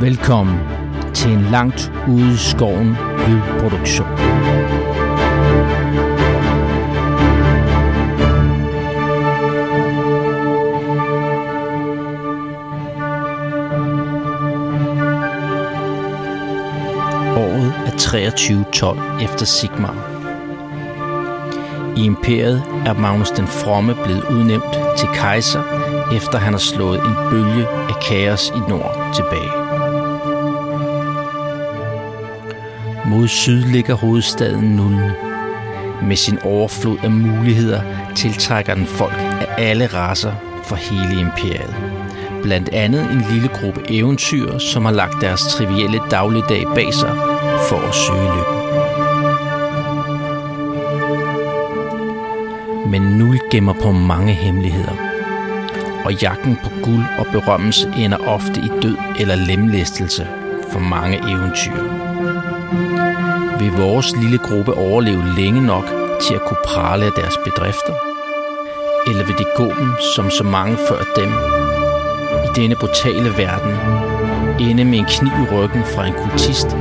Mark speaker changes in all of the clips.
Speaker 1: Velkommen til en langt ude i skoven lydproduktion. Året er 2312 efter Sigmar. I imperiet er Magnus den Fromme blevet udnævnt til kejser, efter han har slået en bølge af kaos i nord tilbage. Mod syd ligger hovedstaden Nullen. Med sin overflod af muligheder tiltrækker den folk af alle raser fra hele imperiet. Blandt andet en lille gruppe eventyr, som har lagt deres trivielle dagligdag bag sig for at søge lykken. Men Nul gemmer på mange hemmeligheder. Og jagten på guld og berømmelse ender ofte i død eller lemlæstelse for mange eventyr vil vores lille gruppe overleve længe nok til at kunne prale af deres bedrifter? Eller vil det gå dem, som så mange før dem, i denne brutale verden, ende med en kniv i ryggen fra en kultist,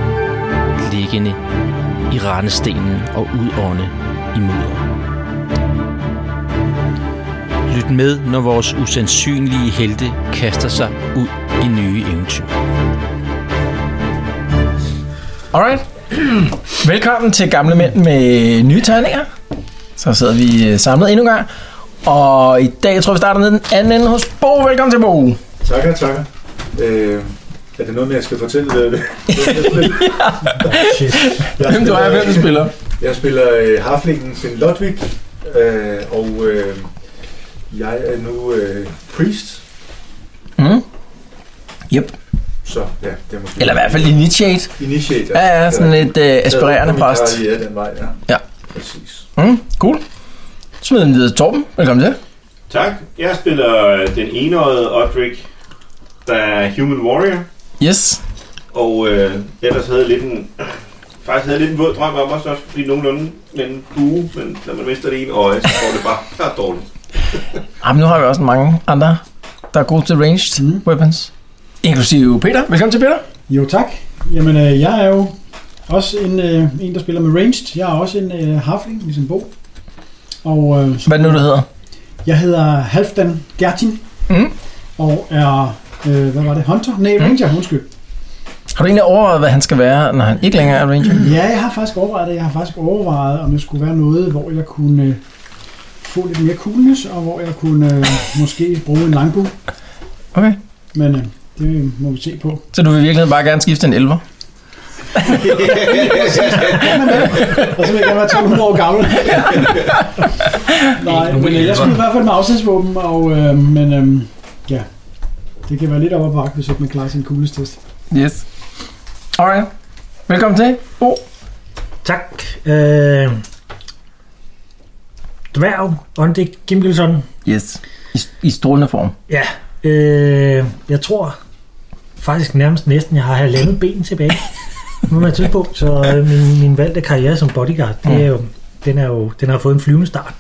Speaker 1: liggende i rendestenen og udånde i mudder? Lyt med, når vores usandsynlige helte kaster sig ud i nye eventyr.
Speaker 2: Alright. Velkommen til Gamle Mænd med nye terninger. Så sidder vi øh, samlet endnu en gang. Og i dag, jeg tror vi starter ned den anden ende hos Bo. Velkommen til Bo.
Speaker 3: Takker, takker. Øh, er det noget med, jeg skal fortælle? øh, hvem jeg spiller? Jeg
Speaker 2: Hvem du er,
Speaker 3: spiller-
Speaker 2: hvem du spiller.
Speaker 3: Jeg spiller øh, harflingen Finn Lodvig, øh, og øh, jeg er nu øh, priest,
Speaker 2: Mm. Yep.
Speaker 3: så ja, det er måske...
Speaker 2: Eller i hvert fald initiate.
Speaker 3: Initiator.
Speaker 2: Ja, ja, sådan lidt øh, aspirerende
Speaker 3: Ja,
Speaker 2: post.
Speaker 3: Ja, den vej, ja.
Speaker 2: Ja.
Speaker 3: Præcis.
Speaker 2: Mm, cool. Smid den videre til Torben. Velkommen til.
Speaker 4: Tak. Jeg spiller øh, den enøjede Odrik, der er Human Warrior,
Speaker 2: Yes.
Speaker 4: og øh, ellers havde jeg lidt en... Faktisk havde jeg lidt en våd drøm om at også blive nogenlunde med en bue, men når man mister det ene øje, så går det bare ret dårligt.
Speaker 2: Jamen, Ah, nu har vi også mange andre, der er gode til ranged mm. weapons. Inklusive Peter. Velkommen til Peter.
Speaker 5: Jo tak. Jamen øh, jeg er jo også en, øh, en der spiller med ranged. Jeg er også en øh, halfling, ligesom Bo. Og øh,
Speaker 2: Hvad er det nu, du hedder?
Speaker 5: jeg hedder Halfdan Gertin.
Speaker 2: Mm.
Speaker 5: Og er, øh, hvad var det, Hunter? Nej, Ranger, undskyld.
Speaker 2: Har du egentlig overvejet, hvad han skal være, når han ikke længere er ranger?
Speaker 5: Ja, jeg har faktisk overvejet det. Jeg har faktisk overvejet, om det skulle være noget, hvor jeg kunne øh, få lidt mere coolness, og hvor jeg kunne øh, måske bruge en langbu.
Speaker 2: Okay.
Speaker 5: Men øh, det må vi se på.
Speaker 2: Så du vil i virkeligheden bare gerne skifte en elver?
Speaker 5: Og så vil jeg gerne være 200 år gammel. Nej, men øh, jeg skulle i hvert fald med afstandsvåben, og, øh, men øh, ja, det kan være lidt op ad bakke, hvis ikke man klarer sin kuglestest.
Speaker 2: Yes. Alright. Velkommen til. Bo.
Speaker 6: Tak. Øh, dværg, Onde Gimbelson.
Speaker 2: Yes. I, i strålende form.
Speaker 6: Ja, øh, jeg tror faktisk nærmest næsten, jeg har halvandet ben tilbage. Nu er jeg på, så øh, min, min valgte karriere som bodyguard, det er jo, den, er jo, den har fået en flyvende start.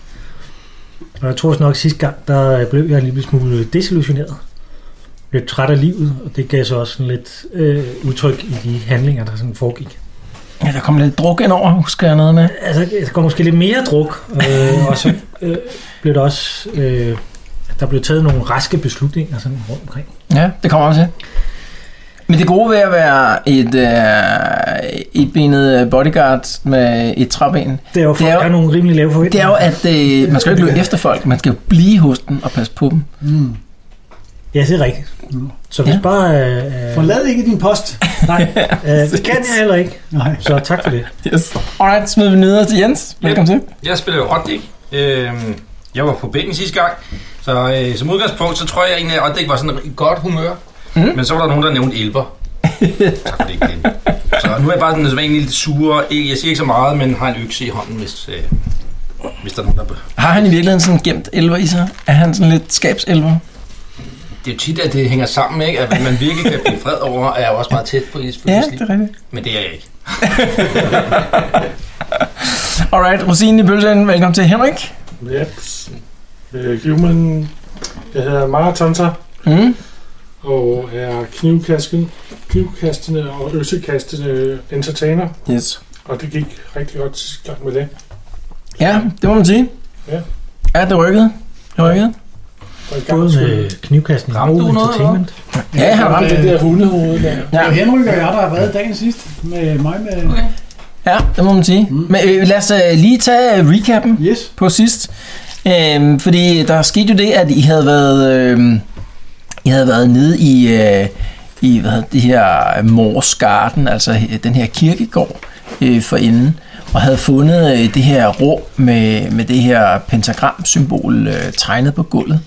Speaker 6: Og jeg tror også nok sidste gang, der øh, blev jeg en lille smule desillusioneret. Lidt træt af livet, og det gav så også sådan lidt øh, udtryk i de handlinger, der sådan foregik.
Speaker 2: Ja, der kom lidt druk ind over, husker jeg noget med.
Speaker 6: Altså, der går måske lidt mere druk, øh, og så øh, blev der også... Øh, der blev taget nogle raske beslutninger sådan rundt omkring.
Speaker 2: Ja, det kommer også til. Men det gode ved at være et, øh, et benet bodyguard med et træben,
Speaker 6: Det er jo,
Speaker 2: Det er jo-
Speaker 6: der er nogle rimelig lave
Speaker 2: det er
Speaker 6: forventninger.
Speaker 2: jo, at øh, man skal jo ikke løbe efter folk, man skal jo blive hos dem og passe på dem.
Speaker 5: Mm.
Speaker 6: Ja, det er rigtigt. Så hvis
Speaker 2: Ja.
Speaker 6: ja. bare... Øh, øh,
Speaker 5: Forlad ikke din post.
Speaker 6: nej, øh, det kan jeg heller ikke.
Speaker 5: Nej.
Speaker 6: Så tak for det.
Speaker 2: Yes. Alright, smider vi videre til Jens. Velkommen til.
Speaker 7: Jeg spiller jo Oddik. Øhm, jeg var på bænken sidste gang, så øh, som udgangspunkt, så tror jeg egentlig, at Oddik var sådan i godt humør. Mm.
Speaker 2: Mhm.
Speaker 7: Men så var der nogen, der nævnte elver. tak for det igen. Så nu er jeg bare den sædvanlige lidt sure. Ikke- Jeg siger ikke så meget, men har en økse i hånden, hvis, øh, hvis der er nogen, der...
Speaker 2: Har han i virkeligheden sådan gemt elver i sig? Er han sådan lidt skabselver?
Speaker 7: Det er jo tit, at det hænger sammen, ikke? At hvad man virkelig kan blive fred over, er jo også meget tæt på ens
Speaker 2: Ja,
Speaker 7: følelsesliv.
Speaker 2: det er rigtigt.
Speaker 7: Men det er jeg ikke.
Speaker 2: Alright, rosinen i bølgen. Velkommen til Henrik.
Speaker 8: Jeps. Uh, human. Jeg hedder Maratonter
Speaker 2: Mm.
Speaker 8: og er knivkasket. Knivkastende og øsekastende entertainer,
Speaker 2: Yes.
Speaker 8: og det gik rigtig godt sidste gang med det.
Speaker 2: Ja, det må man sige.
Speaker 8: Ja.
Speaker 2: Ja, det rykkede. Det rykkede.
Speaker 8: Og i gang
Speaker 6: Både
Speaker 8: skulle-
Speaker 6: med knivkastning og
Speaker 7: Ramte du noget,
Speaker 6: entertainment.
Speaker 2: Ja, jeg har ramt
Speaker 8: det.
Speaker 2: det.
Speaker 8: der hundehoved der.
Speaker 5: Ja.
Speaker 2: Ja.
Speaker 5: Det er Henrik og jeg, der har været dagen sidst med mig med...
Speaker 7: Okay.
Speaker 2: Ja, det må man sige.
Speaker 5: Mm.
Speaker 2: Men øh, lad os øh, lige tage øh, recappen
Speaker 5: Yes.
Speaker 2: på sidst. Øhm, fordi der skete jo det, at I havde været, øhm, I havde været nede i, øh, i hvad hedder det her Mors Garden, altså øh, den her kirkegård øh, for inden, og havde fundet øh, det her rum med, med det her pentagramsymbol øh, tegnet på gulvet.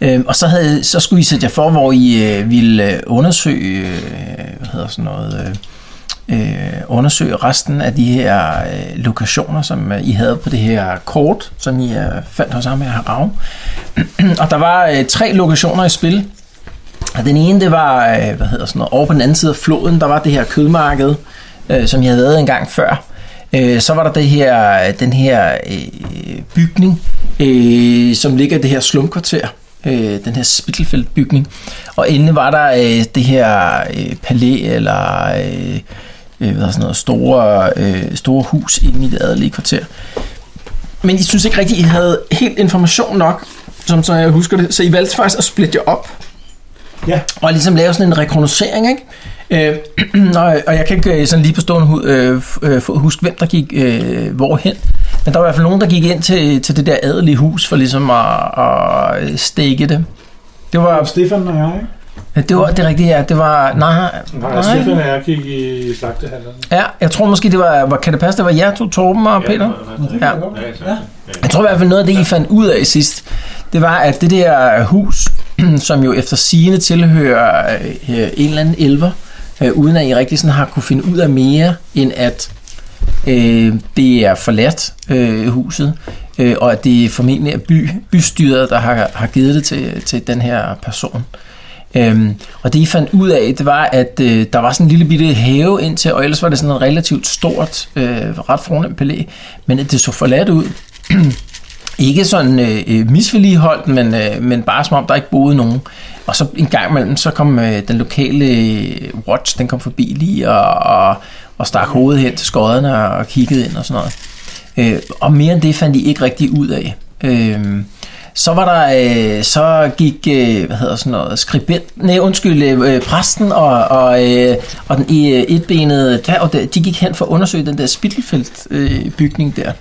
Speaker 2: Øhm, og så, havde, så skulle I sætte jer for, hvor I øh, ville øh, undersøge, øh, hvad hedder sådan noget, øh, øh, undersøge resten af de her øh, lokationer, som øh, I havde på det her kort, som I øh, fandt hos ham her Harau. og der var øh, tre lokationer i spil. Og den ene, det var, øh, hvad hedder sådan noget, over på den anden side af floden, der var det her kødmarked, øh, som jeg havde været en gang før. Øh, så var der det her, den her øh, bygning, øh, som ligger i det her slumkvarter, øh, den her Spittelfeldt bygning. Og endelig var der øh, det her øh, palæ, eller øh, øh, hvad hedder sådan noget, store, øh, store hus inde i det adelige kvarter. Men I synes ikke rigtigt, I havde helt information nok, som så jeg husker det, så I valgte faktisk at splitte jer op.
Speaker 5: Ja.
Speaker 2: Og ligesom lave sådan en rekognoscering, ikke? Øh, og, og jeg kan ikke øh, sådan lige på stående hu- øh, f- øh, få- huske, hvem der gik øh, hvorhen. Men der var i hvert fald nogen, der gik ind til, til det der adelige hus for ligesom at, at stikke det. Det
Speaker 5: Og
Speaker 2: var,
Speaker 5: Stefan og jeg, ikke?
Speaker 2: det var det rigtige, ja. Det var, nej,
Speaker 8: Nej, Stefan og jeg gik i slagtehandlerne.
Speaker 2: Ja, jeg tror måske, det var, var kan det passe, det var jer to, Torben og Peter? Ja.
Speaker 4: Ja.
Speaker 2: Jeg tror i hvert fald noget af det, I fandt ud af sidst, det var, at det der hus, som jo efter sigende tilhører øh, øh, en eller anden elver, øh, uden at I rigtig sådan har kunne finde ud af mere, end at øh, det er forladt øh, huset, øh, og at det formentlig er by, bystyret, der har, har givet det til, til den her person. Øhm, og det I fandt ud af, det var, at øh, der var sådan en lille bitte have indtil, og ellers var det sådan et relativt stort, øh, ret fornemt palæ, men at det så forladt ud. ikke sådan øh, øh, misvedligeholdt, men, øh, men bare som om der ikke boede nogen. Og så en gang imellem, så kom øh, den lokale øh, watch, den kom forbi lige og, og, og stak hovedet hen til skodderne og, og kiggede ind og sådan noget. Øh, og mere end det fandt de ikke rigtig ud af. Øh, så var der, øh, så gik, øh, hvad hedder sådan noget, skribent, nej undskyld, øh, præsten og, og, øh, og den øh, etbenede dværg, der, de gik hen for at undersøge den der Spittelfeldt øh, bygning der.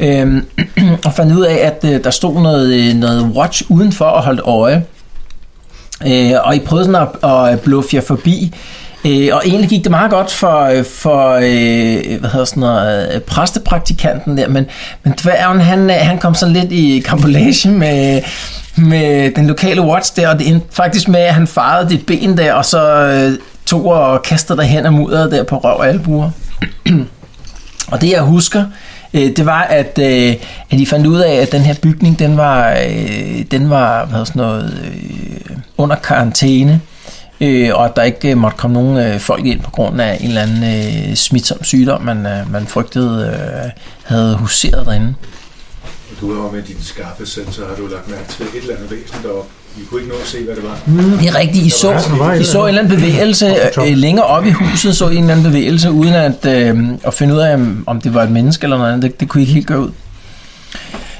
Speaker 2: Øhm, og fandt ud af, at øh, der stod noget, øh, noget watch udenfor og holdt øje. Øh, og I prøvede sådan at, at bluffe jer forbi. Øh, og egentlig gik det meget godt for, øh, for øh, hvad hedder sådan noget, øh, præstepraktikanten der, men, men dværgen, han, øh, han kom sådan lidt i kampolage med, med den lokale watch der, og det endte faktisk med, at han farede dit ben der, og så øh, tog og kastede dig hen og mudrede der på røv og albuer. Og det jeg husker, øh, det var, at, øh, at I fandt ud af, at den her bygning, den var, øh, den var hvad hedder sådan noget, øh, under karantæne, øh, og at der ikke øh, måtte komme nogen øh, folk ind på grund af en eller anden øh, smitsom sygdom, man, øh, man frygtede øh, havde huseret derinde.
Speaker 3: Du har med din skarpe sensor, har du lagt mærke til et eller andet væsen deroppe. Vi kunne ikke nå at se, hvad det var.
Speaker 6: Mm.
Speaker 2: Det er rigtigt, I så, I så en eller anden bevægelse øh, længere op i huset, så I en eller anden bevægelse, uden at, øh, at finde ud af, om- om det var et menneske eller noget andet. Det, det kunne I ikke helt gøre ud.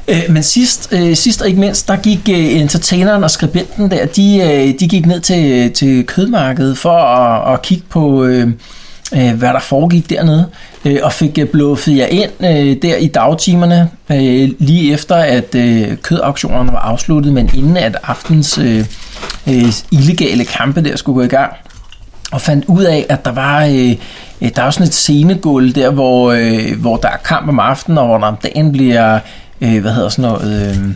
Speaker 2: Øh, men sidst, øh, sidst og ikke mindst, der gik øh, entertaineren og skribenten der, de, øh, de gik ned til, til kødmarkedet for at, at kigge på, øh, øh, hvad der foregik dernede, øh, og fik øh, bluffet jer ind øh, der i dagtimerne, øh, lige efter at øh, kødauktionerne var afsluttet, men inden at aftens øh, øh, illegale kampe der skulle gå i gang og fandt ud af, at der var øh, øh, der er jo sådan et scenegulv der, hvor, øh, hvor der er kamp om aftenen, og hvor der om dagen bliver, øh, hvad hedder sådan noget,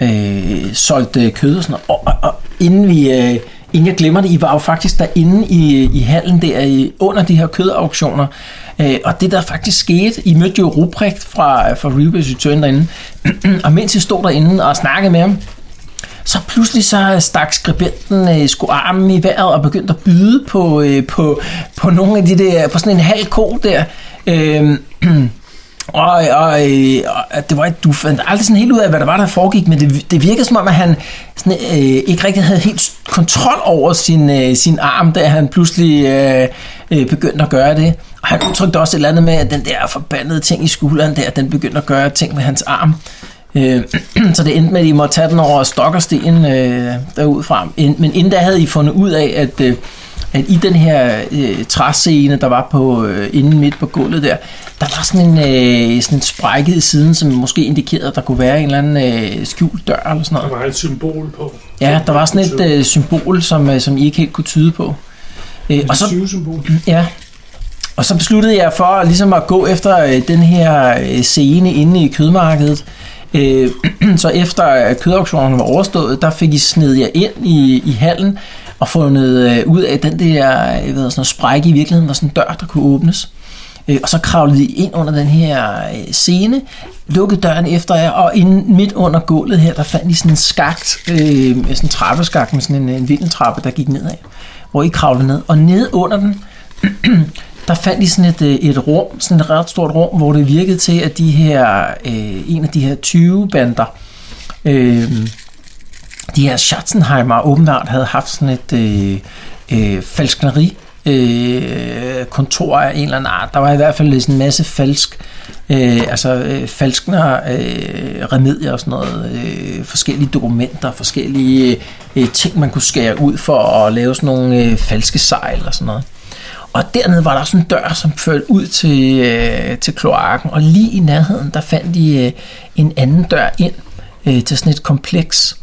Speaker 2: øh, øh, solgt øh, kød og sådan noget. Og, og, og inden vi... Øh, Inden jeg glemmer det, I var jo faktisk derinde i, i hallen der, i- under de her kødauktioner. Øh, og det der faktisk skete, I mødte jo Ruprecht fra, øh, fra Rebels Return derinde. og mens I stod derinde og snakkede med ham, så pludselig så stak skribenten øh, sgu armen i vejret og begyndte at byde Øhm, på, øh, på, på nogle af de der, på sådan en halv ko der. Øh, Og, og, og at det var et, du fandt aldrig sådan helt ud af, hvad der var, der foregik, men det, det virkede som om, at han sådan, øh, ikke rigtig havde helt kontrol over sin, øh, sin arm, da han pludselig øh, øh, begyndte at gøre det. Og han udtrykte også et eller andet med, at den der forbandede ting i skulderen der, den begyndte at gøre ting med hans arm. Øh, så det endte med, at I måtte tage den over stokkersten øh, derudfra. Ind- Men inden da havde I fundet ud af, at... Øh, at i den her øh, træscene, der var på øh, inde midt på gulvet der, der var sådan en, øh, sådan en sprækket i siden, som måske indikerede, at der kunne være en eller anden øh, skjult dør eller sådan
Speaker 8: Der
Speaker 2: noget.
Speaker 8: var et symbol på.
Speaker 2: Ja, der var sådan et øh, symbol, som, øh, som I ikke helt kunne tyde på. Øh, og
Speaker 5: Et
Speaker 2: så
Speaker 5: syvsymbol.
Speaker 2: Ja. Og så besluttede jeg for ligesom at gå efter øh, den her øh, scene inde i kødmarkedet. Øh, så efter at kødauktionen var overstået, der fik I sned jer ind i, i hallen og fundet øh, ud af, at den der øh, hvad, hedder sådan noget, sprække i virkeligheden var sådan en dør, der kunne åbnes. Øh, og så kravlede I ind under den her øh, scene, lukkede døren efter jer, og inde midt under gulvet her, der fandt I sådan en skakt, øh, sådan en trappeskakt med sådan en, en vindeltrappe, der gik nedad, hvor I kravlede ned. Og ned under den, der fandt I sådan et, øh, et rum, sådan et ret stort rum, hvor det virkede til, at de her, øh, en af de her 20 bander, øh, de her Schatzenheimer åbenbart havde haft sådan et øh, øh, falskneri øh, kontor af en eller anden art. Der var i hvert fald sådan en masse falsk, øh, altså øh, falskner, øh, remedier og sådan noget, øh, forskellige dokumenter, forskellige øh, ting, man kunne skære ud for at lave sådan nogle øh, falske sejl og sådan noget. Og dernede var der sådan en dør, som førte ud til, øh, til kloakken. Og lige i nærheden, der fandt de øh, en anden dør ind øh, til sådan et kompleks,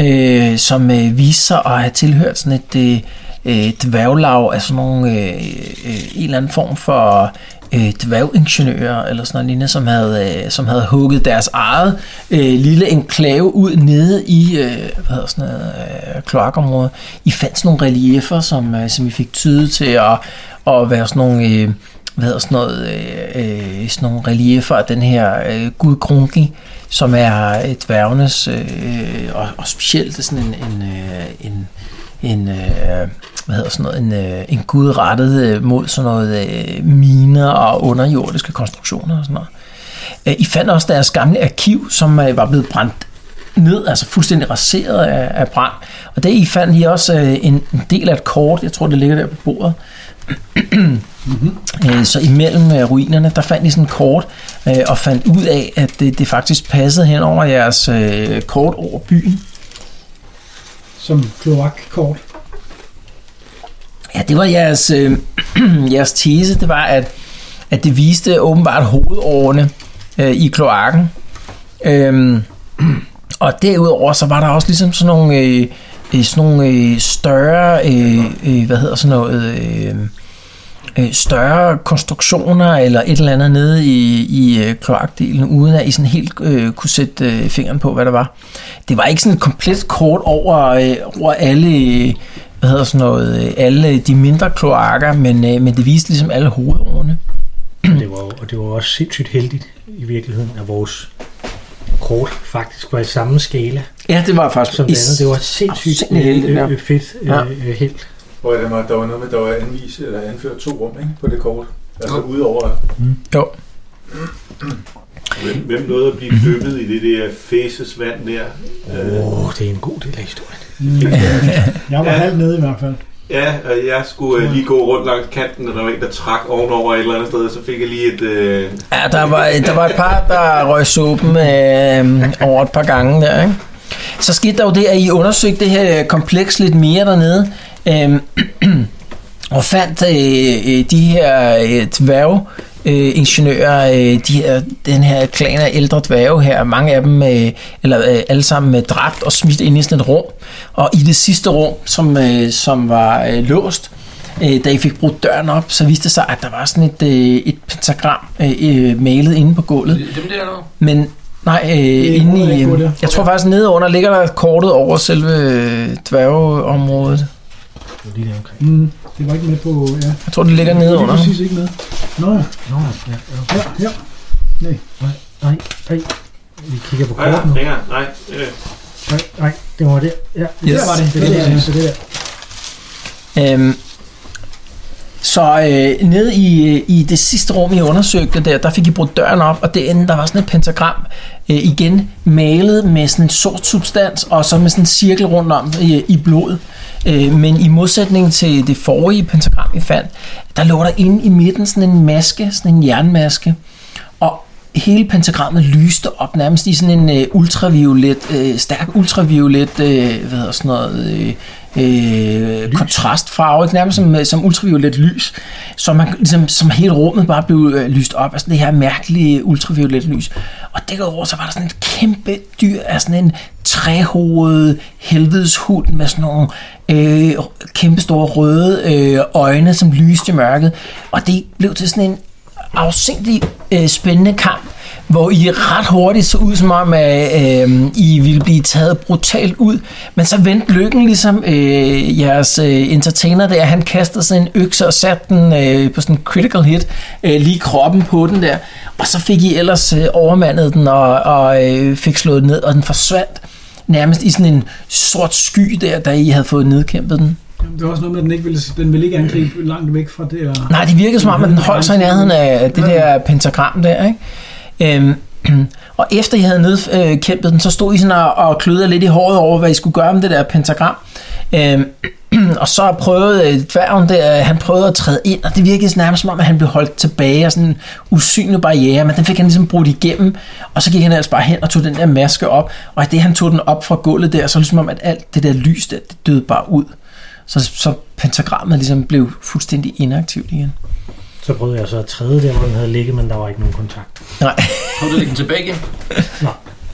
Speaker 2: øh, som øh, viste sig at have tilhørt sådan et øh, øh, dværglav af sådan nogle, øh, øh, en eller anden form for øh, dværgingeniører eller sådan noget lignende, som havde, øh, som havde hugget deres eget øh, lille enklave ud nede i øh, hvad hedder sådan noget, øh, kloakområdet. I fandt sådan nogle reliefer, som, øh, som I fik tydet til at, at være sådan nogle... Øh, hvad hedder sådan noget, øh, øh, sådan nogle reliefer af den her øh, Gud Grunki, som er øh, dværgenes, øh, og, og specielt sådan en, en, øh, en, en øh, hvad hedder sådan noget, en, øh, en gud rettet øh, mod sådan noget øh, miner og underjordiske konstruktioner og sådan noget. Øh, I fandt også deres gamle arkiv, som øh, var blevet brændt ned, altså fuldstændig raseret af, af brand. Og det I fandt I også øh, en, en del af et kort, jeg tror det ligger der på bordet, Øh, Så imellem øh, ruinerne, der fandt I sådan et kort, øh, og fandt ud af, at det, det faktisk passede hen over jeres øh, kort over byen.
Speaker 5: Som kloakkort.
Speaker 2: Ja, det var jeres, øh, jeres tese, det var, at, at det viste åbenbart hovedårene øh, i kloakken. Øhm, og derudover, så var der også ligesom sådan nogle, øh, øh, sådan nogle øh, større, øh, øh, hvad hedder sådan noget, øh, øh, større konstruktioner eller et eller andet nede i, i øh, kloakdelen, uden at I sådan helt øh, kunne sætte øh, fingeren på, hvad der var. Det var ikke sådan et komplet kort over, øh, over alle, øh, hvad hedder sådan noget, øh, alle de mindre kloakker, men, øh, men det viste ligesom alle hovedårene.
Speaker 6: Og det var, jo- og det var også sindssygt heldigt i virkeligheden, at vores kort faktisk var i samme skala
Speaker 2: Ja, det var faktisk
Speaker 6: som det andet. Det var sindssygt
Speaker 2: afsindelig heldigt,
Speaker 6: øh,
Speaker 2: ja.
Speaker 6: øh, fedt øh,
Speaker 2: Ja.
Speaker 6: øh, held.
Speaker 3: Hvor der var, der var noget med, der var anvis, eller anført to rum ikke, på det kort. Altså
Speaker 7: Jo.
Speaker 3: udover...
Speaker 2: Jo.
Speaker 4: Hvem, hvem nåede at blive dyppet i det der fæses vand der? Øh,
Speaker 6: Åh, det er en god del af historien.
Speaker 5: Øh, Jeg var
Speaker 4: Ja.
Speaker 5: halvt nede i hvert fald.
Speaker 4: ja, og jeg skulle øh, lige gå rundt langs kanten, og der var en, der trak ovenover et eller andet sted, og så fik jeg lige et... Øh,
Speaker 2: Ja, der var, der var et par, der røg suppen øh, over et par gange der, ikke? Så skete der jo det, at I undersøgte det her øh, kompleks lidt mere dernede, øh, og fandt øh, øh, de her øh, dværg, øh, ingeniører, øh, de her, den her klan af ældre dværge her, mange af dem, øh, eller øh, alle sammen øh, dræbt og smidt ind i sådan et rum. Og i det sidste rum, som, øh, som var øh, låst, øh, da I fik brudt døren op, så viste det sig, at der var sådan et, øh, et pentagram øh, øh, malet inde på gulvet.
Speaker 7: Dem der nu?
Speaker 2: Men nej, øh,
Speaker 5: er
Speaker 2: inde
Speaker 5: overhovedet
Speaker 2: i...
Speaker 5: ikke god, det
Speaker 2: Øh,
Speaker 5: her.
Speaker 2: jeg tror faktisk, nede under ligger der kortet over selve øh, dværgeområdet.
Speaker 6: Det var lige der omkring.
Speaker 5: Mm, det var ikke med på... Ja.
Speaker 2: Jeg tror, det ligger nede
Speaker 5: Det er
Speaker 2: under.
Speaker 5: præcis ikke med. Nå ja,
Speaker 6: Nå, ja, ja.
Speaker 5: ja, ja.
Speaker 6: Nej, nej. Vi kigger på
Speaker 4: nej,
Speaker 6: kortet nu.
Speaker 4: nej, nej, øh,
Speaker 6: Nej, nej, det var der. Ja,
Speaker 2: Yes.
Speaker 5: Der var det.
Speaker 6: det
Speaker 5: Det
Speaker 6: er
Speaker 5: der,
Speaker 6: det,
Speaker 5: ja.
Speaker 6: det der.
Speaker 2: Øhm, Så øh, nede i, øh, i det sidste rum, I undersøgte der, der fik I brudt døren op, og derinde, der var sådan et pentagram, øh, igen malet med sådan en sort substans, og så med sådan en cirkel rundt om i, i blodet. Øh, men i modsætning til det forrige pentagram, I fandt, der lå der inde i midten sådan en maske, sådan en jernmaske, og hele pentagrammet lyste op nærmest i sådan en øh, ultraviolet, øh, stærk ultraviolet, øh, hvad hedder sådan noget, øh, øh, kontrastfarve, nærmest som, øh, som ultraviolet lys, som, man, ligesom, som hele rummet bare blev øh, lyst op af sådan det her mærkelige ultraviolet lys. Og derudover så var der sådan et kæmpe dyr af sådan en træhovedet helvedeshund med sådan nogle øh, kæmpe store røde øh, øjne, som lyste i mørket. Og det blev til sådan en afsindig øh, spændende kamp, hvor I ret hurtigt så ud som om, at øh, I ville blive taget brutalt ud. Men så vendte lykken ligesom øh, jeres øh, entertainer der. Han kastede sådan en økse og satte den øh, på sådan en critical hit, øh, lige kroppen på den der. Og så fik I ellers øh, overmandet den og, og øh, fik slået den ned, og den forsvandt nærmest i sådan en sort sky der, da I havde fået nedkæmpet den.
Speaker 5: Jamen, det var også noget med, at den ikke ville, den ville ikke angribe langt væk fra det. Og...
Speaker 2: Nej, det virkede som om, at den holdt sig i nærheden af det der pentagram der, ikke? Øhm, og efter I havde nedkæmpet den, så stod I sådan og, og klødede lidt i håret over, hvad I skulle gøre med det der pentagram. Øhm, og så prøvede øh, dværgen der, han prøvede at træde ind, og det virkede sådan nærmest som om, at han blev holdt tilbage af sådan en usynlig barriere, men den fik han ligesom brudt igennem, og så gik han altså bare hen og tog den der maske op, og i det han tog den op fra gulvet der, så ligesom om, at alt det der lys der, det døde bare ud. Så, så pentagrammet ligesom blev fuldstændig inaktivt igen.
Speaker 6: Så prøvede jeg så at træde der, hvor den havde ligget, men der var ikke nogen kontakt.
Speaker 2: Nej.
Speaker 7: Prøv du at lægge den tilbage igen.
Speaker 6: Det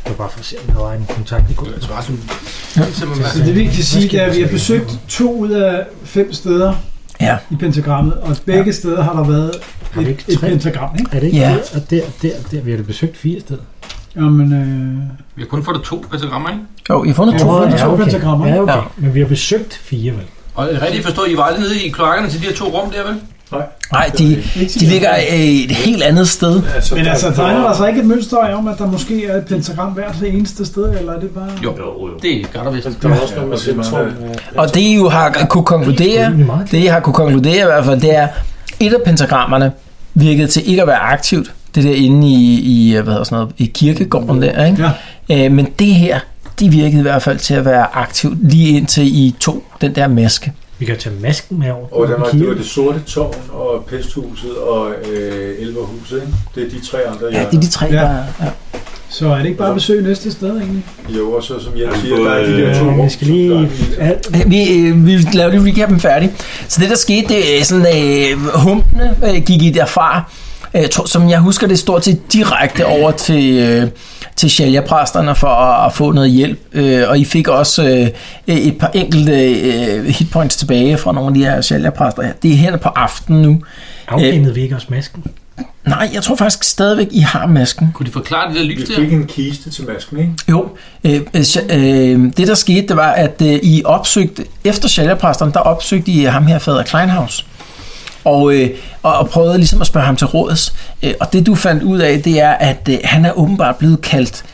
Speaker 6: var bare for at se, om der var en kontakt i går.
Speaker 7: Det var sådan...
Speaker 5: Så det vi kan sige, det er, at vi har besøgt to ud af fem steder
Speaker 2: Ja.
Speaker 5: i pentagrammet, og begge ja. steder har der været
Speaker 6: Har vi
Speaker 5: et,
Speaker 6: ikke
Speaker 5: et
Speaker 6: tre?
Speaker 5: pentagram, ikke?
Speaker 6: Er det ikke
Speaker 2: Ja.
Speaker 6: ja. der, og der, der, der? Vi har det besøgt fire steder.
Speaker 5: Jamen, øh,
Speaker 7: Vi har kun fået to pentagrammer, ikke?
Speaker 2: Jo, I har fundet
Speaker 5: Ja.
Speaker 2: to.
Speaker 5: Nå,
Speaker 6: ja,
Speaker 5: to
Speaker 6: okay.
Speaker 5: pentagrammer.
Speaker 6: Ja, okay.
Speaker 2: Ja.
Speaker 6: Men vi har besøgt fire, vel?
Speaker 7: Og er det rigtigt forstået, I var aldrig nede i kloakkerne til de her to rum der, vel?
Speaker 2: Nej, de,
Speaker 5: ikke
Speaker 2: de ligger øh, et helt andet sted.
Speaker 3: Altså,
Speaker 5: Men
Speaker 3: der-
Speaker 5: altså,
Speaker 3: der-
Speaker 5: tegner der så ikke et mønster af, om, at der måske er et pentagram hvert eneste sted, eller er det bare...
Speaker 7: Jo.
Speaker 4: Jo, jo.
Speaker 7: Det gør der vist.
Speaker 8: Der var også noget med
Speaker 3: Ja, og det
Speaker 8: centrum.
Speaker 3: mangler-
Speaker 2: Og det, I jo har kunne konkludere,
Speaker 6: egentlig meget.
Speaker 2: det, I har kunne konkludere i hvert fald, det er, et af pentagrammerne virkede til ikke at være aktivt. Det der inde i, i, øh, hvad hedder sådan noget, i kirkegården der, ikke?
Speaker 5: Ja.
Speaker 2: Øh, men det her, de virkede i hvert fald til at være aktivt, lige indtil I tog den der maske.
Speaker 6: Vi kan tage masken med over.
Speaker 3: Og der var,
Speaker 6: Kigge.
Speaker 3: det var det sorte tårn og pesthuset og øh, elverhuset, ikke? Det er de tre andre
Speaker 2: Ja,
Speaker 3: hjørner.
Speaker 2: det er de tre,
Speaker 5: Ja.
Speaker 2: der er. Ja.
Speaker 5: Så er det ikke bare at besøge næste sted, egentlig?
Speaker 3: Jo, og så som
Speaker 4: Har
Speaker 3: jeg
Speaker 4: vi
Speaker 3: siger,
Speaker 4: fået,
Speaker 3: der er de der to
Speaker 6: Øh,
Speaker 3: rum.
Speaker 6: vi skal lige...
Speaker 3: som der er-
Speaker 6: Alt,
Speaker 2: Vi, øh, vi laver lige recappen færdig. Så det, der skete, det er sådan, øh, humpene øh, gik I derfra. Øh, to, som jeg husker det, stort set direkte over til, øh, til Shalia-præsterne for at, at få noget hjælp. Øh, og I fik også øh, et par enkelte øh, hitpoints tilbage fra nogle af de her Shalia-præster. her. Det er her på aftenen nu.
Speaker 6: afkendede vi ikke også masken?
Speaker 2: Nej, jeg tror faktisk stadigvæk, I har masken.
Speaker 7: Kunne de forklare det der
Speaker 3: Vi
Speaker 7: lys der?
Speaker 3: fik en kiste til masken, ikke?
Speaker 2: Jo, øh, øh, sja- øh, det der skete, det var, at øh, I opsøgte, efter sælgerpræsteren, der opsøgte I øh, ham her, fader Kleinhaus, og, øh, og, og prøvede ligesom at spørge ham til råds. Øh, og det du fandt ud af, det er, at øh, han er åbenbart blevet kaldt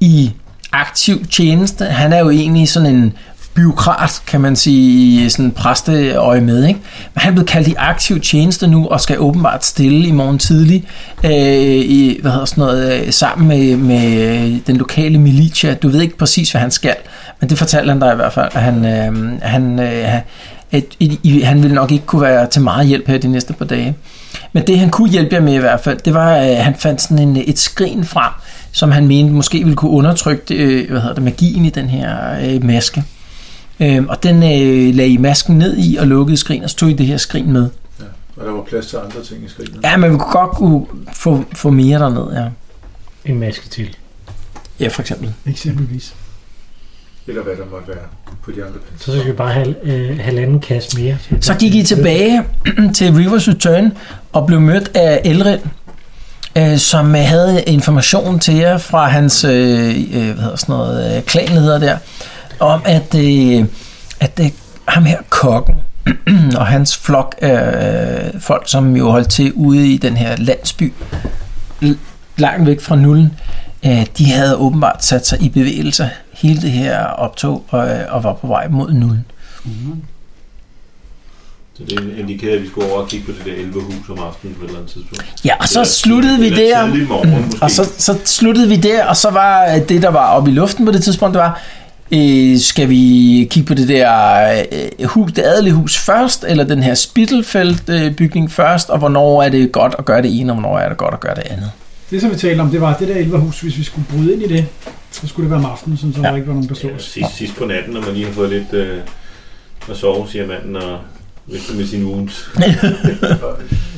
Speaker 2: i aktiv tjeneste. Han er jo egentlig sådan en byråkrat, kan man sige, i sådan præsteøje med, ikke? Men han er blevet kaldt i aktiv tjeneste nu, og skal åbenbart stille i morgen tidlig, øh, i, hvad hedder sådan noget, øh, sammen med, med den lokale militia. Du ved ikke præcis, hvad han skal, men det fortalte han dig i hvert fald, at han, øh, han, øh, at, i- i- han ville nok ikke kunne være til meget hjælp her de næste par dage. Men det, han kunne hjælpe jer med i hvert fald, det var, at han fandt sådan en, et skrin frem, som han mente måske ville kunne undertrykke øh, hvad hedder det, magien i den her øh, maske. Øh, og den øh, lagde I masken ned i og lukkede skrin, og så tog I det her skrin med.
Speaker 3: Og der var plads til andre ting i skrinet.
Speaker 2: Ja, man kunne godt kunne få, få mere derned, ja.
Speaker 6: En maske til.
Speaker 2: Ja, for eksempel.
Speaker 5: Eksempelvis.
Speaker 3: Eller hvad der måtte være på de andre
Speaker 6: Så skal
Speaker 3: pensioner.
Speaker 6: vi bare have øh, halvanden kasse mere.
Speaker 2: Så gik I tilbage til Rivers Return og blev mødt af Elrin, øh, som øh, havde information til jer fra hans øh, øh, hvad hedder sådan noget, øh, klanleder der, om at, øh, at øh, ham her kokken og hans flok af øh, folk, som jo holdt til ude i den her landsby, l- langt væk fra nullen, øh, de havde åbenbart sat sig i bevægelse hele øh, det her optog og, og var på vej mod nullen.
Speaker 8: Det
Speaker 4: Så det indikerede, at vi skulle over og kigge på det der 11 hus om aftenen på et eller andet tidspunkt.
Speaker 2: Ja, og så
Speaker 4: Eller-
Speaker 2: sluttede vi
Speaker 4: eller
Speaker 2: der.
Speaker 4: Tidlig morgen, måske.
Speaker 2: Mm. Og så, så sluttede vi der, og så var øh, det, der var oppe i luften på det tidspunkt, det var, øh, skal vi kigge på det der øh, hus, det adelige hus først, eller den her Spittelfeldt øh, bygning først, og hvornår er det godt at gøre det ene, og hvornår er det godt at gøre det andet.
Speaker 5: Det, som vi talte om, det var at det der elverhus, hvis vi skulle bryde ind i det, så skulle det være om aftenen, sådan, så ja.
Speaker 2: Ja.
Speaker 5: der ikke var nogen, der så
Speaker 4: Ja,
Speaker 5: os.
Speaker 4: sidst, sidst på natten, når man lige har fået lidt øh, at sove, siger manden, og vifter med sin wounds.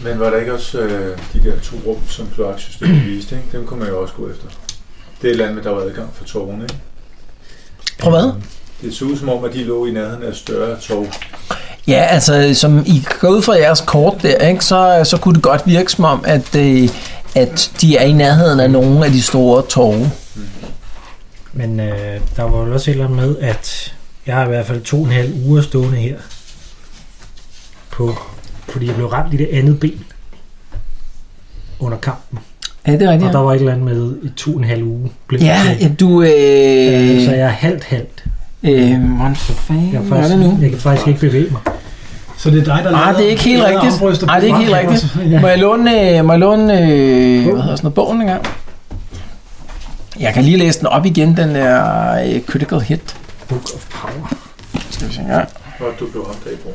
Speaker 3: Men var der ikke også øh, de der to rum, som kloaksystemet viste? Ikke? Dem kunne man jo også gå efter. Det er et eller andet, med, der var adgang for togene. Ikke?
Speaker 2: Prøv hvad?
Speaker 3: Det så ud som om, at de lå i nærheden af større tog.
Speaker 2: Ja, altså som I går ud fra jeres kort der, ikke, så, så kunne det godt virke som om, at, øh, at de er i nærheden af nogle af de store torve.
Speaker 6: Men øh, der var jo også et eller andet med, at jeg har i hvert fald to og en halv uger stående her. På, fordi jeg blev ramt i det andet ben under kampen.
Speaker 2: Ja, det er
Speaker 6: Og
Speaker 2: rigtigt.
Speaker 6: der var et eller andet med i to og en halv uge. Blev
Speaker 2: Ja,
Speaker 6: jeg til.
Speaker 2: ja du...
Speaker 6: Øh,
Speaker 2: Øh,
Speaker 6: så jeg er halvt halvt.
Speaker 2: øh, hvordan fanden
Speaker 6: Jeg, er
Speaker 2: var
Speaker 6: faktisk,
Speaker 2: det nu?
Speaker 6: jeg kan faktisk ikke bevæge mig.
Speaker 5: Så det er dig, der
Speaker 2: Nej, Ah, det er ikke helt rigtigt. Nej, det er ikke helt rigtigt. Må jeg låne, øh, må jeg låne øh, hvad hedder sådan noget, bogen engang? Jeg kan lige læse den op igen, den der øh, Critical Hit.
Speaker 6: Book of Power.
Speaker 2: Skal vi se engang.
Speaker 3: Og du blev opdaget på.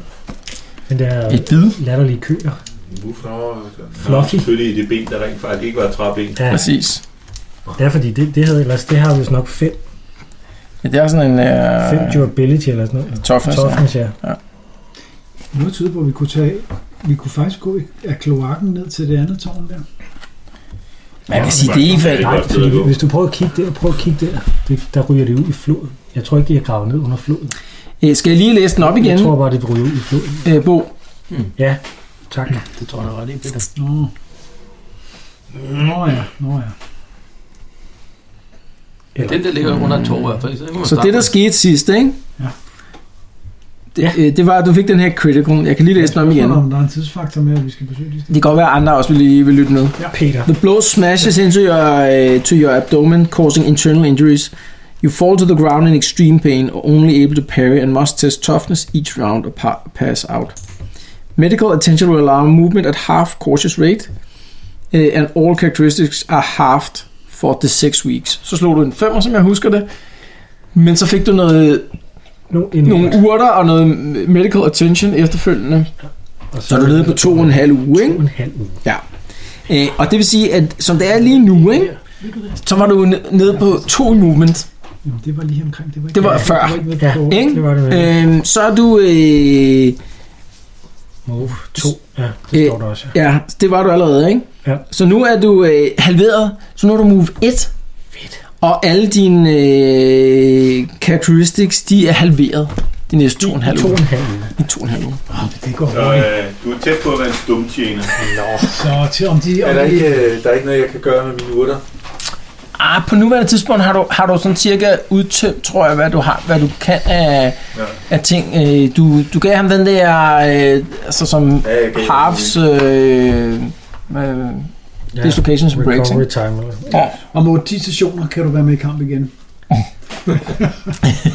Speaker 6: Den der
Speaker 2: Et bid.
Speaker 6: latterlige køer.
Speaker 3: Hvorfor?
Speaker 6: Fluffy.
Speaker 4: Selvfølgelig i det ben, der rent faktisk ikke var et træben.
Speaker 6: Ja,
Speaker 2: Præcis.
Speaker 6: det er fordi, det, det, havde ellers, det har vist nok fem,
Speaker 2: Ja, det er sådan en... Øh,
Speaker 6: fem durability eller sådan noget.
Speaker 2: Toughness.
Speaker 6: Toughness, ja.
Speaker 5: Noget tyder på, at vi kunne, tage, vi kunne faktisk gå af kloakken ned til det andet tårn der.
Speaker 2: Man kan sige, det er i hvert
Speaker 6: Nej,
Speaker 4: godt sted at
Speaker 6: fordi
Speaker 4: gå.
Speaker 6: hvis du prøver at kigge der, prøv at kigge der, det, der ryger det ud i floden. Jeg tror ikke, de har gravet ned under floden.
Speaker 2: Øh, Skal jeg lige læse den op igen,
Speaker 6: Jeg tror bare, det ryger ud i floden.
Speaker 2: øh, Bo?
Speaker 6: Ja, tak. Det tror jeg ret i, Peter.
Speaker 2: Altså.
Speaker 5: Nå. Nå ja, nå ja.
Speaker 7: Den der ligger under en tog i hvert fald. kunne man
Speaker 2: Så det, der
Speaker 7: starte
Speaker 2: skete sidst, ikke?
Speaker 5: Ja.
Speaker 2: Det, øh, det var, at du fik den her critical. Jeg kan lige læse den om igen.
Speaker 5: Jeg tror, om der er en tidsfaktor med, at vi skal besøge de
Speaker 2: Det kan godt være, at andre også vil, lige vil lytte med.
Speaker 6: Peter.
Speaker 2: The blow smashes into your uh, to your abdomen, causing internal injuries. You fall to the ground in extreme pain, only able to parry, and must test toughness each round or pa- pass out. Medical attention will allow movement at half cautious rate, uh, and all characteristics are halved for the 6 weeks. Så slog du en femmer, som jeg husker det. Men så fik du noget,
Speaker 6: Nu, en
Speaker 2: nogle urter og noget medical attention efterfølgende.
Speaker 6: og
Speaker 2: Så er du nede på to og en halv uge, ikke?
Speaker 6: To og en halv uge.
Speaker 2: Øh, og det vil sige, at som det er lige nu, ikke? så var du n- nede på to i movement.
Speaker 5: Jamen, det var lige omkring. Det var, ikke
Speaker 2: Det var
Speaker 5: det
Speaker 2: før.
Speaker 5: var ikke ved
Speaker 6: Ja.
Speaker 5: på.
Speaker 2: Ikke?
Speaker 6: Det var det. Øh.
Speaker 2: Øh, så er du... Øh,
Speaker 6: Move. To. Ja, det
Speaker 2: Øh.
Speaker 6: står der også. ja.
Speaker 2: ja, det var du allerede, ikke?
Speaker 6: Ja.
Speaker 2: Så nu er du øh, halveret, så nu er du move 1.
Speaker 6: Fedt.
Speaker 2: Og alle dine øh, characteristics, de er halveret de næste to og en halv
Speaker 6: To
Speaker 2: uge.
Speaker 6: og en halv uge.
Speaker 2: I to og en halv uge.
Speaker 5: Det går
Speaker 4: Så
Speaker 5: hurtigt.
Speaker 4: øh, du er tæt på at være en stumtjener.
Speaker 5: Så til om de...
Speaker 3: Er
Speaker 5: Om
Speaker 3: der,
Speaker 5: de
Speaker 3: ikke, øh, der er ikke noget, jeg kan gøre med mine urter?
Speaker 2: Ah, på nuværende tidspunkt har du, har du sådan cirka udtømt, tror jeg, hvad du har, hvad du kan af,
Speaker 3: Ja.
Speaker 2: af ting. Øh, du, du gav ham den der, øh, altså som
Speaker 3: Ja, jeg kan
Speaker 2: Harps øh, øh,
Speaker 6: Ja.
Speaker 2: dislocations and breaks.
Speaker 6: Recovery
Speaker 2: ikke?
Speaker 6: time. Eller.
Speaker 5: Om 8-10 stationer kan du være med i kamp igen.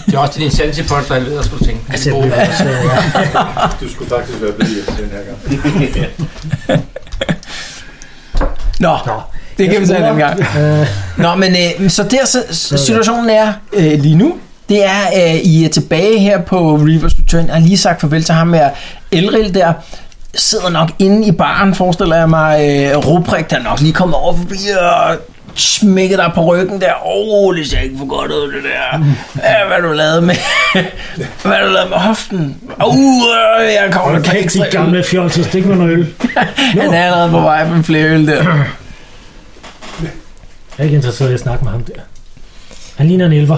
Speaker 7: Det er også til din sanity point, der er ved at skulle tænke.
Speaker 6: Altså, jeg bliver også, øh, ja.
Speaker 3: Du skulle faktisk være blevet hjemme den her gang.
Speaker 2: Nå,
Speaker 6: Nå.
Speaker 2: det kan vi tage en anden gang.
Speaker 6: Øh,
Speaker 2: Nå, men øh, så der så, så situationen er øh, lige nu, det er, øh, I er tilbage her på Reavers Return. Jeg har lige sagt farvel til ham med Elril der. Sidder nok inde i baren, forestiller jeg mig. Øh, Rubrik, der er nok lige kommet over forbi og smækker dig på ryggen der. Åh, oh, det ser ikke for godt ud, det der. Ja, hvad har du lavet med, hvad har du lavet med hoften? Åh, øh, jeg kommer
Speaker 6: Hold
Speaker 2: til
Speaker 6: kæft, de gamle fjolser. Stik mig noget øl.
Speaker 2: Han er allerede på vej med flere øl der.
Speaker 6: Jeg er ikke interesseret i at snakke med ham der. Han ligner en elver.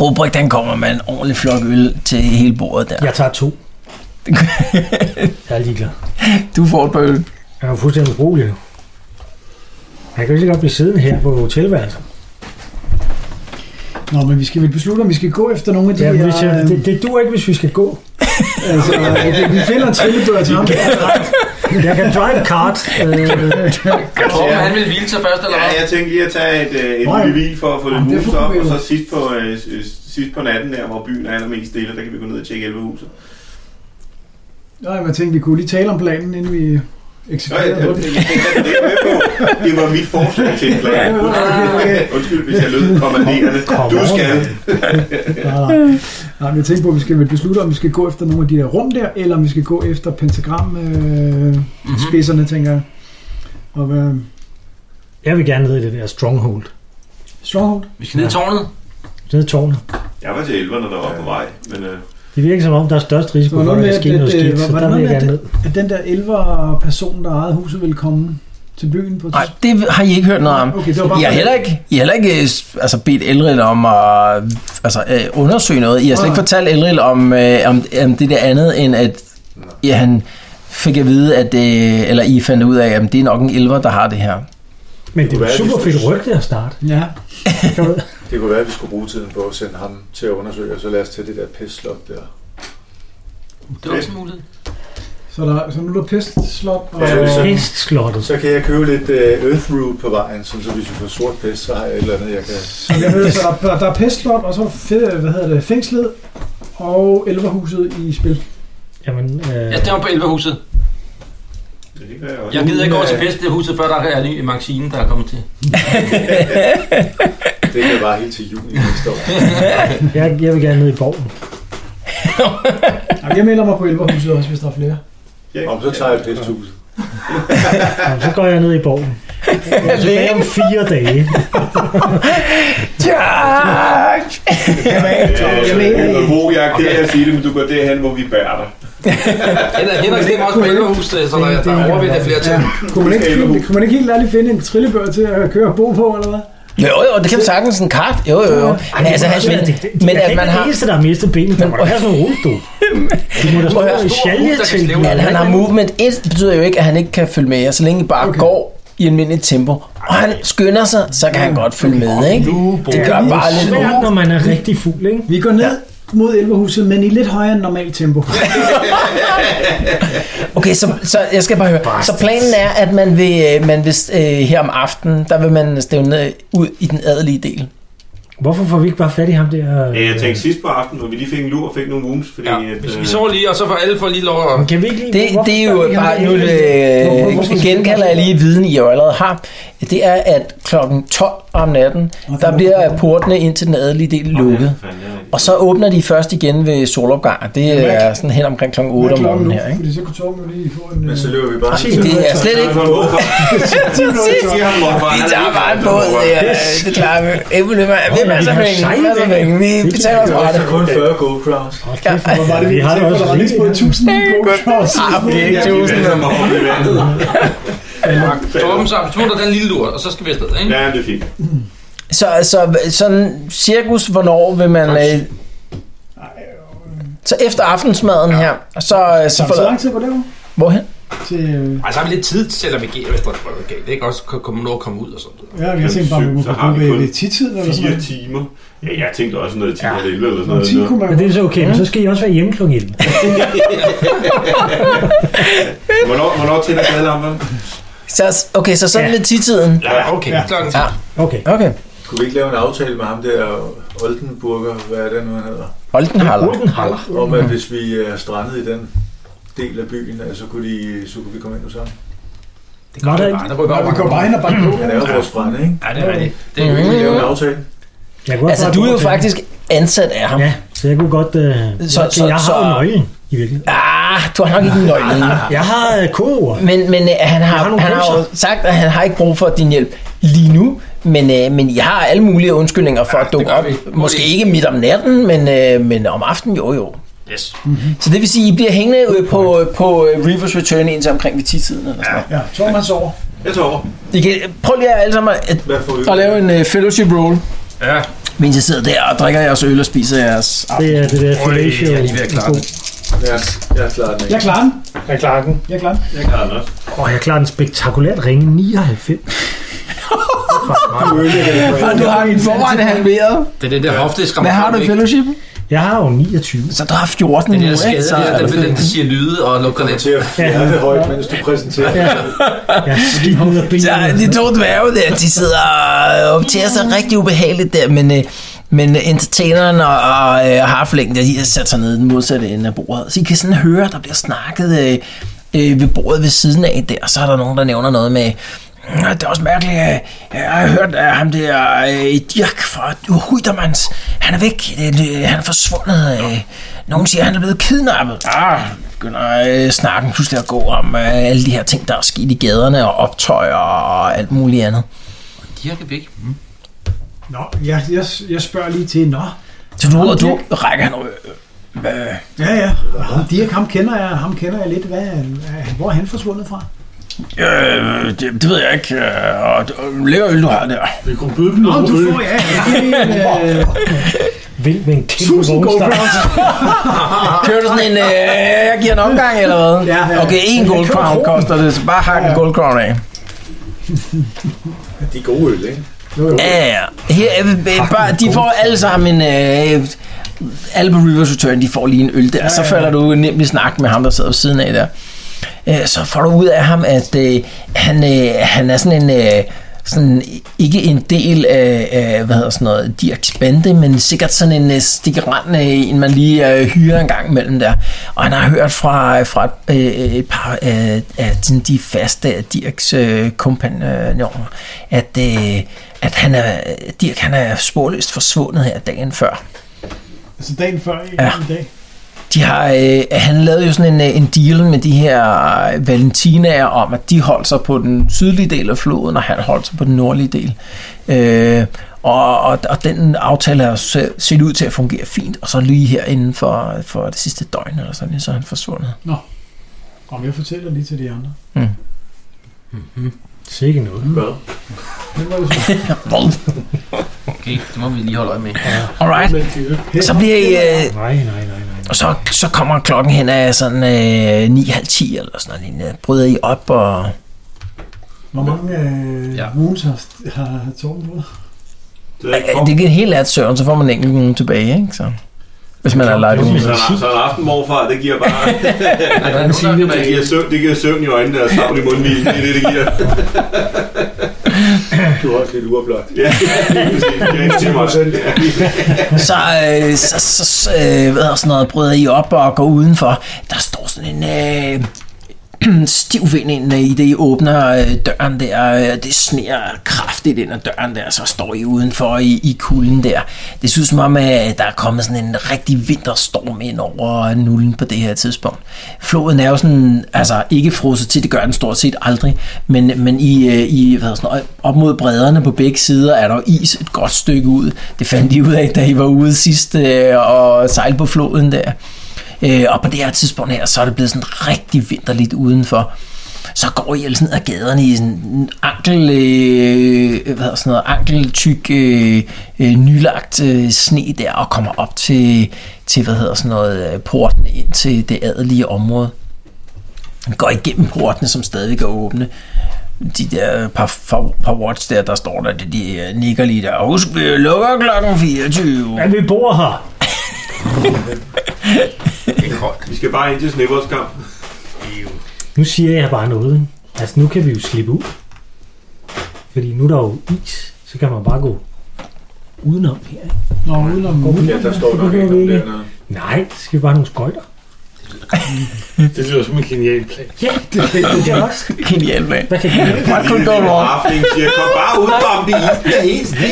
Speaker 2: Rubrik, den kommer med en ordentlig flok øl til hele bordet der.
Speaker 6: Jeg tager to. Jeg er ligeglad.
Speaker 2: Du får et par øl.
Speaker 6: Jeg er jo fuldstændig urolig nu. Jeg kan jo lige så godt blive siddende her på hotelværelset.
Speaker 5: Nå, men vi skal vel beslutte, om vi skal gå efter nogle af de
Speaker 6: Ja,
Speaker 5: her...
Speaker 6: hvis jeg,
Speaker 5: øh,
Speaker 6: det, det duer ikke, hvis vi skal gå.
Speaker 5: altså, okay, vi finder en trilledør til ham.
Speaker 6: Jeg kan drive kart. Øh,
Speaker 7: Tror du, han vil hvile sig først, eller
Speaker 4: Ja,
Speaker 7: hvad?
Speaker 4: jeg tænkte lige at tage et, øh, et
Speaker 5: Nå, ja.
Speaker 4: bevis for at få
Speaker 5: Jamen, det er
Speaker 4: lidt hus op, og
Speaker 5: fuldstændig.
Speaker 4: så sidst på, øh, s- sidst på natten der, hvor byen er allermest stille, der kan vi gå ned og tjekke 11 huset.
Speaker 5: Nej, men jeg tænkte, vi kunne lige tale om planen, inden vi
Speaker 4: Nå, jeg, jeg,
Speaker 5: eksekverede
Speaker 4: jeg,
Speaker 5: på
Speaker 4: jeg,
Speaker 5: det.
Speaker 4: jeg, jeg, er med på. det var mit forslag til en plan. Undskyld, Undskyld, hvis jeg lød kommanderende. Du skal.
Speaker 5: Nej, nej. nej, men jeg tænkte på, om vi skal vel beslutte, om vi skal gå efter nogle af de der rum der, eller om vi skal gå efter pentagramspidserne, øh, spidserne, tænker jeg. Og øh, hvad?
Speaker 6: Jeg vil gerne ned i det der stronghold.
Speaker 5: Stronghold?
Speaker 7: Vi skal ned i tårnet.
Speaker 6: Ned i tårnet.
Speaker 4: Jeg var til 11'erne, der var på vej. Men øh,
Speaker 6: Det virker som om, der er størst
Speaker 5: Så
Speaker 6: risiko
Speaker 5: var
Speaker 6: for, at
Speaker 5: noget
Speaker 6: der
Speaker 5: med,
Speaker 6: kan ske
Speaker 5: at-
Speaker 6: noget
Speaker 5: at, øh,
Speaker 6: skidt,
Speaker 5: var-
Speaker 6: så
Speaker 5: var
Speaker 6: der
Speaker 5: der
Speaker 6: vil jeg
Speaker 5: noget
Speaker 6: gerne
Speaker 5: med,
Speaker 6: ned.
Speaker 5: At den der elver-person, der ejede huset, ville komme til byen på et
Speaker 2: Nej, det har I ikke hørt noget om.
Speaker 5: Okay, det var bare
Speaker 2: I har
Speaker 5: for-
Speaker 2: heller ikke, I har heller ikke øh, s- altså, bedt Elril om at altså, øh, undersøge noget. I har slet ikke
Speaker 5: Nej.
Speaker 2: fortalt Elril om, øh, om, om det der andet, end at ja, han fik at vide, at, øh, eller I fandt ud af, at det er nok en elver, der har det her.
Speaker 6: Men det er jo
Speaker 3: Hvad er
Speaker 6: super
Speaker 3: det?
Speaker 6: fedt rygte at starte.
Speaker 5: Ja,
Speaker 6: Kan du-
Speaker 3: Det kunne være, at vi skulle bruge tiden på at sende ham til at undersøge, og så lad os tage det der pisslot der.
Speaker 7: Det er også en mulighed.
Speaker 5: så, der, så nu er der pestslot, og
Speaker 3: Ja, det er
Speaker 5: ja,
Speaker 3: sådan.
Speaker 6: Hestslottet.
Speaker 3: Så kan jeg købe lidt uh, Earth Brew på vejen, sådan, så hvis vi får sort pest, så har jeg et eller andet, jeg kan...
Speaker 5: jeg hører, så der, der, der er pestslot, og så er der fed, hvad hedder det, fængslet, og elverhuset i spil.
Speaker 6: Jamen, øh,
Speaker 7: Jeg stemmer på Elvehuset.
Speaker 4: det kan jeg også.
Speaker 7: Jeg gider ikke gå til pest det huset, før der er en ny Maxine, der er kommet til.
Speaker 3: Det kan bare helt til juni næste år.
Speaker 6: jeg, jeg vil gerne ned i borgen.
Speaker 5: Jamen, jeg melder mig på elverhuset også, hvis der er flere.
Speaker 4: Ja,
Speaker 3: Om så tager jeg pesthuset.
Speaker 6: Jamen, så går jeg ned i borgen. Jeg er tilbage om fire dage.
Speaker 2: Tak!
Speaker 4: Jeg mener, Bo, jeg er ked af at sige det, men du går derhen, hvor vi bærer dig.
Speaker 7: Henrik, Henrik stemmer også på Elvehuset, så der, der er overvældende flere til.
Speaker 5: Kunne man ikke, finde, kunne man ikke helt ærligt finde en trillebør til at køre og bo på, eller hvad?
Speaker 2: Jo, jo, det kan man sagtens en kart. Jo, jo, jo. Men, altså, han, men, men at man har...
Speaker 6: Det eneste, der har mistet benet, der må da være sådan en rullestol. Du må da
Speaker 2: Prøv at
Speaker 6: stå
Speaker 2: høre.
Speaker 6: i sjalje
Speaker 7: Stor
Speaker 6: til.
Speaker 7: rulle, der kan
Speaker 2: At han har movement 1 betyder jo ikke, at han ikke kan følge med jer, så længe I bare okay. går i almindeligt tempo. Og han skynder sig, så kan han godt følge med, ikke? Det gør bare
Speaker 6: Det er
Speaker 2: lidt
Speaker 6: svært, når man er rigtig fuld, ikke?
Speaker 5: Vi går ned mod elverhuset, men i lidt højere end normalt tempo.
Speaker 2: Okay, så, så jeg skal bare høre. Så planen er, at man vil, øh, man vil øh, her om aftenen, der vil man stævne ud i den adelige del.
Speaker 6: Hvorfor får vi ikke bare fat i ham der?
Speaker 4: Ja, jeg tænkte sidst på aftenen, hvor vi lige fik en lur og fik nogle wounds, fordi...
Speaker 7: Ja,
Speaker 4: at,
Speaker 7: hvis
Speaker 4: øh,
Speaker 7: vi så lige, og så får alle får lige lov at...
Speaker 6: Kan vi ikke lige...
Speaker 2: Det,
Speaker 6: hvorfor
Speaker 2: det er
Speaker 6: spørger
Speaker 2: jo
Speaker 6: vi ham
Speaker 2: bare,
Speaker 6: der
Speaker 2: nu
Speaker 6: egentlig? Hvorfor- hvorfor-
Speaker 2: øh, genkalder jeg lige viden, I jo allerede har. Det er, at klokken 12 om natten, der bliver portene ind til den adelige del lukket.
Speaker 4: fanden, jeg er rigtig-
Speaker 2: Og så åbner de først igen ved solopgang, og det er sådan hen omkring klokken 8 om morgenen her, ikke?
Speaker 5: Fordi så kunne Torben jo lige få en...
Speaker 3: Men så
Speaker 5: øh,
Speaker 3: løber vi bare
Speaker 6: Præcis.
Speaker 3: til...
Speaker 2: Det er slet ikke...
Speaker 4: Sig ham, Morfar.
Speaker 2: Vi
Speaker 4: Han er
Speaker 2: tager
Speaker 4: lige-
Speaker 2: bare en båd, ja, det klarer vi. Æbbe løber, vi har masser af penge, masser af penge, vi betaler os fra
Speaker 3: Det
Speaker 2: det.
Speaker 3: er kun 40 GoPros.
Speaker 6: Hold kæft, hvor var det, vi har det også
Speaker 5: Der var lige
Speaker 6: rigtigt.
Speaker 5: på 1000 GoPros.
Speaker 2: Ah, det er ikke
Speaker 4: Ja, vi
Speaker 2: tusind.
Speaker 4: vender mig om i vandet.
Speaker 7: Torben så smutter den lille lort, og så skal vi afsted, ikke?
Speaker 4: Ja, det er fint.
Speaker 2: Så, så sådan cirkus, hvornår vil man... Øh, så efter aftensmaden ja. her, så, øh, så
Speaker 5: Så
Speaker 2: forlader...
Speaker 5: lang tid var det jo?
Speaker 2: Hvorhen?
Speaker 5: Til, øh,
Speaker 7: Altså har vi lidt tid, selvom vi giver, hvis der er noget galt. Det kan også komme noget at komme ud og sådan noget.
Speaker 5: ja, vi har tænkt bare, at vi må
Speaker 4: Så
Speaker 5: få
Speaker 4: har vi
Speaker 5: bruge
Speaker 4: kun
Speaker 5: ved titiden eller sådan
Speaker 4: Fire
Speaker 5: noget.
Speaker 4: timer. Ja, jeg tænkte også noget 10 eller 11 eller sådan
Speaker 5: Om
Speaker 4: noget.
Speaker 5: 10 kunne man
Speaker 6: Men det er så okay, men så skal I også være hjemme kl. 11.
Speaker 4: Hvornår, hvornår tænder gadelamperne?
Speaker 2: Så, okay, så sådan
Speaker 6: Ja.
Speaker 2: ja. lidt titiden.
Speaker 4: Ja,
Speaker 7: Okay, klokken Ah,
Speaker 2: Ja.
Speaker 6: Okay.
Speaker 2: Okay.
Speaker 3: Kunne vi ikke lave en aftale med ham der Oldenburger, hvad er det nu, han hedder?
Speaker 2: Oldenhaller.
Speaker 6: Udenhaller.
Speaker 3: Om at hvis vi øh, er strandet i den del af byen, altså, så kunne, de, så kunne vi komme ind hos ham.
Speaker 7: Det gør
Speaker 6: Nå,
Speaker 7: det
Speaker 6: der-
Speaker 7: bare. Der rykker
Speaker 5: Ja,
Speaker 7: over.
Speaker 5: vi går bare ind og bare på.
Speaker 3: Han er jo vores frænde, ikke?
Speaker 7: Ja, det er rigtigt. Det er
Speaker 3: Kunne vi lave en aftale?
Speaker 6: Jeg kunne godt
Speaker 2: Altså,
Speaker 6: bare
Speaker 2: du
Speaker 6: gå
Speaker 2: er jo
Speaker 6: til-
Speaker 2: faktisk ansat af ham.
Speaker 6: Ja, så jeg kunne godt... Øh,
Speaker 2: Så-
Speaker 6: så, jeg,
Speaker 2: så-
Speaker 6: jeg har
Speaker 2: så-
Speaker 6: jo nøglen, i virkeligheden.
Speaker 2: Ah, du har nok ikke nøglen.
Speaker 6: Jeg har øh, kodeord.
Speaker 2: Men, men øh, han,
Speaker 6: Jeg har
Speaker 2: har,
Speaker 6: nogle
Speaker 2: han har jo
Speaker 6: følelser.
Speaker 2: sagt, at han har ikke brug for din hjælp lige nu. Men, øh, men I har alle mulige undskyldninger for at dukke
Speaker 7: gør
Speaker 2: op.
Speaker 7: vi. Må
Speaker 2: Måske
Speaker 7: det-
Speaker 2: ikke midt om natten, men, øh, men om aftenen, jo jo.
Speaker 7: Yes.
Speaker 2: Så det vil sige, I bliver hængende øh, på, øh, på øh, Reavers Return indtil omkring ved 10-tiden eller sådan noget.
Speaker 5: Ja, Torben han sover.
Speaker 4: Jeg tager over.
Speaker 2: I kan, prøv lige alle sammen at,
Speaker 3: Hvad får vi?
Speaker 2: at lave en øh, fellowship roll,
Speaker 7: Ja,
Speaker 2: mens jeg sidder der og drikker jeres øl og spiser jeres...
Speaker 6: Det er det der
Speaker 7: Øj,
Speaker 6: fellatio.
Speaker 7: jeg er lige ved at klare den.
Speaker 3: Ja, jeg klarer den
Speaker 5: Jeg
Speaker 3: ikke.
Speaker 5: klarer den.
Speaker 8: Jeg klarer den.
Speaker 5: Jeg klarer den.
Speaker 4: Jeg klarer den også.
Speaker 6: Åh, jeg klarer en spektakulært ringe 99.
Speaker 2: Og du har i forvejen halveret.
Speaker 7: det er den der hofteskram.
Speaker 2: Hvad har du i fellowship?
Speaker 6: jeg har jo 29.
Speaker 2: Så du har 14 nu,
Speaker 7: Den der
Speaker 2: ikke?
Speaker 7: skade,
Speaker 2: Så,
Speaker 7: der, den, den, den, der siger lyde og lugter lidt.
Speaker 3: Til at fjerne det højt, mens du præsenterer.
Speaker 6: Ja. Jeg er skidt ud af
Speaker 2: så
Speaker 6: benene.
Speaker 2: de to dværge der, de sidder og optager sig rigtig ubehageligt der, men, øh, Men entertaineren og, og øh, harflingen, der, de har sat sig ned i den modsatte ende af bordet. Så I kan sådan høre, der bliver snakket øh, øh, ved bordet ved siden af der, og så er der nogen, der nævner noget med, "Mm, det er også mærkeligt, øh, jeg har hørt af ham der, øh, Dirk fra Huitermans, han er væk, det, det, han er forsvundet. Øh. Nogen siger, han er blevet kidnappet. Ah, begynder øh, snakken pludselig at gå om øh, alle de her ting, der er sket i gaderne, og optøjer og alt muligt andet.
Speaker 7: Dirk er væk. Mm.
Speaker 5: Nå, jeg, jeg, jeg spørger lige til, nå,
Speaker 2: Så du, og du rækker han over, øh, øh,
Speaker 5: ja ja, ham, Dirk, ham kender jeg, ham kender jeg lidt, hvad, er han- er han- hvor er han forsvundet fra?
Speaker 2: Øh, det, det ved jeg ikke. Øh, og det- og lækker øl, du har der.
Speaker 8: Vi kunne byde dem
Speaker 5: Nå,
Speaker 8: noget
Speaker 5: du
Speaker 8: øl.
Speaker 5: får, ja, ja, det er en, øh,
Speaker 6: Vild med en kæmpe
Speaker 5: tusind go
Speaker 6: vognstang.
Speaker 5: crowns.
Speaker 2: Kører du sådan en, øh, jeg giver en omgang, eller hvad?
Speaker 5: Ja, ja.
Speaker 2: Okay, en gold crown koster det, så bare hak en gold crown af.
Speaker 3: De er gode øl, ikke?
Speaker 2: Ja, ja. Her, øh, øh, bare, de får alle sammen en... Øh, alle på Rivers Return, de får lige en øl der. Så falder du nemt i snak med ham, der sidder ved siden af der. Øh, Så får du ud af ham, at øh, han, øh, han er sådan en... Øh, sådan, ikke en del af, af hvad hedder sådan noget, Dirks bande, men sikkert sådan en øh, stikkerand, øh, en man lige øh, hyrer en gang imellem der. Og han har hørt fra, fra et, øh, et par øh, af sådan de faste af Dirks øh, kompagnoner, at, øh, at han er, Dirk han er sporløst forsvundet her dagen før.
Speaker 5: Altså dagen før i
Speaker 2: Ja.
Speaker 5: i dag.
Speaker 2: De har, øh, han lavede jo sådan en, øh, en deal med de her øh, valentinaer om, at de holdt sig på den sydlige del af floden, og han holdt sig på den nordlige del. Øh, og, og, og den aftale har jo se- set ud til at fungere fint, og så lige her inden for, for det sidste døgn, eller sådan, så er han forsvundet.
Speaker 5: Om jeg fortæller lige til de andre.
Speaker 6: Sikke noget.
Speaker 4: Hvad?
Speaker 5: Det var jo så
Speaker 7: Okay, det må vi lige holde øje med.
Speaker 2: Alright,
Speaker 8: Men de øl.
Speaker 2: så bliver I, øh,
Speaker 6: Nej, nej, nej, nej.
Speaker 2: Og så, så kommer klokken hen af sådan øh, 9.30 eller sådan noget. lignende. Bryder I op, og
Speaker 5: Hvor mange øh,
Speaker 7: Ja.
Speaker 5: ja. moons har, har Torben fået?
Speaker 4: Det er ikke
Speaker 2: øh, det
Speaker 4: for.
Speaker 2: kan helt lært søvn, så får man enkelt nogen tilbage, ikke? Så, hvis man er lejet
Speaker 4: Så
Speaker 2: ud.
Speaker 4: en- Så en aften morfar, det giver bare...
Speaker 7: Der er nogen, der er
Speaker 4: Det
Speaker 7: tilbage.
Speaker 4: giver søvn, det giver søvn i øjnene og savl i mundvinen. Det er det, det giver.
Speaker 3: Du er også lidt uoplagt.
Speaker 4: Ja, det er præcis. Det er ikke til mig.
Speaker 2: Så, øh, så, så, så øh, hvad hedder sådan noget, bryder I op og går udenfor. Der står sådan en øh, stiv vind ind øh, i det, I åbner øh, døren der. Øh, det sneer kraftigt ind ad døren der, så står I udenfor i, i kulden der. Det synes som om, øh, der er kommet sådan en rigtig vinterstorm ind over nullen på det her tidspunkt. Floden er jo sådan, altså ikke frosset til, det gør den stort set aldrig, men, men i, øh, i hvad hedder sådan, noget, op mod bredderne på begge sider er der jo is et godt stykke ud. Det fandt de ud af, da I var ude sidst øh, og sejlede på floden der. Øh, og på det her tidspunkt her, så er det blevet sådan rigtig vinterligt udenfor. Så går I ellers ned ad gaderne i sådan en ankel, øh, hvad hedder sådan noget, ankeltyk, øh, øh, nylagt øh, sne der, og kommer op til, til hvad hedder sådan noget, øh, porten ind til det adelige område. Går igennem portene, som stadig er åbne. De der par, par, par watts der, der står der, de, de øh, nikker lige der. Husk, vi lukker klokken 24.
Speaker 6: Ja, vi bor her.
Speaker 7: Det er koldt.
Speaker 4: Vi skal bare ind til Snippers kamp.
Speaker 6: Nu siger jeg bare noget. ikke? Altså, nu kan vi jo slippe ud. Fordi nu er der jo is, så kan man bare gå udenom her. ikke?
Speaker 5: Nå, udenom moons.
Speaker 3: Ja, der står nok ikke nogen dernede.
Speaker 6: Nej, så skal vi bare have nogle skøjter.
Speaker 8: Det lyder som en genial plan.
Speaker 6: Ja, det, det, det er også.
Speaker 2: Genial, mand.
Speaker 6: Hvad kan vi gøre?
Speaker 2: What could go wrong?
Speaker 4: Afling siger, kom bare ud, Bambi. I er helt stiv.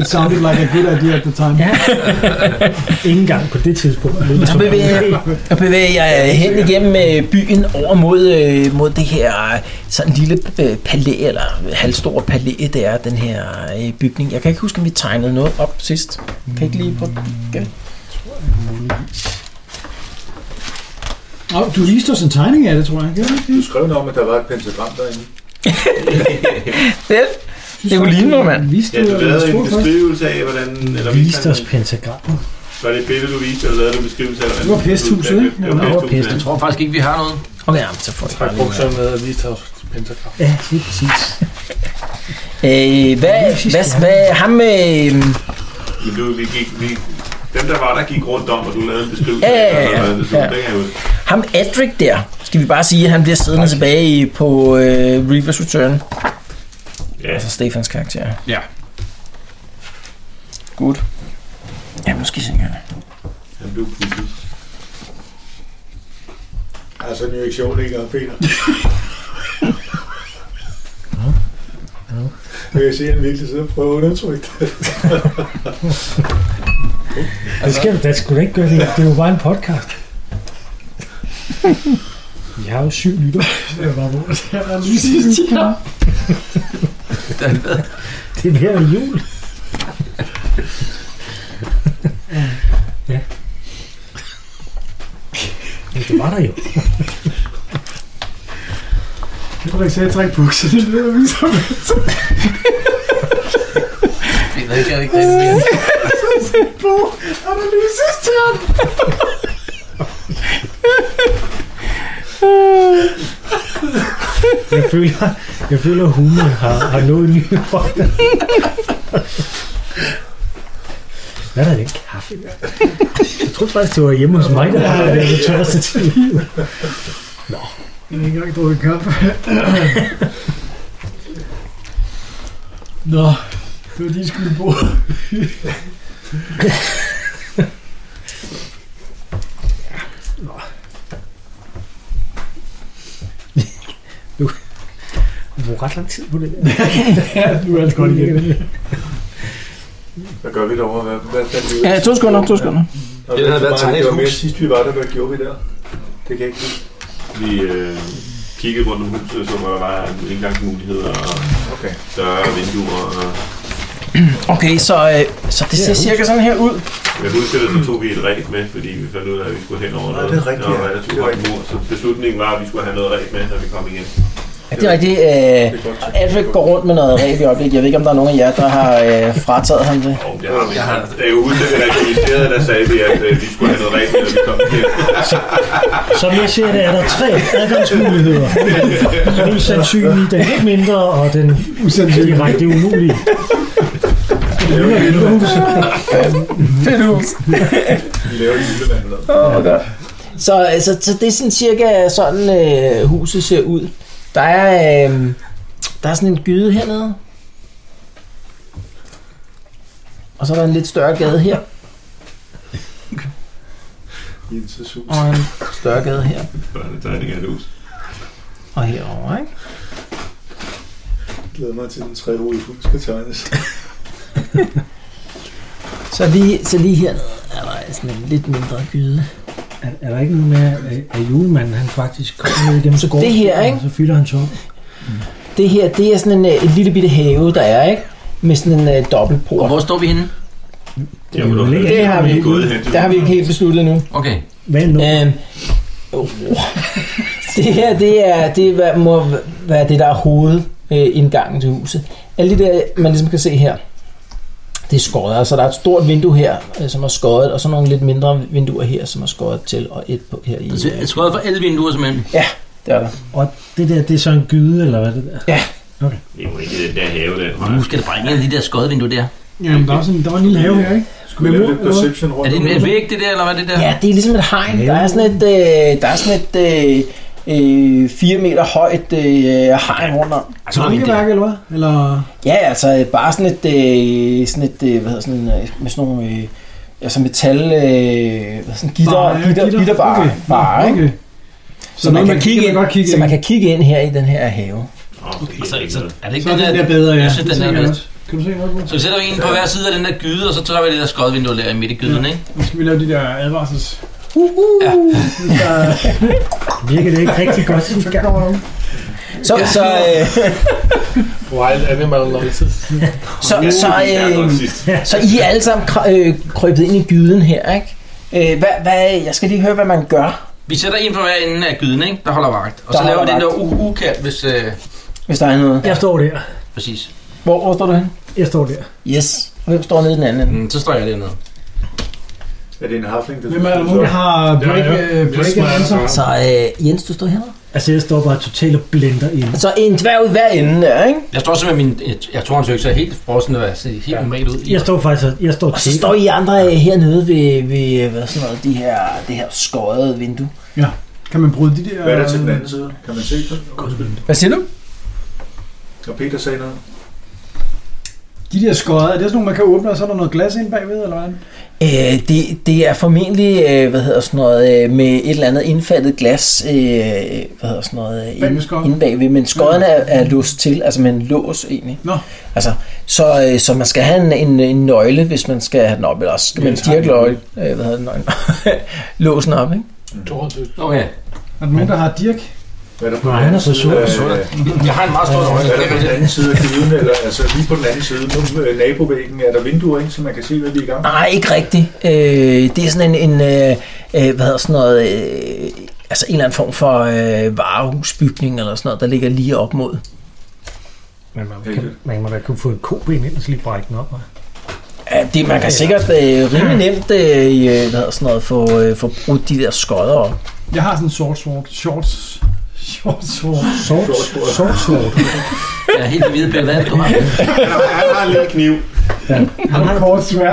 Speaker 5: It sounded like a good idea at the time.
Speaker 6: Ja. Ingen gang på det tidspunkt.
Speaker 2: Så bevæger, og bevæger jeg hen igennem øh, byen over mod, øh, mod det her øh, sådan lille øh, palæ, eller halvstore palæ, det er den her øh, bygning. Jeg kan ikke huske, om vi tegnede noget op sidst. Kan ikke lige på...
Speaker 5: Nå, du viste os en tegning af det, tror jeg. Gjorde du ikke
Speaker 3: Du
Speaker 5: det?
Speaker 3: skrev noget om, at der var et pentagram derinde.
Speaker 2: Det, det kunne ligne noget, mand.
Speaker 5: Viste øh,
Speaker 4: Ja,
Speaker 5: du,
Speaker 4: du
Speaker 5: eller
Speaker 4: lavede en
Speaker 5: spurgte først?
Speaker 4: beskrivelse af, hvordan... Eller
Speaker 6: Viste os pentagrammet.
Speaker 4: Var det et billede, du viste, eller lavede du en beskrivelse af, hvordan...
Speaker 5: Det var pesthuset,
Speaker 4: Det
Speaker 5: ikke?
Speaker 4: var
Speaker 6: Ja, det var
Speaker 4: pesthuset.
Speaker 7: Jeg tror faktisk ikke, vi har noget.
Speaker 2: Okay, jamen, så får jeg
Speaker 8: Træk
Speaker 2: bare lige...
Speaker 8: bukserne med og lige tage os til pentagram.
Speaker 6: Ja, lige præcis.
Speaker 2: Øh, hvad, hvad, hvad, ham øh, med...
Speaker 4: Men du, vi gik, vi, dem, der var der, gik rundt om, og du lavede en beskrivelse.
Speaker 2: Ja, ja, ja,
Speaker 4: af, hvordan det så ud.
Speaker 2: ja.
Speaker 4: Den kan jeg huske.
Speaker 2: Ham Adric der, skal vi bare sige, at han bliver siddende tilbage i- på øh, Reavers Return.
Speaker 4: Ja.
Speaker 2: Altså Stefans karakter.
Speaker 7: Ja.
Speaker 2: Godt. Jamen, nu skal I se engang.
Speaker 4: Han blev pudsigt.
Speaker 3: Altså, det er jo ikke sjovt, ikke at Peter. Men jeg ser, at han virkelig sidder og prøver at undertrykke det.
Speaker 6: Altså- Det skal du da sgu da ikke gøre det. Det er jo bare en podcast. Vi har jo syv lytter.
Speaker 5: Det var vores. Det var lige sidste timer.
Speaker 6: Det er mere end jul. ja. Ja, det var der jo.
Speaker 5: Det var ikke sagde, at trække bukserne. Det lyder vi som
Speaker 1: Peter, ikke er det ikke
Speaker 5: Bo. Er der lige sidste timer?
Speaker 6: Jeg føler, jeg føler at humor har, har nået en ny højde. Hvad er der i den kaffe? der? Jeg troede faktisk, det var hjemme hos mig, der var det den tørste tid. i livet.
Speaker 5: Jeg har ikke engang drukket kaffe. Nå, det var lige skulle bo.
Speaker 6: Det var ret lang tid på det der.
Speaker 5: Ja, nu er det godt igen.
Speaker 3: Hvad gør vi derovre? Hvad, hvad fandt vi ud af?
Speaker 2: Ja, to sekunder, to sekunder.
Speaker 3: Og
Speaker 7: Det havde
Speaker 3: så
Speaker 7: været
Speaker 3: meget,
Speaker 7: Tannis
Speaker 3: det var
Speaker 7: hus.
Speaker 3: mere Sidst vi var der, hvad gjorde vi der? Det kan jeg ikke lide.
Speaker 4: Vi øh, kiggede rundt om huset, så var der bare indgangsmuligheder og
Speaker 3: Okay.
Speaker 4: døre og vinduer. Og,
Speaker 2: Okay, så, øh, så det ser cirka sådan her ud.
Speaker 4: jeg husker det, så tog vi et ræb med, fordi vi fandt ud af, at vi skulle hen over noget.
Speaker 3: det er rigtigt,
Speaker 4: Der var
Speaker 3: ja.
Speaker 4: relativt
Speaker 3: Det er
Speaker 4: højt mur, så beslutningen var, at vi skulle have noget ræb med, når vi kom igen.
Speaker 2: Ja, det er rigtigt. Øh, Alfred går rundt med noget ræb i øjeblikket. Jeg ved ikke, om der er nogen af jer, der har øh, frataget ham det.
Speaker 4: Og det har vi. Da jeg husker, at vi rekogniserede, der sagde vi, at øh, vi skulle have noget ræb med, når vi kom igen.
Speaker 6: Som jeg ser det, er der tre adgangsmuligheder. Den mest sandsynlige, den lidt mindre, og den
Speaker 5: Usandsynligt.
Speaker 6: direkte umulige.
Speaker 3: Vi laver en julemand.
Speaker 2: Fedt hus.
Speaker 3: Vi laver en julemand. eller hvad?
Speaker 2: Så, altså, så det er sådan cirka sådan, øh, huset ser ud. Der er, øh, der er sådan en gyde hernede. Og så er der en lidt større gade her,
Speaker 3: Jenses hus.
Speaker 2: og en større gade her,
Speaker 4: Børnene tegning af et hus.
Speaker 2: og herovre, ikke?
Speaker 3: Jeg glæder mig til, at den treårige hund skal tegnes.
Speaker 2: Så lige, så lige hernede er der sådan en lidt mindre gyde.
Speaker 6: Er, er der ikke noget med, at- at julemanden han faktisk kommer ned igennem så går
Speaker 2: Det her, ikke?
Speaker 6: og så fylder han så op?
Speaker 2: Det her, det er sådan en, øh, en lille bitte have, der er, ikke? Med sådan en øh, dobbeltport.
Speaker 1: Og hvor står vi henne?
Speaker 6: Det er jo lækkert.
Speaker 2: Det har vi ikke.
Speaker 4: gået hen til.
Speaker 2: Der har vi ikke helt besluttet nu.
Speaker 1: Okay.
Speaker 6: Hvad nu?
Speaker 2: Øhm, oh. det her, det er, det er, hvad- må være det, der er hovedindgangen til huset. Alle de der, man ligesom kan se her, det er skodder, så der er et stort vindue her, øh, som er skoddet, og så nogle lidt mindre vinduer her, som er skoddet til, og et på her i.
Speaker 1: Altså, jeg tror, for alle vinduer simpelthen.
Speaker 2: Det er der.
Speaker 6: Og det der, det er så en gyde, eller hvad det der?
Speaker 4: Det er jo ikke den der have, der.
Speaker 1: Og nu skal der bare ikke af de der skodvinduer der.
Speaker 5: Jamen, der var, sådan, der var en lille have
Speaker 6: Altså,
Speaker 5: her, ikke?
Speaker 3: Skulle vi lave lidt perception rundt
Speaker 1: Er det
Speaker 3: om
Speaker 1: en væg, det der, eller hvad er det der?
Speaker 2: Ja, det er ligesom et hegn. Der er sådan et, øh, der er sådan et øh, øh, 4 meter højt øh, hegn rundt om.
Speaker 1: Ej, så er vi der.
Speaker 5: Tankeværk, eller hvad? Eller...
Speaker 2: Ja, altså øh, bare sådan et, øh, sådan et øh, hvad hedder sådan, øh, med sådan nogle, øh, altså metal, øh, hvad hedder sådan gitter,
Speaker 5: Bare,
Speaker 2: bare, gitter, gitter, gitterbar,
Speaker 5: Okay.
Speaker 2: okay. bare, ikke?
Speaker 5: Okay. Så,
Speaker 2: Så, man kan, kigge
Speaker 5: man godt
Speaker 2: ind,
Speaker 5: kigge
Speaker 2: så man
Speaker 5: ind.
Speaker 2: kan kigge ind her i den her have.
Speaker 4: Okay.
Speaker 1: Og så, så, er det
Speaker 5: Så
Speaker 1: ikke
Speaker 5: er
Speaker 1: den
Speaker 5: den
Speaker 1: der...
Speaker 5: der bedre, ja.
Speaker 1: Jeg synes,
Speaker 5: Det
Speaker 1: den
Speaker 5: ser
Speaker 1: er
Speaker 5: jeg
Speaker 1: bedst.
Speaker 5: også. Kan du se noget på?
Speaker 1: Så vi sætter en på hver side af den der gyde, og så tager vi det der skodvindue der midt i gyden, ikke?
Speaker 5: Nu skal vi lave de der advarsels.
Speaker 2: Ja.
Speaker 6: Virker det ikke rigtig godt?
Speaker 5: Så kommer der
Speaker 2: Så, så, øh,
Speaker 8: Wild animal noises.
Speaker 2: så, så, så, øh,
Speaker 6: Ja,
Speaker 2: Så I er alle sammen kr- øh, krøbet ind i gyden her, ikke? Øh, hvad, hvad, jeg skal lige høre, hvad man gør,
Speaker 7: Vi sætter en på hver ende af gyden, ikke? der holder vagt. Og
Speaker 2: Der
Speaker 7: så laver
Speaker 2: holder
Speaker 7: den der u- ukat, hvis... Øh,
Speaker 2: hvis der er noget.
Speaker 6: jeg står der.
Speaker 7: præcis.
Speaker 2: Hvor, hvor står du hen?
Speaker 6: Jeg står der.
Speaker 2: Yes. Hvem står nede i den anden ende?
Speaker 7: Mm, så står jeg dernede.
Speaker 3: Er det en hafling, der
Speaker 5: Hvem er der nogen, der har break,
Speaker 8: Ja, ja.
Speaker 5: øh, break
Speaker 8: Yes, man.
Speaker 5: answer?
Speaker 2: Så øh, Jens, du står her.
Speaker 6: Altså, jeg står bare totalt og blender ind.
Speaker 2: Så en dværg i hver ende der, ikke?
Speaker 7: Jeg står simpelthen min... Jeg, jeg tror, han ser helt frossen og ser helt ja. normalt ud.
Speaker 6: Jeg står faktisk, og- jeg står
Speaker 2: Og så
Speaker 6: til.
Speaker 2: står I andre øh, hernede ved, ved øh, hvad sådan noget, de her, det her skøjede vindue.
Speaker 5: Kan man bryde de der...
Speaker 3: Hvad er der til den anden side? Kan man se det?
Speaker 2: Hvad siger du?
Speaker 3: Og Peter sagde noget.
Speaker 5: De der skodder, er det sådan nogle, man kan åbne, og så er der noget glas ind bagved, eller hvad?
Speaker 2: Øh, det, det er formentlig, øh, hvad hedder sådan noget, øh, med et eller andet indfattet glas, øh, hvad hedder sådan noget, øh,
Speaker 5: Bag ved
Speaker 2: ind-
Speaker 5: skodden?
Speaker 2: inde bagved, men skodderne er, er låst til, altså med en lås egentlig.
Speaker 5: Nå.
Speaker 2: Altså, så, øh, så man skal have en, en, en nøgle, hvis man skal have den op, eller også skal man
Speaker 5: Ja, tak.
Speaker 2: dirke nøgle, øh, hvad hedder den, nøgle, låsen op, ikke?
Speaker 7: Nå ja.
Speaker 5: Er der nogen, der har dirk?
Speaker 3: Hvad er der på
Speaker 6: Nej,
Speaker 3: den
Speaker 6: han er
Speaker 3: anden
Speaker 6: så
Speaker 3: side
Speaker 6: sur.
Speaker 3: af- øh,
Speaker 7: Jeg har en meget stor øje.
Speaker 3: Hvad er der på den anden side af knuden, eller altså lige på den anden side, nu øh, nabovæggen, er der vinduer ind, så man kan se, hvad vi er i gang med?
Speaker 2: Nej, ikke rigtigt. Øh, det er sådan en, en øh, øh, hvad hedder sådan noget, øh, altså en eller anden form for øh, varehusbygning eller sådan noget, der ligger lige op mod.
Speaker 6: Men man,
Speaker 3: Heldigt.
Speaker 6: kan, man må da kunne få et koben ind, og så lige brække den op. hva'?
Speaker 2: Ja, det, man kan sikkert øh, rimelig nemt øh, i, øh, hvad hedder sådan noget, få, øh, få brudt de der skodder op.
Speaker 5: Jeg har sådan en short sword. Shorts. Short sword.
Speaker 6: Sort, sort, sort.
Speaker 7: Jeg er helt hvide på, hvad du har.
Speaker 4: Han har, han har en lille kniv.
Speaker 5: Han har kort svær.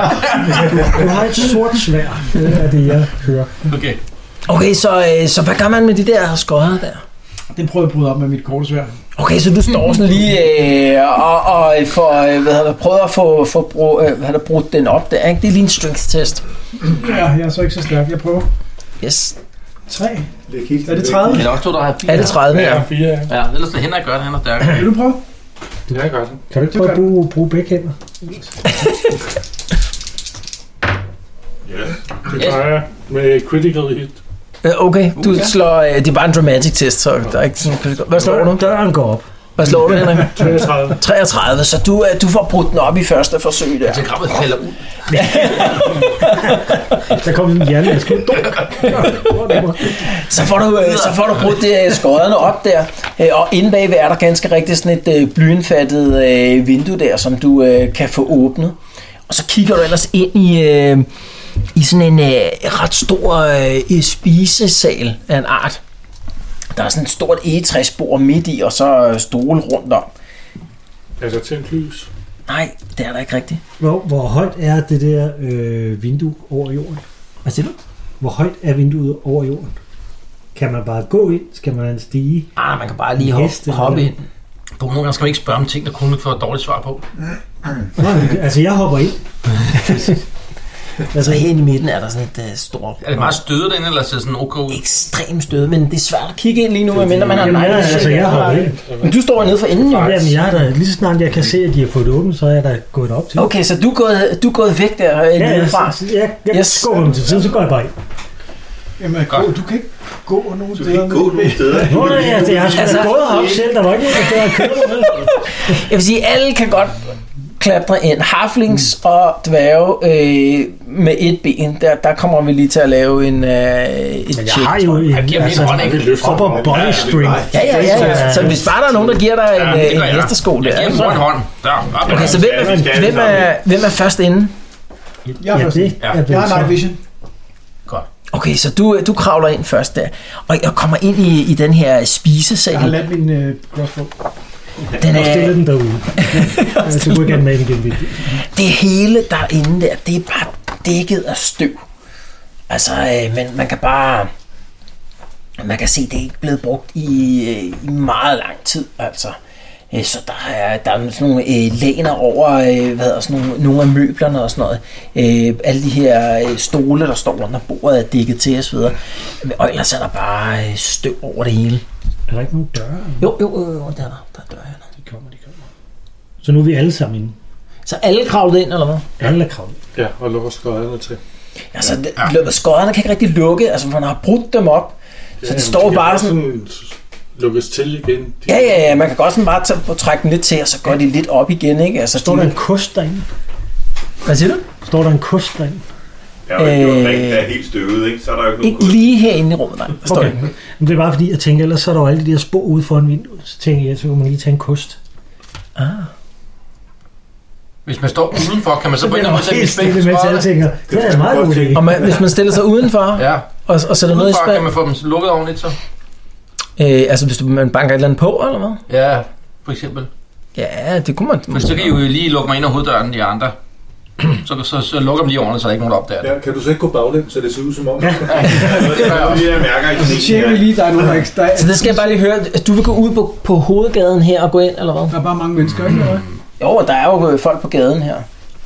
Speaker 6: Du har et sort svær. Det er det, jeg hører.
Speaker 7: Okay.
Speaker 2: Okay, så, øh, så hvad gør man med de der skodder der?
Speaker 5: Den prøver jeg at bryde op med mit korte svær.
Speaker 2: Okay, så du står sådan lige øh, og, og øh, får, øh, hvad hedder det, prøver at få, få bro, øh, hvad hedder det, brudt den op der, ikke? Det er lige en strength test.
Speaker 5: Ja, jeg er så ikke så stærk. Jeg prøver.
Speaker 2: Yes.
Speaker 5: 3.
Speaker 3: Læg helt
Speaker 5: Er det
Speaker 3: væk.
Speaker 5: 30?
Speaker 7: Er der også to, der har fire?
Speaker 2: Er det 30?
Speaker 8: Ja,
Speaker 2: Ja.
Speaker 8: fire. ja.
Speaker 7: Ja, ellers er Henrik godt, han er stærk.
Speaker 5: Vil du prøve?
Speaker 8: Ja, jeg gør det.
Speaker 6: Kan du ikke
Speaker 5: Det
Speaker 6: prøve at
Speaker 5: gør-
Speaker 6: bruge, bruge begge hænder?
Speaker 8: Det gør jeg med critical hit.
Speaker 2: Øh, Okay, du slår, øh, det er bare en dramatic test, så der er ikke sådan, hvad slår du?
Speaker 6: Døren går op.
Speaker 2: Hvad slår du, Henrik?
Speaker 8: 33.
Speaker 2: 33, så du, øh, du får brudt den op i første forsøg der.
Speaker 7: Så krabbet falder ud.
Speaker 6: Der kommer sådan en jernmaske. ud. Dunk.
Speaker 2: Så får du, øh, så får du brudt det, øh, skodderne op der, øh, og inde bagved er der ganske rigtigt sådan et øh, blyindfattet øh, vindue der, som du øh, kan få åbnet. Og så kigger du ellers ind i, øh, i sådan en øh, ret stor øh, spisesal af en art. Der er sådan et stort egetræsbord midt i, og så øh, stole rundt om.
Speaker 8: Er der tændt Altså, lys?
Speaker 2: Nej, det er der ikke rigtigt.
Speaker 6: Hvor, hvor højt er det der øh, vindue over jorden?
Speaker 2: Hvad siger du?
Speaker 6: Hvor højt er vinduet over jorden? Kan man bare gå ind? Skal man have en stige?
Speaker 2: Ah, man kan bare lige
Speaker 6: Heste,
Speaker 2: hoppe, hoppe
Speaker 6: ja.
Speaker 2: ind.
Speaker 7: Du, nogle gange skal man ikke spørge om ting, der kunne få et dårligt svar på.
Speaker 6: Nej, men, altså, jeg hopper ind.
Speaker 2: Altså her i midten er der sådan et øh, stort...
Speaker 7: Er det meget stødet derinde, eller ser sådan okay ud?
Speaker 2: ekstremt stød, men det er svært at kigge ind lige nu, medmindre man har
Speaker 6: Jamen, jeg, altså, jeg hopper ind.
Speaker 2: Men du står nede for enden jo.
Speaker 6: Jamen, jeg er der, lige så snart jeg kan se, at de har fået det åbent, så er jeg der gået op til.
Speaker 2: Okay, så du er gået, du er gået væk der øh,
Speaker 6: Ja, jeg,
Speaker 2: nedefra.
Speaker 6: jeg, jeg, jeg
Speaker 2: Yes.
Speaker 6: skubber dem til siden, så går jeg bare ind.
Speaker 5: Jamen,
Speaker 7: Godt.
Speaker 5: gå, du kan ikke gå nogen
Speaker 4: Du kan
Speaker 5: steder.
Speaker 4: ikke gå nogen steder.
Speaker 6: Nå, nej, jeg, jeg har sgu
Speaker 2: Altså-
Speaker 6: da gået herop selv, der var ikke nogen, der stod og kørte mig.
Speaker 2: Jeg vil sige, alle kan godt klatre ind. Harflings
Speaker 6: Mm.
Speaker 2: og dværge øh, med et ben, der, der kommer vi lige til at lave en øh, et
Speaker 6: Men jeg
Speaker 2: check,
Speaker 6: har
Speaker 2: tror
Speaker 6: jo en, altså,
Speaker 7: Jeg giver min hånd, ikke?
Speaker 6: upper body strength.
Speaker 2: Ja, ja, ja, ja.
Speaker 6: øh,
Speaker 2: Så hvis bare der er nogen, der giver dig en,
Speaker 7: Ja, det
Speaker 2: øh,
Speaker 7: gør jeg.
Speaker 2: en hestesko
Speaker 7: Jeg
Speaker 2: der.
Speaker 7: giver
Speaker 2: ikke?
Speaker 7: dem en hånd. Der, op,
Speaker 2: Okay, så hvem er,
Speaker 4: Skal vi-
Speaker 2: hvem er, hvem er først inde?
Speaker 5: Jeg er
Speaker 6: Ja,
Speaker 5: først.
Speaker 6: det
Speaker 7: Ja.
Speaker 6: er
Speaker 5: Jeg
Speaker 6: vel
Speaker 5: har
Speaker 6: så.
Speaker 5: night vision.
Speaker 2: Okay, så du, du kravler ind først der, og jeg kommer ind i, i den her
Speaker 5: Jeg har
Speaker 2: spisesal.
Speaker 5: ladt min øh, crossbow.
Speaker 2: Den
Speaker 6: Jeg har
Speaker 2: er,
Speaker 6: stillet den derude. Ja, Så kunne jeg gerne med den igen. Vigtigt.
Speaker 2: det hele derinde der, det er bare dækket af støv. Altså, øh, men man kan bare... Man kan se, det er ikke blevet brugt i, øh, i meget lang tid, altså. Øh, Så der er, der er sådan nogle øh, læner over øh, hvad hedder, sådan nogle, nogle af møblerne og sådan noget. Øh, alle de her øh, stole, der står under bordet, er dækket til osv. Og ellers er der bare øh, støv over det hele.
Speaker 6: Er der ikke nogen døre?
Speaker 2: Jo, jo, jo, jo der er der. Der er dørene.
Speaker 6: De kommer, de kommer. Så nu er vi alle sammen inde.
Speaker 2: Så alle kravlede ind, eller hvad?
Speaker 6: Alle er kravlet.
Speaker 8: Ja, og lukker skodderne til.
Speaker 2: Altså, ja. skodderne kan ikke rigtig lukke, altså for man har brudt dem op. Så det står
Speaker 8: kan
Speaker 2: bare
Speaker 8: godt
Speaker 2: sådan,
Speaker 8: sådan lukkes til igen. De-
Speaker 2: ja, ja, ja, man kan godt sådan bare tage, prøve at trække den lidt til, og så går de lidt op igen, ikke? Altså,
Speaker 6: Står
Speaker 2: de,
Speaker 6: der en kost derinde?
Speaker 2: hvad siger du?
Speaker 6: Står der en kost derinde?
Speaker 4: Jeg har jo ikke gjort
Speaker 2: Øh.
Speaker 4: rent, der er helt støvet, ikke? Så er der jo ikke nogen
Speaker 2: Ikke lige herinde i rummet, nej. Står
Speaker 6: Okay.
Speaker 2: okay.
Speaker 6: Men det er bare fordi, jeg tænker, ellers så er der jo alle de der spor ude foran vinduet. Så tænker jeg, så kunne man lige tage en kost.
Speaker 7: Hvis man står udenfor, kan man så på en eller anden måde sætte
Speaker 6: helt
Speaker 7: spil
Speaker 6: stille, mens alle tænker, det er en meget god idé.
Speaker 2: Og man, hvis man stiller sig udenfor
Speaker 7: Ja,
Speaker 2: og, og sætter noget i
Speaker 7: udenfor
Speaker 2: spil,
Speaker 7: kan man få dem lukket ordentligt så.
Speaker 2: øh, altså hvis du, man banker et eller andet på, eller hvad?
Speaker 7: Ja, for eksempel.
Speaker 2: Ja, det kunne man.
Speaker 7: For så kan I jo lige lukke mig ind ad hoveddøren, de andre. Så, så, så lukker dem lige ordentligt, så der er ikke nogen, der opdager det.
Speaker 3: Ja, kan du så ikke gå baglæns, så det ser ud som om?
Speaker 6: Ja.
Speaker 7: Det gør jeg også.
Speaker 4: Det er mærker i
Speaker 5: Så tjekker vi
Speaker 4: knien.
Speaker 5: lige, der er nogen, der ikke... Der er,
Speaker 2: Altså, Så det skal jeg bare lige høre. Du vil gå ud på, på hovedgaden her og gå ind, eller hvad?
Speaker 5: der er bare mange mennesker, ikke? Eller? hvad?
Speaker 2: Jo, der er jo øh, folk på gaden her.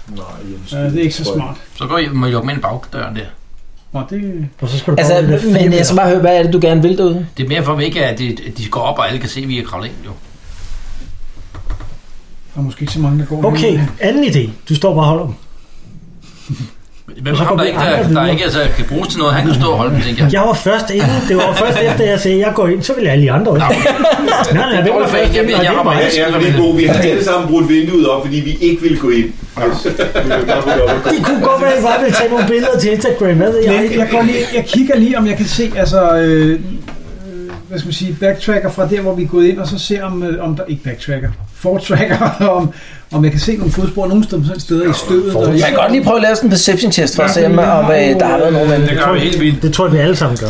Speaker 3: Nej, Jens.
Speaker 5: Ja, det er ikke så smart.
Speaker 7: Så går I, må I lukke med en bagdøren der.
Speaker 5: Nå, det,
Speaker 6: Og så skal du
Speaker 2: Altså,
Speaker 6: bare lidt af
Speaker 2: men
Speaker 6: fire
Speaker 2: jeg skal bare høre, hvad er det, du gerne vil derude?
Speaker 7: Det er mere for, at, vi ikke, er- at de, at de går op, og alle kan se, at vi er kravlet ind, jo.
Speaker 5: der er måske ikke så mange, der går
Speaker 6: meter. Okay,
Speaker 5: hernede.
Speaker 6: anden idé. Du står bare og holder dem.
Speaker 7: Hvem
Speaker 6: Så
Speaker 7: har
Speaker 6: går
Speaker 7: der
Speaker 6: vi
Speaker 7: ikke,
Speaker 6: andre
Speaker 7: der, der
Speaker 6: videre.
Speaker 7: er ikke altså, kan bruges til noget? Han kan stå og holde dem, tænker jeg.
Speaker 6: Jeg var først inde. Det var først efter, jeg sagde, jeg går ind, så vil alle de andre også.
Speaker 7: Nå, okay.
Speaker 6: Nej, nej, hvem var
Speaker 7: dårligt, for
Speaker 6: først
Speaker 7: jeg-
Speaker 6: inde?
Speaker 7: jeg- jeg
Speaker 6: Nej, det
Speaker 7: var
Speaker 6: er
Speaker 7: meget-
Speaker 6: mig.
Speaker 4: Ja, ja, men det er god. Vi har alle sammen brudt vinduet op, fordi vi ikke ville gå ind. Ja. vi ville bare rydde op og gå.
Speaker 6: Det kunne godt være, at I bare ville tage nogle billeder til Instagram. Hvad ved jeg?
Speaker 5: Jeg, jeg, går lige, jeg kigger lige, om jeg kan se, altså, øh, øh, hvad skal man sige, backtracker fra der, hvor vi er gået ind, og så ser om, øh, om der, ikke backtracker, fortracker, om, om jeg kan se nogle fodspor nogle steder, sådan steder i stødet. Og
Speaker 2: Man kan godt lige prøve at lave sådan en perception test for at
Speaker 5: Ja,
Speaker 2: se, om,
Speaker 5: fordi jeg
Speaker 2: om
Speaker 5: har
Speaker 2: øh,
Speaker 5: jo,
Speaker 2: der har været nogen. Men
Speaker 7: Det gør vi helt vildt.
Speaker 6: Det tror jeg, vi alle sammen gør.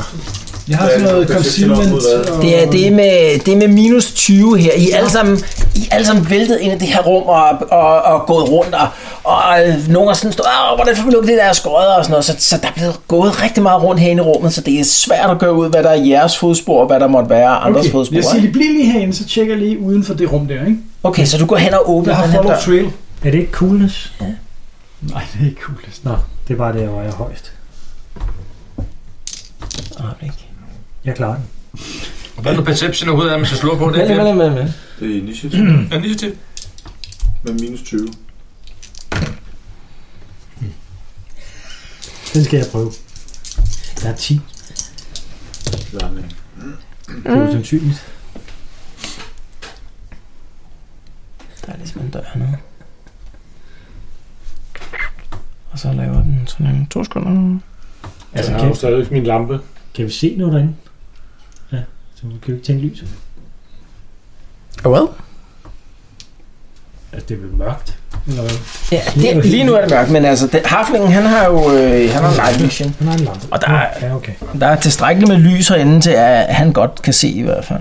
Speaker 5: jeg har sådan noget
Speaker 3: Ja, det er sådan,
Speaker 5: concealment.
Speaker 3: det er
Speaker 5: og-
Speaker 2: det er, det, er med, det er med minus 20 her. I er alle sammen, I er alle sammen væltet ind i det her rum og, og, og gået rundt. Og, og øh, nogle er sådan stået, "Åh, hvordan får vi lukket det der skodder og sådan noget. Så, så der er blevet gået rigtig meget rundt herinde i rummet, så det er svært at gøre ud, hvad der er jeres fodspor og hvad der måtte være andres
Speaker 5: Okay,
Speaker 2: fodspor.
Speaker 5: jeg siger
Speaker 2: ikke?
Speaker 5: lige, bliv lige herinde, så tjekker jeg lige uden for det rum der, ikke?
Speaker 2: Okay, så du går hen og åbner
Speaker 5: Jeg har
Speaker 2: den her
Speaker 5: follow
Speaker 2: dør.
Speaker 5: trail.
Speaker 6: Er det ikke coolness?
Speaker 5: Nej, det er ikke cool.
Speaker 6: Nå, det er bare det, hvor jeg er højst.
Speaker 2: Øjeblik.
Speaker 6: Jeg klarer den.
Speaker 7: Hvad er nu perception overhovedet, at man skal slå på det?
Speaker 2: Vent, vent, vent, vent.
Speaker 3: Det er initiativ
Speaker 7: Ja, lige til.
Speaker 3: med minus 20.
Speaker 6: Den skal jeg prøve. Der er 10.
Speaker 3: Lange.
Speaker 6: Det er usandsynligt.
Speaker 2: Der er ligesom en dør hernede. Og så laver den sådan en to sekunder.
Speaker 6: Altså,
Speaker 8: Altså, jeg
Speaker 6: kan,
Speaker 8: har jo stadigvæk min lampe.
Speaker 6: kan vi se noget derinde? Ja, så kan vi ikke tænde lyset.
Speaker 2: Well.
Speaker 6: Altså, det er vel mørkt. Eller hvad?
Speaker 2: Ja, det, lige nu er det mørkt, men altså, det, Haflingen, han har jo øh, han har light vision.
Speaker 6: Han har en lampe.
Speaker 2: Og der er-
Speaker 6: Ja, okay.
Speaker 2: Der er tilstrækkeligt med lys herinde til, at han godt kan se i hvert fald.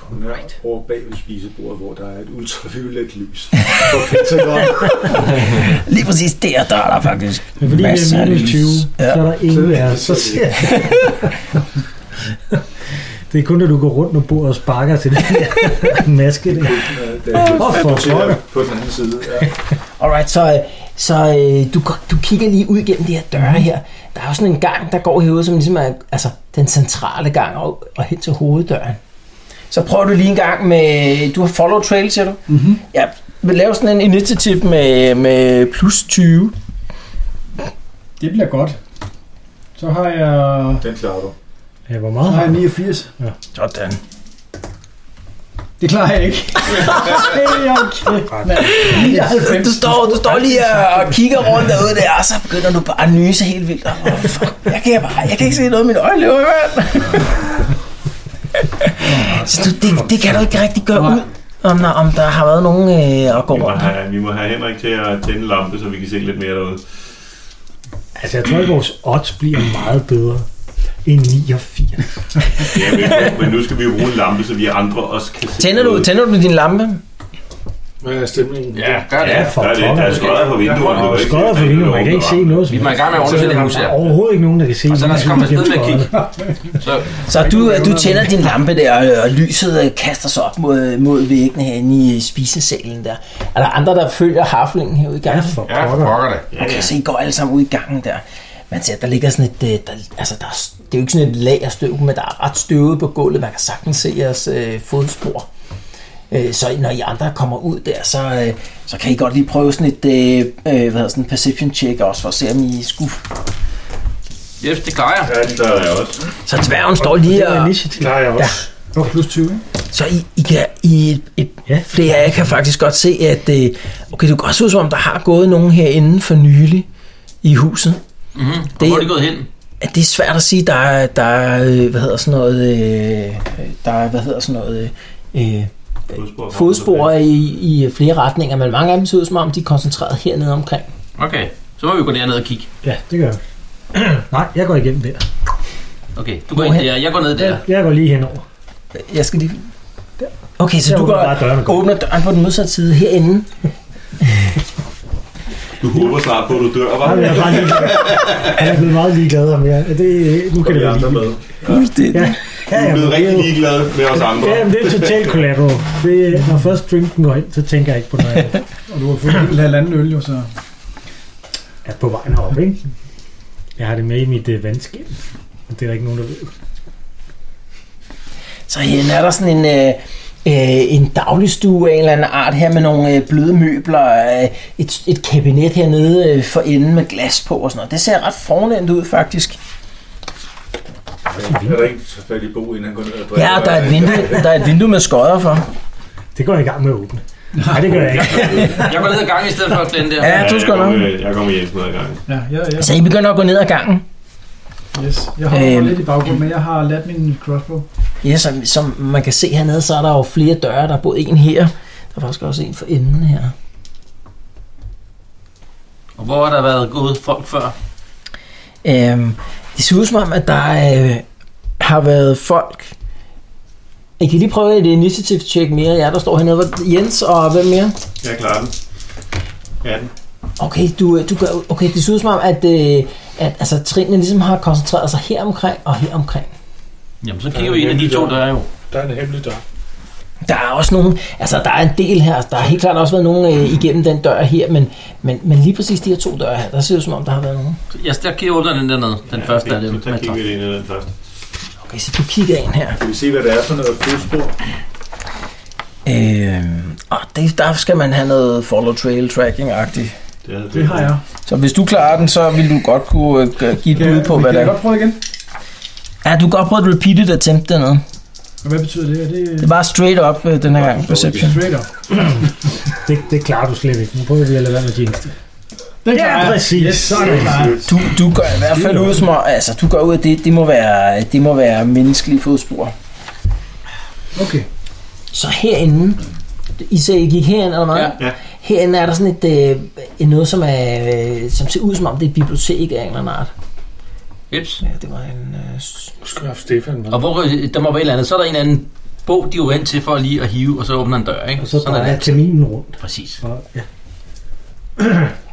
Speaker 3: Hun er over bag ved spisebordet, hvor der er et ultraviolet lys. Okay, så godt.
Speaker 2: Lige præcis der dør der faktisk.
Speaker 6: Men fordi det
Speaker 2: masser
Speaker 6: er
Speaker 2: af
Speaker 6: minus
Speaker 2: lys.
Speaker 6: 20,
Speaker 2: Ja.
Speaker 6: ja. så er der ingen af os. Så ser jeg. Det er kun, når du går rundt og bor og sparker til den der maske der. Åh, for pokker.
Speaker 3: på den anden side. Ja.
Speaker 2: Alright, så, øh, så øh, du, går- du kigger lige ud gennem de her døre her. Der er jo sådan en gang, der går herude, som ligesom er altså, den centrale gang og, og hen til hoveddøren. Så prøver du lige en gang med... Du har follow trail, siger du?
Speaker 5: Mm-hmm.
Speaker 2: Ja, vil lave sådan en initiativ med, med plus 20.
Speaker 5: Det bliver godt. Så har jeg...
Speaker 3: Den klarer du.
Speaker 6: Ja, hvor
Speaker 5: Så
Speaker 6: meget
Speaker 5: har
Speaker 6: har
Speaker 5: jeg
Speaker 6: den?
Speaker 5: 89.
Speaker 2: Sådan.
Speaker 5: Det klarer jeg ikke. det er jeg ikke. mand. 99.
Speaker 2: Du står, du står lige og, og kigger rundt derude der, og så begynder du bare at nyse helt vildt. Oh, fuck, jeg kan, bare, jeg kan ikke se noget, min øjne løber i vand. Så du, det, det kan du ikke rigtig gøre ud, om, der- om der har været nogen øh, at gå
Speaker 4: Vi må,
Speaker 2: rundt.
Speaker 4: have, vi må have Henrik til at tænde en lampe, så vi kan se lidt mere derude.
Speaker 6: Altså, jeg tror ikke, vores odds bliver meget bedre end 89.
Speaker 4: Ja, men, men nu skal vi jo bruge en lampe, så vi andre også kan se
Speaker 2: Tænder du,
Speaker 4: noget.
Speaker 2: tænder du din lampe?
Speaker 8: Hvad er stemningen?
Speaker 7: Ja, gør det.
Speaker 6: Ja, for
Speaker 4: Der er, det, der er
Speaker 6: pokker. altså.
Speaker 4: skodder på vinduerne. du kan ikke
Speaker 6: Skodder
Speaker 4: se,
Speaker 6: for
Speaker 4: hvad
Speaker 6: vinduet,
Speaker 4: der
Speaker 6: man kan ikke se
Speaker 4: åbner.
Speaker 6: noget. som
Speaker 7: Vi må i gang med at
Speaker 6: helst.
Speaker 7: undersøge det hus
Speaker 6: Så
Speaker 7: her.
Speaker 6: Der er overhovedet ikke nogen, der kan se.
Speaker 7: Og så lad os komme
Speaker 6: nogen,
Speaker 7: afsted
Speaker 6: der
Speaker 7: med at
Speaker 6: kan
Speaker 7: kigge.
Speaker 6: skodder.
Speaker 7: Så
Speaker 2: Så du, øh, du tænder din lampe der, og, og lyset øh, kaster sig op mod, mod væggene herinde i øh, spisesalen der. Er der andre, der følger haflingen herude i
Speaker 6: Ja,
Speaker 2: gangen?
Speaker 6: for
Speaker 7: ja,
Speaker 6: pokker.
Speaker 7: pokker det.
Speaker 2: Okay, så I går alle sammen ud i gangen der. Man ser, der ligger sådan et... øh, Der, altså, der er, s- det er jo ikke sådan et lag af støv, men der er ret støvet på gulvet. Man kan sagtens se jeres øh, fodspor. Øh, så når I andre kommer ud der, så, øh, så kan I godt lige prøve sådan et øh, øh, hvad hedder, sådan en perception check også, for at se, om I skulle...
Speaker 7: Yes, det klarer jeg.
Speaker 4: Ja, det gør jeg også.
Speaker 2: Så dværgen står lige
Speaker 6: Det er
Speaker 2: og...
Speaker 6: initiativ.
Speaker 8: Der har jeg også.
Speaker 5: Det var plus 20, ikke?
Speaker 2: Så I, I kan, I, et, et, ja.
Speaker 6: Ja.
Speaker 2: flere af jer kan faktisk godt se, at øh, okay, det kan også se ud som om, der har gået nogen herinde for nylig i huset.
Speaker 7: Mm-hmm.
Speaker 2: Det-
Speaker 7: Hvor er de gået hen?
Speaker 2: at det er svært at sige, der er, der er øh, hvad hedder sådan noget, øh, der er, hvad hedder sådan noget, øh, øh,
Speaker 4: Fodspor.
Speaker 2: fodspor i, i flere retninger, men mange af dem ser ud som om, de er koncentreret hernede omkring.
Speaker 7: Okay, så må vi gå derned og kigge.
Speaker 6: Ja, det gør jeg. Nej, jeg går igennem der.
Speaker 7: Okay, du går ind
Speaker 2: Hvorhen?
Speaker 7: der, jeg går ned der.
Speaker 6: Jeg går lige henover.
Speaker 2: Jeg skal lige... Okay, så
Speaker 6: Jeg
Speaker 2: du
Speaker 6: åbner
Speaker 2: går,
Speaker 6: bare døren og går.
Speaker 2: åbner døren på den modsatte side herinde.
Speaker 4: Du håber snart på, at du dør, var?
Speaker 6: Nej, jeg er bare lige Jeg er blevet meget ligeglad om jer. Det, nu
Speaker 3: Kan
Speaker 6: kan det
Speaker 3: vi
Speaker 6: være
Speaker 3: andre
Speaker 6: lige.
Speaker 3: med?
Speaker 2: Ja. Det,
Speaker 6: Ja.
Speaker 4: Du er blevet rigtig ligeglad med os andre.
Speaker 6: Ja, men det er totalt collateral. Det, er- når først drinken går ind, så tænker jeg ikke på noget andet.
Speaker 5: Og du har fået en halvanden øl, jo, så...
Speaker 6: Altså på vejen herop, ikke? Jeg har det med i mit øh, vandskab. Men det er der ikke nogen, der ved.
Speaker 2: Så her er der sådan en, øh, øh, en dagligstue af en eller anden art her med nogle øh, bløde møbler, øh, et, et kabinet hernede øh, for enden med glas på og sådan noget. Det ser ret fornemt ud faktisk.
Speaker 3: Er der ikke så fat i Bo, inden han går ned og drikker? Øh,
Speaker 2: Ja, der er et vindue, der er et vindue med skodder for.
Speaker 6: Det går jeg i gang med at åbne. Nej, det gør jeg ikke.
Speaker 7: Jeg går ned ad gangen i stedet for at den der.
Speaker 2: Ja, du skal nok.
Speaker 4: Jeg kommer hjem noget gang.
Speaker 5: Ja, ja, ja.
Speaker 2: Så I begynder at gå ned ad gangen.
Speaker 5: Yes. Jeg har
Speaker 2: Altså, Øhm.
Speaker 5: øhm. lidt i baggrunden, men jeg har ladt min crossbow.
Speaker 2: Ja, som, som man kan se hernede, så er der jo flere døre. Der er både en her, der er faktisk også en for enden her.
Speaker 7: Og hvor har der været gået folk før?
Speaker 2: Øhm, det ser ud som om, at der øh, har været folk... Jeg kan lige prøve et initiative check mere. Ja, der står hernede. Hvor- Jens og hvem mere?
Speaker 4: Jeg klarer den. 18.
Speaker 2: Okay, du, øh, du gør, okay, det ser ud som om, at, øh, at altså, trinene ligesom har koncentreret sig her omkring og her omkring.
Speaker 7: Jamen, så kigger vi ind af de to, der er jo.
Speaker 8: Der er en hemmelig dør.
Speaker 2: Der er også nogle, altså der er en del her, der har helt klart også været nogen øh, igennem den dør her, men, men, men lige præcis de her to døre her, der ser det ud som om, der har været nogen.
Speaker 7: Så Jeg jeg kigger under den dernede. Den første
Speaker 4: det,
Speaker 7: af dem.
Speaker 4: Så tager kigger vi lige ned i den første.
Speaker 2: Okay, så du kigger ind her.
Speaker 3: Kan vi se, hvad det er for noget fodspor?
Speaker 2: Øh, og det, der skal man have noget follow trail tracking-agtigt.
Speaker 4: havde
Speaker 5: Det har jeg.
Speaker 2: Så hvis du klarer den, så vil du godt kunne øh, g- give et bud på, hvad det
Speaker 5: kan jeg
Speaker 2: er.
Speaker 5: godt prøve igen?
Speaker 2: Ja, du kan godt prøve at repeated attempt dernede.
Speaker 5: Og hvad betyder det? Er det,
Speaker 2: Det var straight up øh, den her gang, perception.
Speaker 5: straight up?
Speaker 6: Det, det klarer du slet ikke. Nu prøver vi at lade være med jeans.
Speaker 5: Den
Speaker 6: Ja,
Speaker 5: klarer jeg.
Speaker 6: præcis.
Speaker 5: Yes, så er det klar.
Speaker 2: Du, du gør i hvert fald ud som om- altså du gør ud af det, det må være, det må være menneskelige fodspor.
Speaker 5: Okay.
Speaker 2: Så herinde, I ser, I gik herind eller hvad?
Speaker 7: Ja.
Speaker 4: Ja.
Speaker 2: Herinde er der sådan et, øh, noget, som, er, øh, som ser ud som om, det er et bibliotek af en eller anden art.
Speaker 7: Hips.
Speaker 2: Ja, det var en... Øh, s-
Speaker 8: Nu skal jeg have Stefan med.
Speaker 7: Og hvor der må være et eller andet, så er der en eller anden bog, de er jo vant til for lige at hive, og så åbner en dør, ikke?
Speaker 6: Og så
Speaker 7: Sådan
Speaker 6: drejer
Speaker 7: er
Speaker 6: jeg
Speaker 7: det.
Speaker 6: terminen rundt.
Speaker 7: Præcis.
Speaker 6: Og, ja.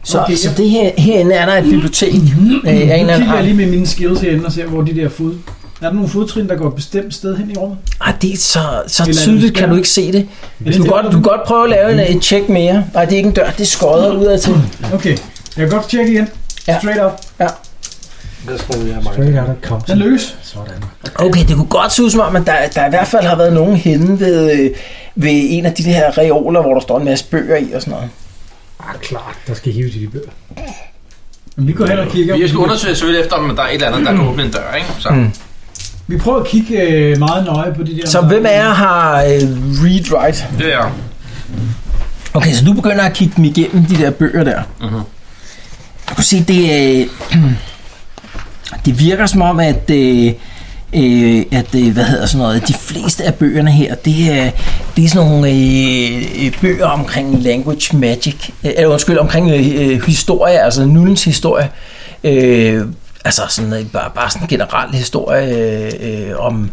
Speaker 2: så,
Speaker 5: Okay,
Speaker 2: okay, så
Speaker 5: ja.
Speaker 2: det her, herinde er der et bibliotek øh, af en
Speaker 5: Nu
Speaker 2: eller anden
Speaker 5: kigger
Speaker 2: art.
Speaker 5: jeg lige med mine skills herinde og ser, hvor de der fod... Er der nogle fodtrin, der går et bestemt sted hen i rummet?
Speaker 2: Ej, det er så, så
Speaker 5: Eller en
Speaker 2: tydeligt kan
Speaker 5: skærm.
Speaker 2: du ikke se det.
Speaker 5: Eller
Speaker 2: Du
Speaker 5: det-
Speaker 2: kan godt, du kan godt prøve at lave en,
Speaker 5: Mhm.
Speaker 2: et check mere. Nej, det er ikke en dør, det er skodder ud af til.
Speaker 5: Okay. Jeg kan godt tjekke igen.
Speaker 2: Ja.
Speaker 5: Straight up.
Speaker 8: Der skal vi have
Speaker 6: Straight
Speaker 8: mig.
Speaker 6: out of comes.
Speaker 5: Den løs.
Speaker 6: Sådan.
Speaker 2: Okay, det kunne godt se ud som om, at der, der i hvert fald har været nogen henne ved, øh, ved en af de her reoler, hvor der står en masse bøger i og sådan noget.
Speaker 6: Ah, klart, der skal hives i de bøger.
Speaker 5: Men vi går hen og kigger.
Speaker 7: Vi skal undersøge selvfølgelig efter, om der er et eller andet, der kan åbne en dør, ikke? Så.
Speaker 2: Mm.
Speaker 5: Vi prøver at kigge øh, meget nøje på de der...
Speaker 2: Så hvem af jer har øh, read-write?
Speaker 7: Det er
Speaker 2: Okay, så du begynder at kigge dem igennem, de der bøger der.
Speaker 7: Mhm.
Speaker 2: Du kan se, det, øh, det virker som om, at, øh, øh, at øh, hvad hedder sådan noget, de fleste af bøgerne her, det er, det er sådan nogle øh, øh, bøger omkring language magic, øh, eller undskyld, omkring øh, øh, historie, altså nullens historie. Øh, altså sådan, øh, bare, bare sådan generel historie øh, øh, om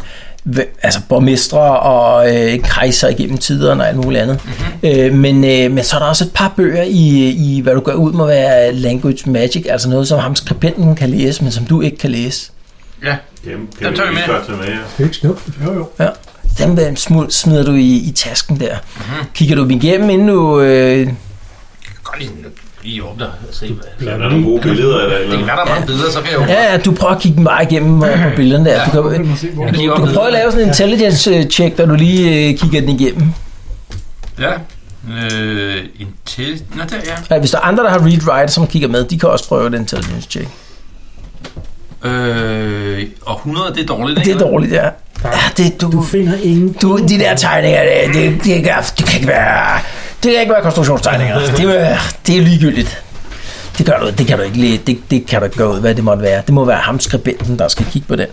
Speaker 2: hva- altså borgmestre og øh, kejser igennem tiderne og alt muligt andet. Øh, men, øh, men så er der også et par bøger i, i, hvad du gør ud med at være language magic, altså noget, som ham skribenten kan læse, men som du ikke kan læse.
Speaker 7: Ja,
Speaker 4: Dem kan
Speaker 7: Dem
Speaker 4: vi
Speaker 7: tager vi
Speaker 4: lige
Speaker 7: med.
Speaker 4: godt tage med. ja.
Speaker 6: Det er ikke snup.
Speaker 5: Jo, jo.
Speaker 2: Dem øh, smul- smider du i, i tasken der. Mm-hmm. Kigger du dem igennem, inden du... Øh,
Speaker 7: jeg kan godt lige, lige åbne og se, hvad...
Speaker 4: Så der er nogle gode billeder af det.
Speaker 7: Det kan være, der er mange billeder, så kan jeg jo...
Speaker 2: ja, ja, du prøver at kigge dem bare igennem øh, på billederne der. Du
Speaker 5: Så
Speaker 2: kan,
Speaker 5: kan man se, hvor
Speaker 7: Jeg kigger
Speaker 2: du
Speaker 7: op
Speaker 2: kan prøve at lave sådan en intelligence-check, da du lige øh, kigger den igennem.
Speaker 7: Ja. Øh, en til... Nå, der, ja.
Speaker 2: Ja, hvis der er andre, der har read-write, som kigger med, de kan også prøve den intelligence-check.
Speaker 7: Øh, og 100, det er dårligt, ikke?
Speaker 2: Det er dårligt, ja. ja det, du,
Speaker 6: Du finder ingen...
Speaker 2: Du, de der tegninger, det, det, det, kan, det kan ikke være... Det kan ikke være konstruktionstegninger. Det, er- øh, det er ligegyldigt. Det, gør du, det kan du ikke lige, det, det kan du ikke gøre ud, hvad det måtte være. Det må være ham skribenten, der skal kigge på den.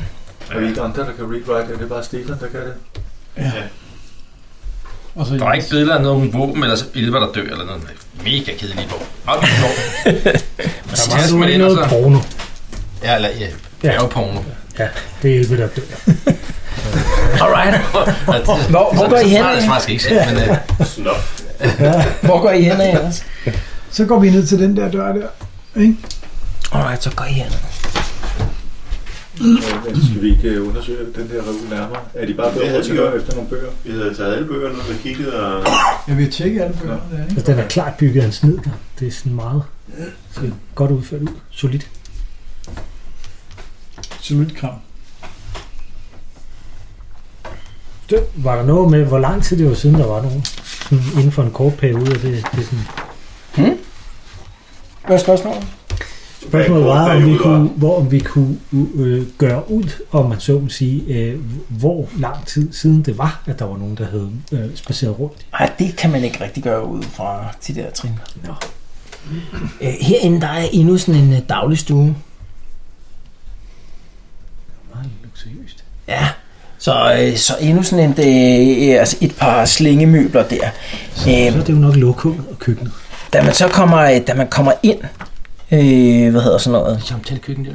Speaker 3: Er vi ikke andre, der kan rewrite? Er det bare Stefan, der kan det?
Speaker 5: Og så
Speaker 7: Der er ikke billeder af nogen våben, eller så elver, der dør, eller noget. Mega kedelig bog. Op, i går.
Speaker 6: Der
Speaker 7: Præcis,
Speaker 6: var du
Speaker 7: men
Speaker 6: ikke
Speaker 7: ellers
Speaker 6: noget
Speaker 7: så-
Speaker 6: porno.
Speaker 7: Ja, eller ja, bjergporno.
Speaker 6: Ja, det er hjælpe, der dør.
Speaker 2: Alright.
Speaker 7: Ja, det-
Speaker 2: Hvor- hvor
Speaker 7: så-
Speaker 2: går I
Speaker 7: så-
Speaker 2: hen?
Speaker 7: Nej, det er faktisk ikke set, men... Øh,
Speaker 4: Snop.
Speaker 2: Hvor går I hen af ellers?
Speaker 5: Så går vi ned til den der dør der.
Speaker 2: Alright, så går I hen.
Speaker 3: Øh, men skal vi ikke øh, undersøge den her revue nærmere? Er de bare blevet
Speaker 4: Det havde de
Speaker 3: overtaget
Speaker 4: gjort.
Speaker 3: efter nogle bøger?
Speaker 4: Vi havde taget alle bøgerne og kigget, og
Speaker 5: Jeg vil tjekke alle bøgerne der, ikke?
Speaker 6: Altså, den er klart bygget af en sned, der. Det er sådan meget ser godt udført ud. Solidt.
Speaker 5: Solid kram.
Speaker 6: Det var der noget med, hvor lang tid det var siden, der var nogen? Sådan inden for en kort periode, og det, det er sådan...
Speaker 2: Hvad er spørgsmålet?
Speaker 6: Spørgsmålet var, om vi
Speaker 4: periode
Speaker 6: kunne, hvor, om vi kunne øh, gøre ud, om man så må sige, øh, hvor lang tid siden det var, at der var nogen, der havde øh, spaceret rundt.
Speaker 2: Nej, det kan man ikke rigtig gøre ud fra de der trin. Nå. Øh, herinde der er endnu sådan en øh, dagligstue.
Speaker 5: Meget luksuriøst.
Speaker 2: Ja. Så, øh, så endnu sådan en, øh, altså et par slingemøbler der. Øhm,
Speaker 6: Så er det jo nok lokummet og køkkenet.
Speaker 2: Da man så kommer, øh, da man kommer ind, øh, hvad hedder sådan noget?
Speaker 1: Samtalekøkken der.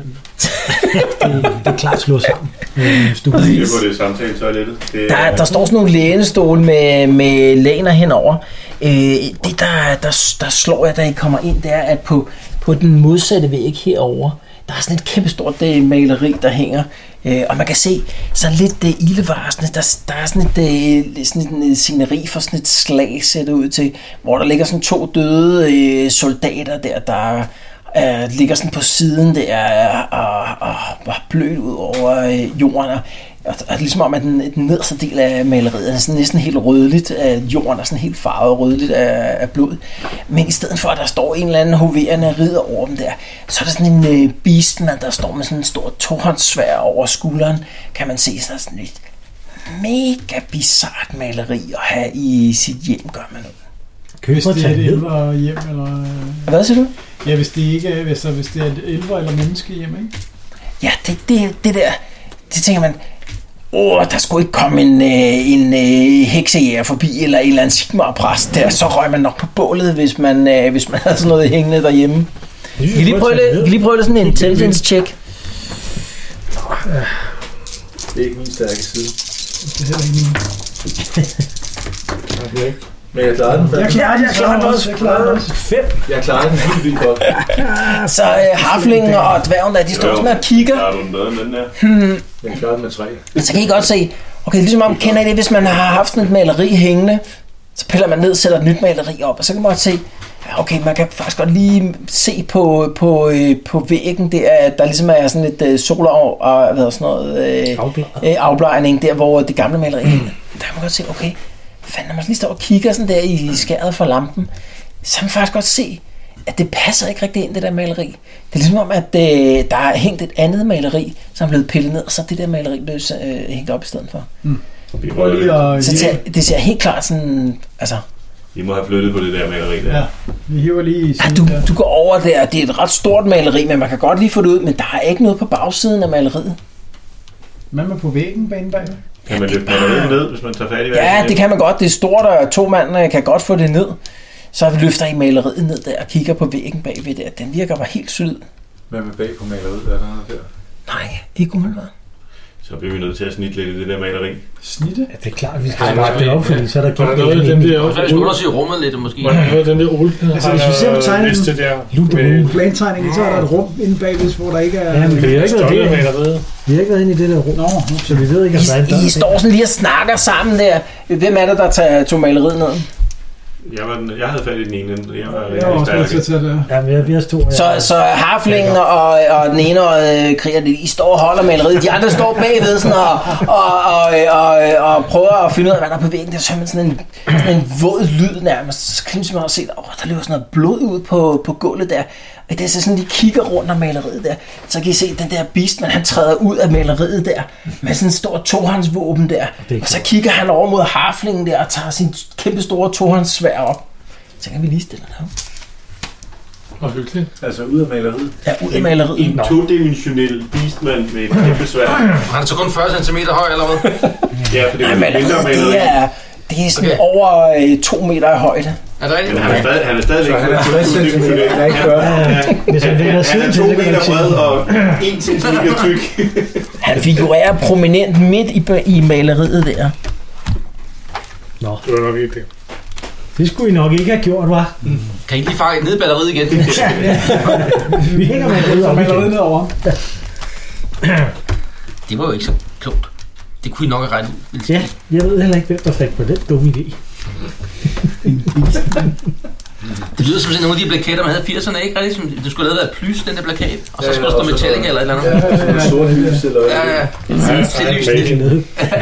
Speaker 6: Det, det er klart slået sammen. Øh, stuen.
Speaker 4: det var det samtale toilettet. Det,
Speaker 2: Der, der står sådan nogle lænestole med, med læner henover. Øh, det, der, der, der slår jeg, da I kommer ind, det er, at på, på den modsatte væg herover, der er sådan et kæmpestort øh, maleri, der hænger. Øh, og man kan se sådan lidt øh, ildevarsende, der, der er sådan et, øh, sådan et øh, sceneri for sådan et slag, ser det ud til, hvor der ligger sådan to døde øh, soldater der, der øh, ligger sådan på siden der øh, og, og, og blødt ud over øh, jorden. Og, og, og ligesom om, at den, den nederste del af maleriet er sådan næsten helt rødligt, af jorden er sådan helt farvet rødligt af, af blod. Men i stedet for, at der står en eller anden hoverende ridder over dem der, så er der sådan en øh, beastman, der står med sådan en stor tohåndssvær over skulderen, kan man se sig sådan lidt mega bizart maleri at have i sit hjem, gør man.
Speaker 5: Hvis
Speaker 6: Køber
Speaker 5: det er
Speaker 6: tager
Speaker 5: et
Speaker 6: ned.
Speaker 5: ældre hjem, eller... øh,
Speaker 2: Hvad siger du?
Speaker 5: Ja, hvis det ikke er, hvis, hvis det er et ældre eller menneske hjem, ikke?
Speaker 2: Ja, det, det, det der, det tænker man, åh, der skulle ikke komme en, øh, en øh, heksejæger forbi, eller en eller anden sigmar-præst der, så røg man nok på bålet, hvis man, øh, hvis man havde sådan noget hængende derhjemme. Kan I lige prøve, lidt, kan I lige prøve lidt sådan en intelligence check?
Speaker 3: Det er ikke min stærke side.
Speaker 5: Det er heller ikke min.
Speaker 3: Okay. Men jeg klarede den fandme.
Speaker 5: Jeg klarer det, jeg klarer det også. Jeg klarer det også. Fem.
Speaker 3: Jeg klarede den helt vildt godt.
Speaker 2: Så øh, harflingen og dværgen der, de står
Speaker 4: Jo.
Speaker 2: sådan og kigger,
Speaker 4: Der er du den bedre end den der.
Speaker 3: Jeg klarede den med tre.
Speaker 2: så kan I godt se, okay, ligesom om, kender I det, hvis man har haft sådan et maleri hængende, så piller man ned, sætter et nyt maleri op, og så kan man godt se, ja, okay, man kan faktisk godt lige se på, på, øh, på væggen der, at der ligesom er sådan et øh, soler og hvad hedder sådan noget, øh,
Speaker 6: Afbladet.
Speaker 2: øh, afblejning, der hvor det gamle maleri mm. Der kan man godt se, okay, fanden, når man lige står og kigger sådan der i skæret for lampen, så kan man faktisk godt se, at det passer ikke rigtig ind, det der maleri. Det er ligesom om, at øh, der er hængt et andet maleri, som er blevet pillet ned, og så er det der maleri blevet øh, hængt op i stedet for.
Speaker 4: Vi,
Speaker 5: Prøv
Speaker 4: røg
Speaker 5: lige
Speaker 4: lidt.
Speaker 5: at...
Speaker 2: Så det ser, det ser helt klart sådan, altså,
Speaker 4: vi må have flyttet på det der maleri der.
Speaker 5: Ja. Vi hiver lige i
Speaker 2: ja,
Speaker 5: siden
Speaker 2: du,
Speaker 5: der.
Speaker 2: du går over der, og det er et ret stort maleri, men man kan godt lige få det ud, men der er ikke noget på bagsiden af maleriet.
Speaker 5: Hvad med på væggen bag bag?
Speaker 4: Kan man løfte maleriet ned, hvis man tager fat i
Speaker 2: Ja, det kan man godt. Det er stort, og to mand øh, kan godt få det ned. Så løfter I maleriet ned der og kigger på væggen bagved der. Den virker bare helt solid.
Speaker 3: Hvad med bag på maleriet? Er der noget der?
Speaker 2: Nej, ikke umiddelbart.
Speaker 4: Så bliver vi nødt til at snitte lidt i det der maleri.
Speaker 5: Snitte?
Speaker 6: Ja, det er klart, vi skal rette det op, fordi så er der
Speaker 8: Var der
Speaker 6: gemt
Speaker 8: noget af
Speaker 6: det
Speaker 8: den
Speaker 6: ind i
Speaker 8: der
Speaker 7: Og så skulle
Speaker 8: Ole?
Speaker 7: der sige rummet lidt, måske.
Speaker 8: Var der noget af den der Ole?
Speaker 5: Altså, hvis vi ser
Speaker 8: øh,
Speaker 5: på tegningen-
Speaker 8: Liste der.
Speaker 6: Ludo.
Speaker 8: med-
Speaker 5: Plantegningen, så er der et rum inde bagved, hvor der ikke er...
Speaker 6: Ja, men vi har ikke været
Speaker 8: Stolte
Speaker 6: derinde.
Speaker 8: maleriet.
Speaker 6: Vi har ikke været inde i det der rum,
Speaker 5: Nå,
Speaker 6: så vi ved ikke, om der er en
Speaker 2: I, I
Speaker 6: dør.
Speaker 2: står sådan lige og snakker sammen der. Hvem er det, der tager, tog maleriet ned?
Speaker 4: Jeg, var den, jeg havde fat i den ene, jeg var
Speaker 5: jeg er
Speaker 4: jeg
Speaker 5: også nødt til at
Speaker 4: stærk.
Speaker 5: tage det. her.
Speaker 6: Ja, men jeg, vi har to her.
Speaker 2: Så, så harflingen og, og den ene og øh, kriger, I står og holder maleriet. De andre står bagved sådan og, og, og, øh, og, og, og prøver at finde ud af, hvad der er på væggen. Der så hører man sådan en, sådan en våd lyd nærmest. Så kan man simpelthen også se, at oh, der løber sådan noget blod ud på, på gulvet der. Og det er så sådan, de kigger rundt om maleriet der. Så kan I se, at den der beastman, han træder ud af maleriet der. Med sådan en stor tohåndsvåben der.
Speaker 6: Det er
Speaker 2: Og så kigger han over mod harflingen der og tager sin kæmpe store tohåndssvær op. Så kan vi lige stille den op.
Speaker 8: Hvor hyggeligt.
Speaker 3: Altså ud af maleriet.
Speaker 2: Ja, ud af maleriet.
Speaker 4: En todimensionel beastman med et kæmpe svær.
Speaker 5: Ah.
Speaker 7: Han er så kun 40 cm høj, eller hvad?
Speaker 4: Ja, for det var
Speaker 2: Ja,
Speaker 4: et mindre
Speaker 5: altså,
Speaker 2: maleriet,
Speaker 4: maleri.
Speaker 2: altså, det er, det er sådan
Speaker 7: Okay.
Speaker 2: okay. over øh, to meter i højde.
Speaker 7: Er det
Speaker 4: Men
Speaker 7: rigtigt?
Speaker 4: han er stadig, han er stadig
Speaker 3: Så han er 60 cm, han er ikke 40.
Speaker 6: Hvis man vender
Speaker 4: Han er
Speaker 6: siden til,
Speaker 4: to
Speaker 6: så kan man
Speaker 4: meter
Speaker 6: ikke se
Speaker 4: bred
Speaker 6: den.
Speaker 4: og en centimeter tyk.
Speaker 2: Han figurerer prominent midt i, i maleriet der.
Speaker 8: Det var nok ikke det.
Speaker 6: Det skulle I nok ikke have gjort, var.
Speaker 7: Kan I ikke lige fange ned i batteriet igen?
Speaker 6: Vi hænger med det
Speaker 5: Så
Speaker 6: om
Speaker 5: man er
Speaker 6: igen.
Speaker 5: ned over.
Speaker 7: det var jo ikke så klogt. Det kunne I nok have regnet ud. ville I
Speaker 6: Ja, jeg ved heller ikke, hvem der fandt på den dumme idé.
Speaker 7: Det lyder som sådan nogle af de plakater, man havde i 80'erne, ikke rigtigt? Som, det skulle have været plys, den der plakat, og så
Speaker 3: Ja,
Speaker 7: skulle
Speaker 3: ja,
Speaker 7: der stå
Speaker 3: og så
Speaker 7: Metallica
Speaker 3: noget-
Speaker 7: eller et eller
Speaker 3: Ja,
Speaker 7: andet.
Speaker 3: sådan en sort lys eller
Speaker 7: Ja, ja, ja. Det er lysende.
Speaker 6: Det er nede.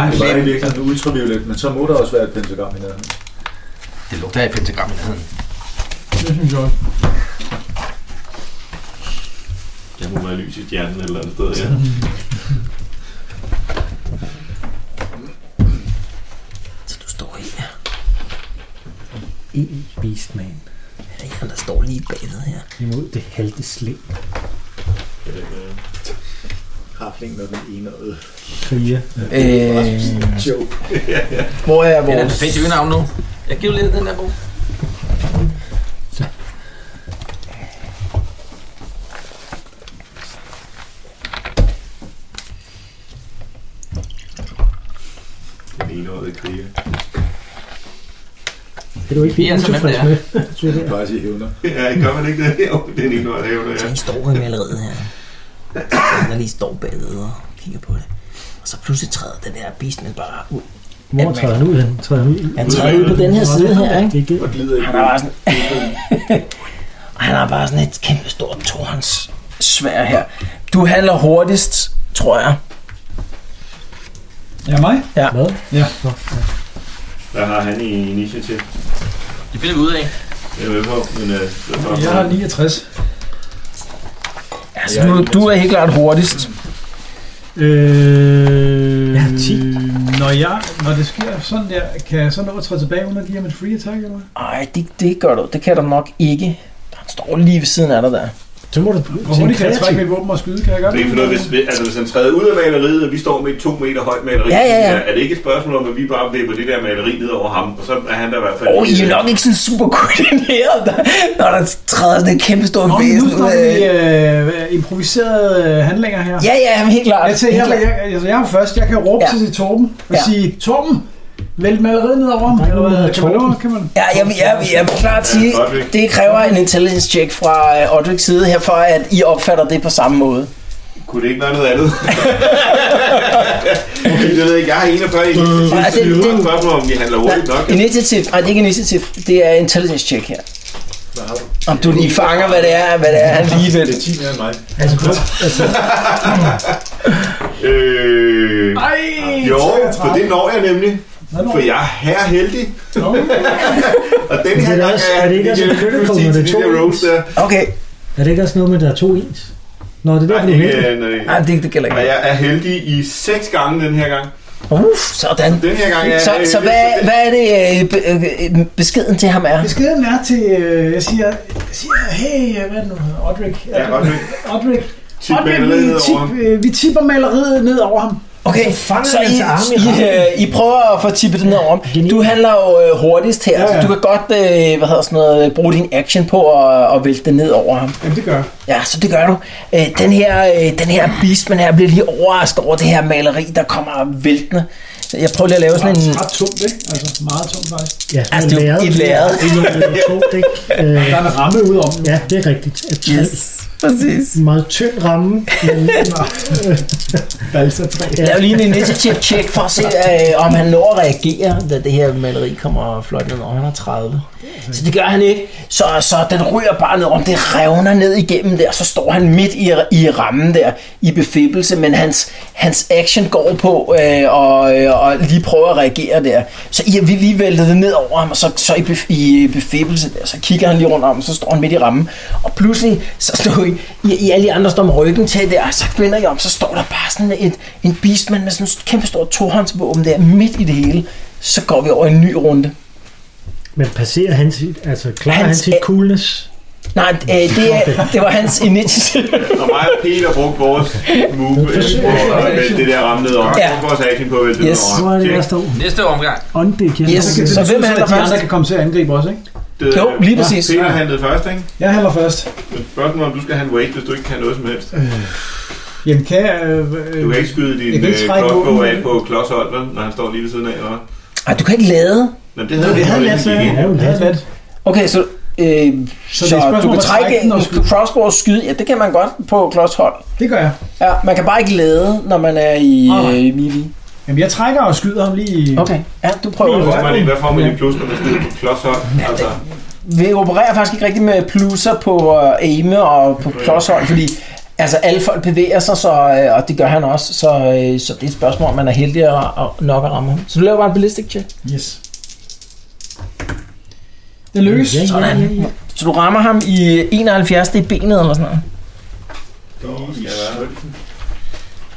Speaker 3: Det var i virkeligheden ultraviolet, men så må der også være et pentagram i nærheden.
Speaker 7: Det lugter af et pentagram i nærheden.
Speaker 8: Det synes jeg også.
Speaker 4: Jeg må være lys i stjernen et eller andet sted, ja.
Speaker 2: Så du står her.
Speaker 6: E. Beastman.
Speaker 2: Ja, ja, der står lige bagved her.
Speaker 6: Imod det halte slæb.
Speaker 3: Krafling med den ene øde.
Speaker 6: Kriger.
Speaker 2: Øh,
Speaker 3: Joe.
Speaker 2: hvor er
Speaker 7: Det er
Speaker 2: vores...
Speaker 7: den perfekte øgenavn nu. Jeg giver lidt den der bog.
Speaker 4: Den ene øjede kriger.
Speaker 6: Det er du ikke
Speaker 7: Vi er
Speaker 6: helt
Speaker 7: altså med på det
Speaker 6: utilfreds
Speaker 7: her.
Speaker 6: med.
Speaker 3: Jeg kan bare sige hævner.
Speaker 4: Ja, gør man ikke det? Jo, den ene øjede hævner, ja.
Speaker 9: Den står jo allerede her. Den der lige står bagved og kigger på det. Og så pludselig træder den der beastman bare ud.
Speaker 6: Mor træder
Speaker 5: altså-
Speaker 6: han ud, han træder han ud.
Speaker 9: Han træder ud på den her side her, ikke?
Speaker 6: Det er givet.
Speaker 3: Og glider ikke.
Speaker 2: Han er bare sådan,
Speaker 9: Og han har bare sådan et kæmpe stort torhånds.
Speaker 2: svær her. Du handler hurtigst, tror jeg.
Speaker 5: Ja, mig?
Speaker 6: Hvad?
Speaker 4: Hvad har han i initiativ?
Speaker 7: Det finder vi ud af.
Speaker 4: Jeg er med på, men øh, det er bare...
Speaker 5: Jeg har 69.
Speaker 2: Altså, du, du er helt klart hurtigst.
Speaker 5: Øh,
Speaker 6: Jeg har 10.
Speaker 5: Når, jeg, når det sker sådan der, kan jeg så nå at træde tilbage uden at give ham et free attack, eller hvad?
Speaker 2: Ej, det, det gør du. Det kan du nok ikke. Han står lige ved siden af dig der.
Speaker 6: Så må du
Speaker 5: Hvor
Speaker 6: tænke
Speaker 5: Øh, hurtigt kan jeg
Speaker 6: kreativt.
Speaker 5: trække mit våben og skyde? Kan jeg gøre
Speaker 4: Det er ikke for noget, hvis, altså, hvis han træder ud af maleriet, og vi står med et to meter højt maleri,
Speaker 2: Ja, ja, ja.
Speaker 4: er det ikke et spørgsmål om, at vi bare vipper det der maleri ned over ham, og så er han der i hvert fald...
Speaker 2: Åh, oh, I er nok ikke sådan super koordineret, der, når der træder sådan en kæmpe stor
Speaker 5: Nå, men
Speaker 2: væsen
Speaker 5: nu
Speaker 2: ud
Speaker 5: står vi
Speaker 2: af...
Speaker 5: øh, improviserede øh, handlinger her.
Speaker 2: Ja, ja, men helt klart.
Speaker 5: Jeg, tænker,
Speaker 2: Helt
Speaker 5: jeg,
Speaker 2: klart.
Speaker 5: jeg, altså, jeg er først. Jeg kan råbe
Speaker 2: Ja.
Speaker 5: ja. til Torben og
Speaker 2: Ja.
Speaker 5: ja. sige, Torben, vælt maleriet ned over ham.
Speaker 6: Der er ikke
Speaker 5: Eller
Speaker 6: nogen, der
Speaker 5: hvad?
Speaker 6: hedder
Speaker 5: Kan man nå?
Speaker 6: Torben.
Speaker 5: Kan man?
Speaker 2: Ja, jeg, vil- jeg, vil- jeg vil klart
Speaker 4: Ja,
Speaker 2: sige,
Speaker 4: øjeblik.
Speaker 2: det kræver en intelligence check fra øh, Odriks side her, for at I opfatter det på samme måde.
Speaker 4: Kunne det ikke være noget andet? okay, det ved jeg ikke. Jeg har 41 i initiativ.
Speaker 2: Ja,
Speaker 4: Det
Speaker 2: det-
Speaker 4: er et
Speaker 2: det-
Speaker 4: spørgsmål, om vi handler hurtigt nok.
Speaker 2: Initiativ, nej, det er ikke initiativ, det er intelligence check her.
Speaker 3: Hvad har du?
Speaker 2: Om du lige fanger, hvad det er, hvad det er, han lige
Speaker 3: Det
Speaker 2: vil.
Speaker 3: er 10 mere end mig.
Speaker 6: Altså, prøv- altså,
Speaker 4: Øh...
Speaker 5: Ej,
Speaker 4: Jo, for det når jeg nemlig. For jeg er her heldig. og den
Speaker 6: Men det
Speaker 4: her
Speaker 6: er
Speaker 4: gang
Speaker 6: også-
Speaker 4: er
Speaker 6: er det ikke
Speaker 4: jeg
Speaker 6: også en critical,
Speaker 4: pludselig
Speaker 6: når det
Speaker 4: til
Speaker 6: er
Speaker 4: de
Speaker 6: to
Speaker 4: der roads
Speaker 6: ens?
Speaker 4: der.
Speaker 2: Okay,
Speaker 6: er det ikke også noget med, at der er to ens? Nå, det er
Speaker 4: Nej,
Speaker 6: derfor, du er
Speaker 4: ikke,
Speaker 6: heldig.
Speaker 4: øh, nej.
Speaker 2: nej, det, det gælder
Speaker 4: Og
Speaker 2: ikke.
Speaker 4: jeg er heldig i seks gange den her gang.
Speaker 2: Uff, sådan.
Speaker 4: Den her gang er jeg
Speaker 2: Så,
Speaker 5: øh,
Speaker 4: heldig.
Speaker 2: så hvad, hvad er det, øh, be- øh, øh, beskeden til ham er?
Speaker 5: Beskeden er til, øh, jeg siger, jeg siger hey, øh, hvad er det nu hedder, Odrik.
Speaker 4: Ja, godt nok.
Speaker 5: Odrik,
Speaker 4: Tip
Speaker 5: Odrik vi,
Speaker 4: maleriet
Speaker 5: tip,
Speaker 4: over.
Speaker 5: øh, vi tipper maleriet ned over ham.
Speaker 2: Okay,
Speaker 6: Så fanger
Speaker 2: så
Speaker 6: han
Speaker 2: I,
Speaker 6: til armen i
Speaker 2: I, øh, I prøver at få tippet den her om. Du handler jo øh, hurtigst her,
Speaker 5: Ja,
Speaker 2: ja,
Speaker 5: ja.
Speaker 2: ja. så du kan godt øh, hvad hedder sådan noget, bruge din action på at, at vælte den ned over ham.
Speaker 5: Jamen, det gør jeg.
Speaker 2: Ja, så det gør du. Øh, den, her, øh, den her beastman her bliver lige overrasket over det her maleri, der kommer væltende. Jeg prøver lige at lave sådan en...
Speaker 5: Ret tungt, ikke? Altså, meget tungt faktisk.
Speaker 6: Ja,
Speaker 2: Altså, det er jo et lærred.
Speaker 6: Det er noget, der er to dæk. Øh,
Speaker 5: Der er en ramme ud om den.
Speaker 6: Ja, det er rigtigt. Et træ.
Speaker 2: præcis.
Speaker 6: En meget tynd ramme. Men,
Speaker 5: Balsatræ.
Speaker 2: Jeg laver lige en initiative check for at se, øh, om han når at reagere, da det her maleri kommer flot ned, og han er 30. Så det gør han ikke. Så, så den ryger bare ned, om det revner ned igennem der, så står han midt i, i rammen der, i befippelse, men hans, hans action går på øh, og, øh, og lige prøver at reagere der. Så I vi lige væltet det ned over ham, og så, så i, bef, i befippelse der, så kigger han lige rundt om, så står han midt i rammen, og pludselig, så står I, I, I alle de andre står med ryggen til der, og så vender jeg om, så står der bare sådan et, en beastman med sådan en kæmpe stor tohåndsvåben der, midt i det hele. Så går vi over i en ny runde.
Speaker 6: men passerer han sit, altså klarer han
Speaker 2: Hans-
Speaker 6: sit coolness?
Speaker 2: Nej, øh, det, er, det var hans initiativ.
Speaker 4: Og mig og Peter brugte vores move øh, på at vælge det der ramme ned over.
Speaker 2: Ja.
Speaker 4: Ja. Vores action på at vælge det
Speaker 2: Yes.
Speaker 4: ned
Speaker 6: Hvor
Speaker 4: over.
Speaker 6: er det,
Speaker 4: Tjek.
Speaker 6: der står?
Speaker 7: Næste omgang.
Speaker 6: Åndedæk. jeg
Speaker 2: Yes.
Speaker 6: står-
Speaker 2: Så hvem
Speaker 5: betyder,
Speaker 2: handler
Speaker 5: at de
Speaker 2: først?
Speaker 5: andre kan komme til at angribe os, ikke?
Speaker 4: Det-
Speaker 2: Jo, lige præcis.
Speaker 4: Peter handlede først, ikke?
Speaker 5: Jeg handler først.
Speaker 4: Men spørgsmålet er, om du skal have en weight, hvis du ikke kan noget som helst.
Speaker 5: Jamen, kan jeg... Øh, øh,
Speaker 4: Du kan ikke skyde din
Speaker 5: jeg
Speaker 4: øh,
Speaker 5: kan ikke trække
Speaker 4: crossbow
Speaker 5: våben.
Speaker 4: af på klodshold, vel, når han står lige ved siden af, eller hvad?
Speaker 2: Ej, du kan ikke lade.
Speaker 4: Nå, men det havde vi
Speaker 5: Jeg havde
Speaker 4: jo
Speaker 5: let,
Speaker 4: ikke.
Speaker 5: sagde jeg.
Speaker 6: Det er jo
Speaker 5: Jeg havde
Speaker 6: let.
Speaker 5: let.
Speaker 2: Okay, så Øh,
Speaker 5: Så
Speaker 2: så,
Speaker 5: det er et
Speaker 2: så
Speaker 5: spørgsmål
Speaker 2: du
Speaker 5: om
Speaker 2: kan
Speaker 5: at
Speaker 2: trække
Speaker 5: trække
Speaker 2: en
Speaker 5: den og skyde.
Speaker 2: crossbow og skyde. Ja, det kan man godt på klodshold.
Speaker 5: Det gør jeg.
Speaker 2: Ja, man kan bare ikke lade, når man er i
Speaker 5: Nej.
Speaker 2: øh, melee.
Speaker 5: Jamen, jeg trækker og skyder ham lige i...
Speaker 2: Okay. Ja, du
Speaker 4: Hvad
Speaker 2: prøver.
Speaker 4: får man i- Hvad får man i plus, når man skyder på klodshold? Altså,
Speaker 2: Vi opererer faktisk ikke rigtig med plusser på øh, aime og på klodshold, fordi altså, alle folk bevæger sig, så, øh, og det gør han også. Så, øh, så det er et spørgsmål, om man er heldig og, og nok at ramme ham. Så du laver bare en ballistic check.
Speaker 5: Yes. Det lykkes.
Speaker 6: Ja, ja, ja, ja.
Speaker 2: Så du rammer ham i 71, det er benet eller sådan noget.
Speaker 4: i svølten.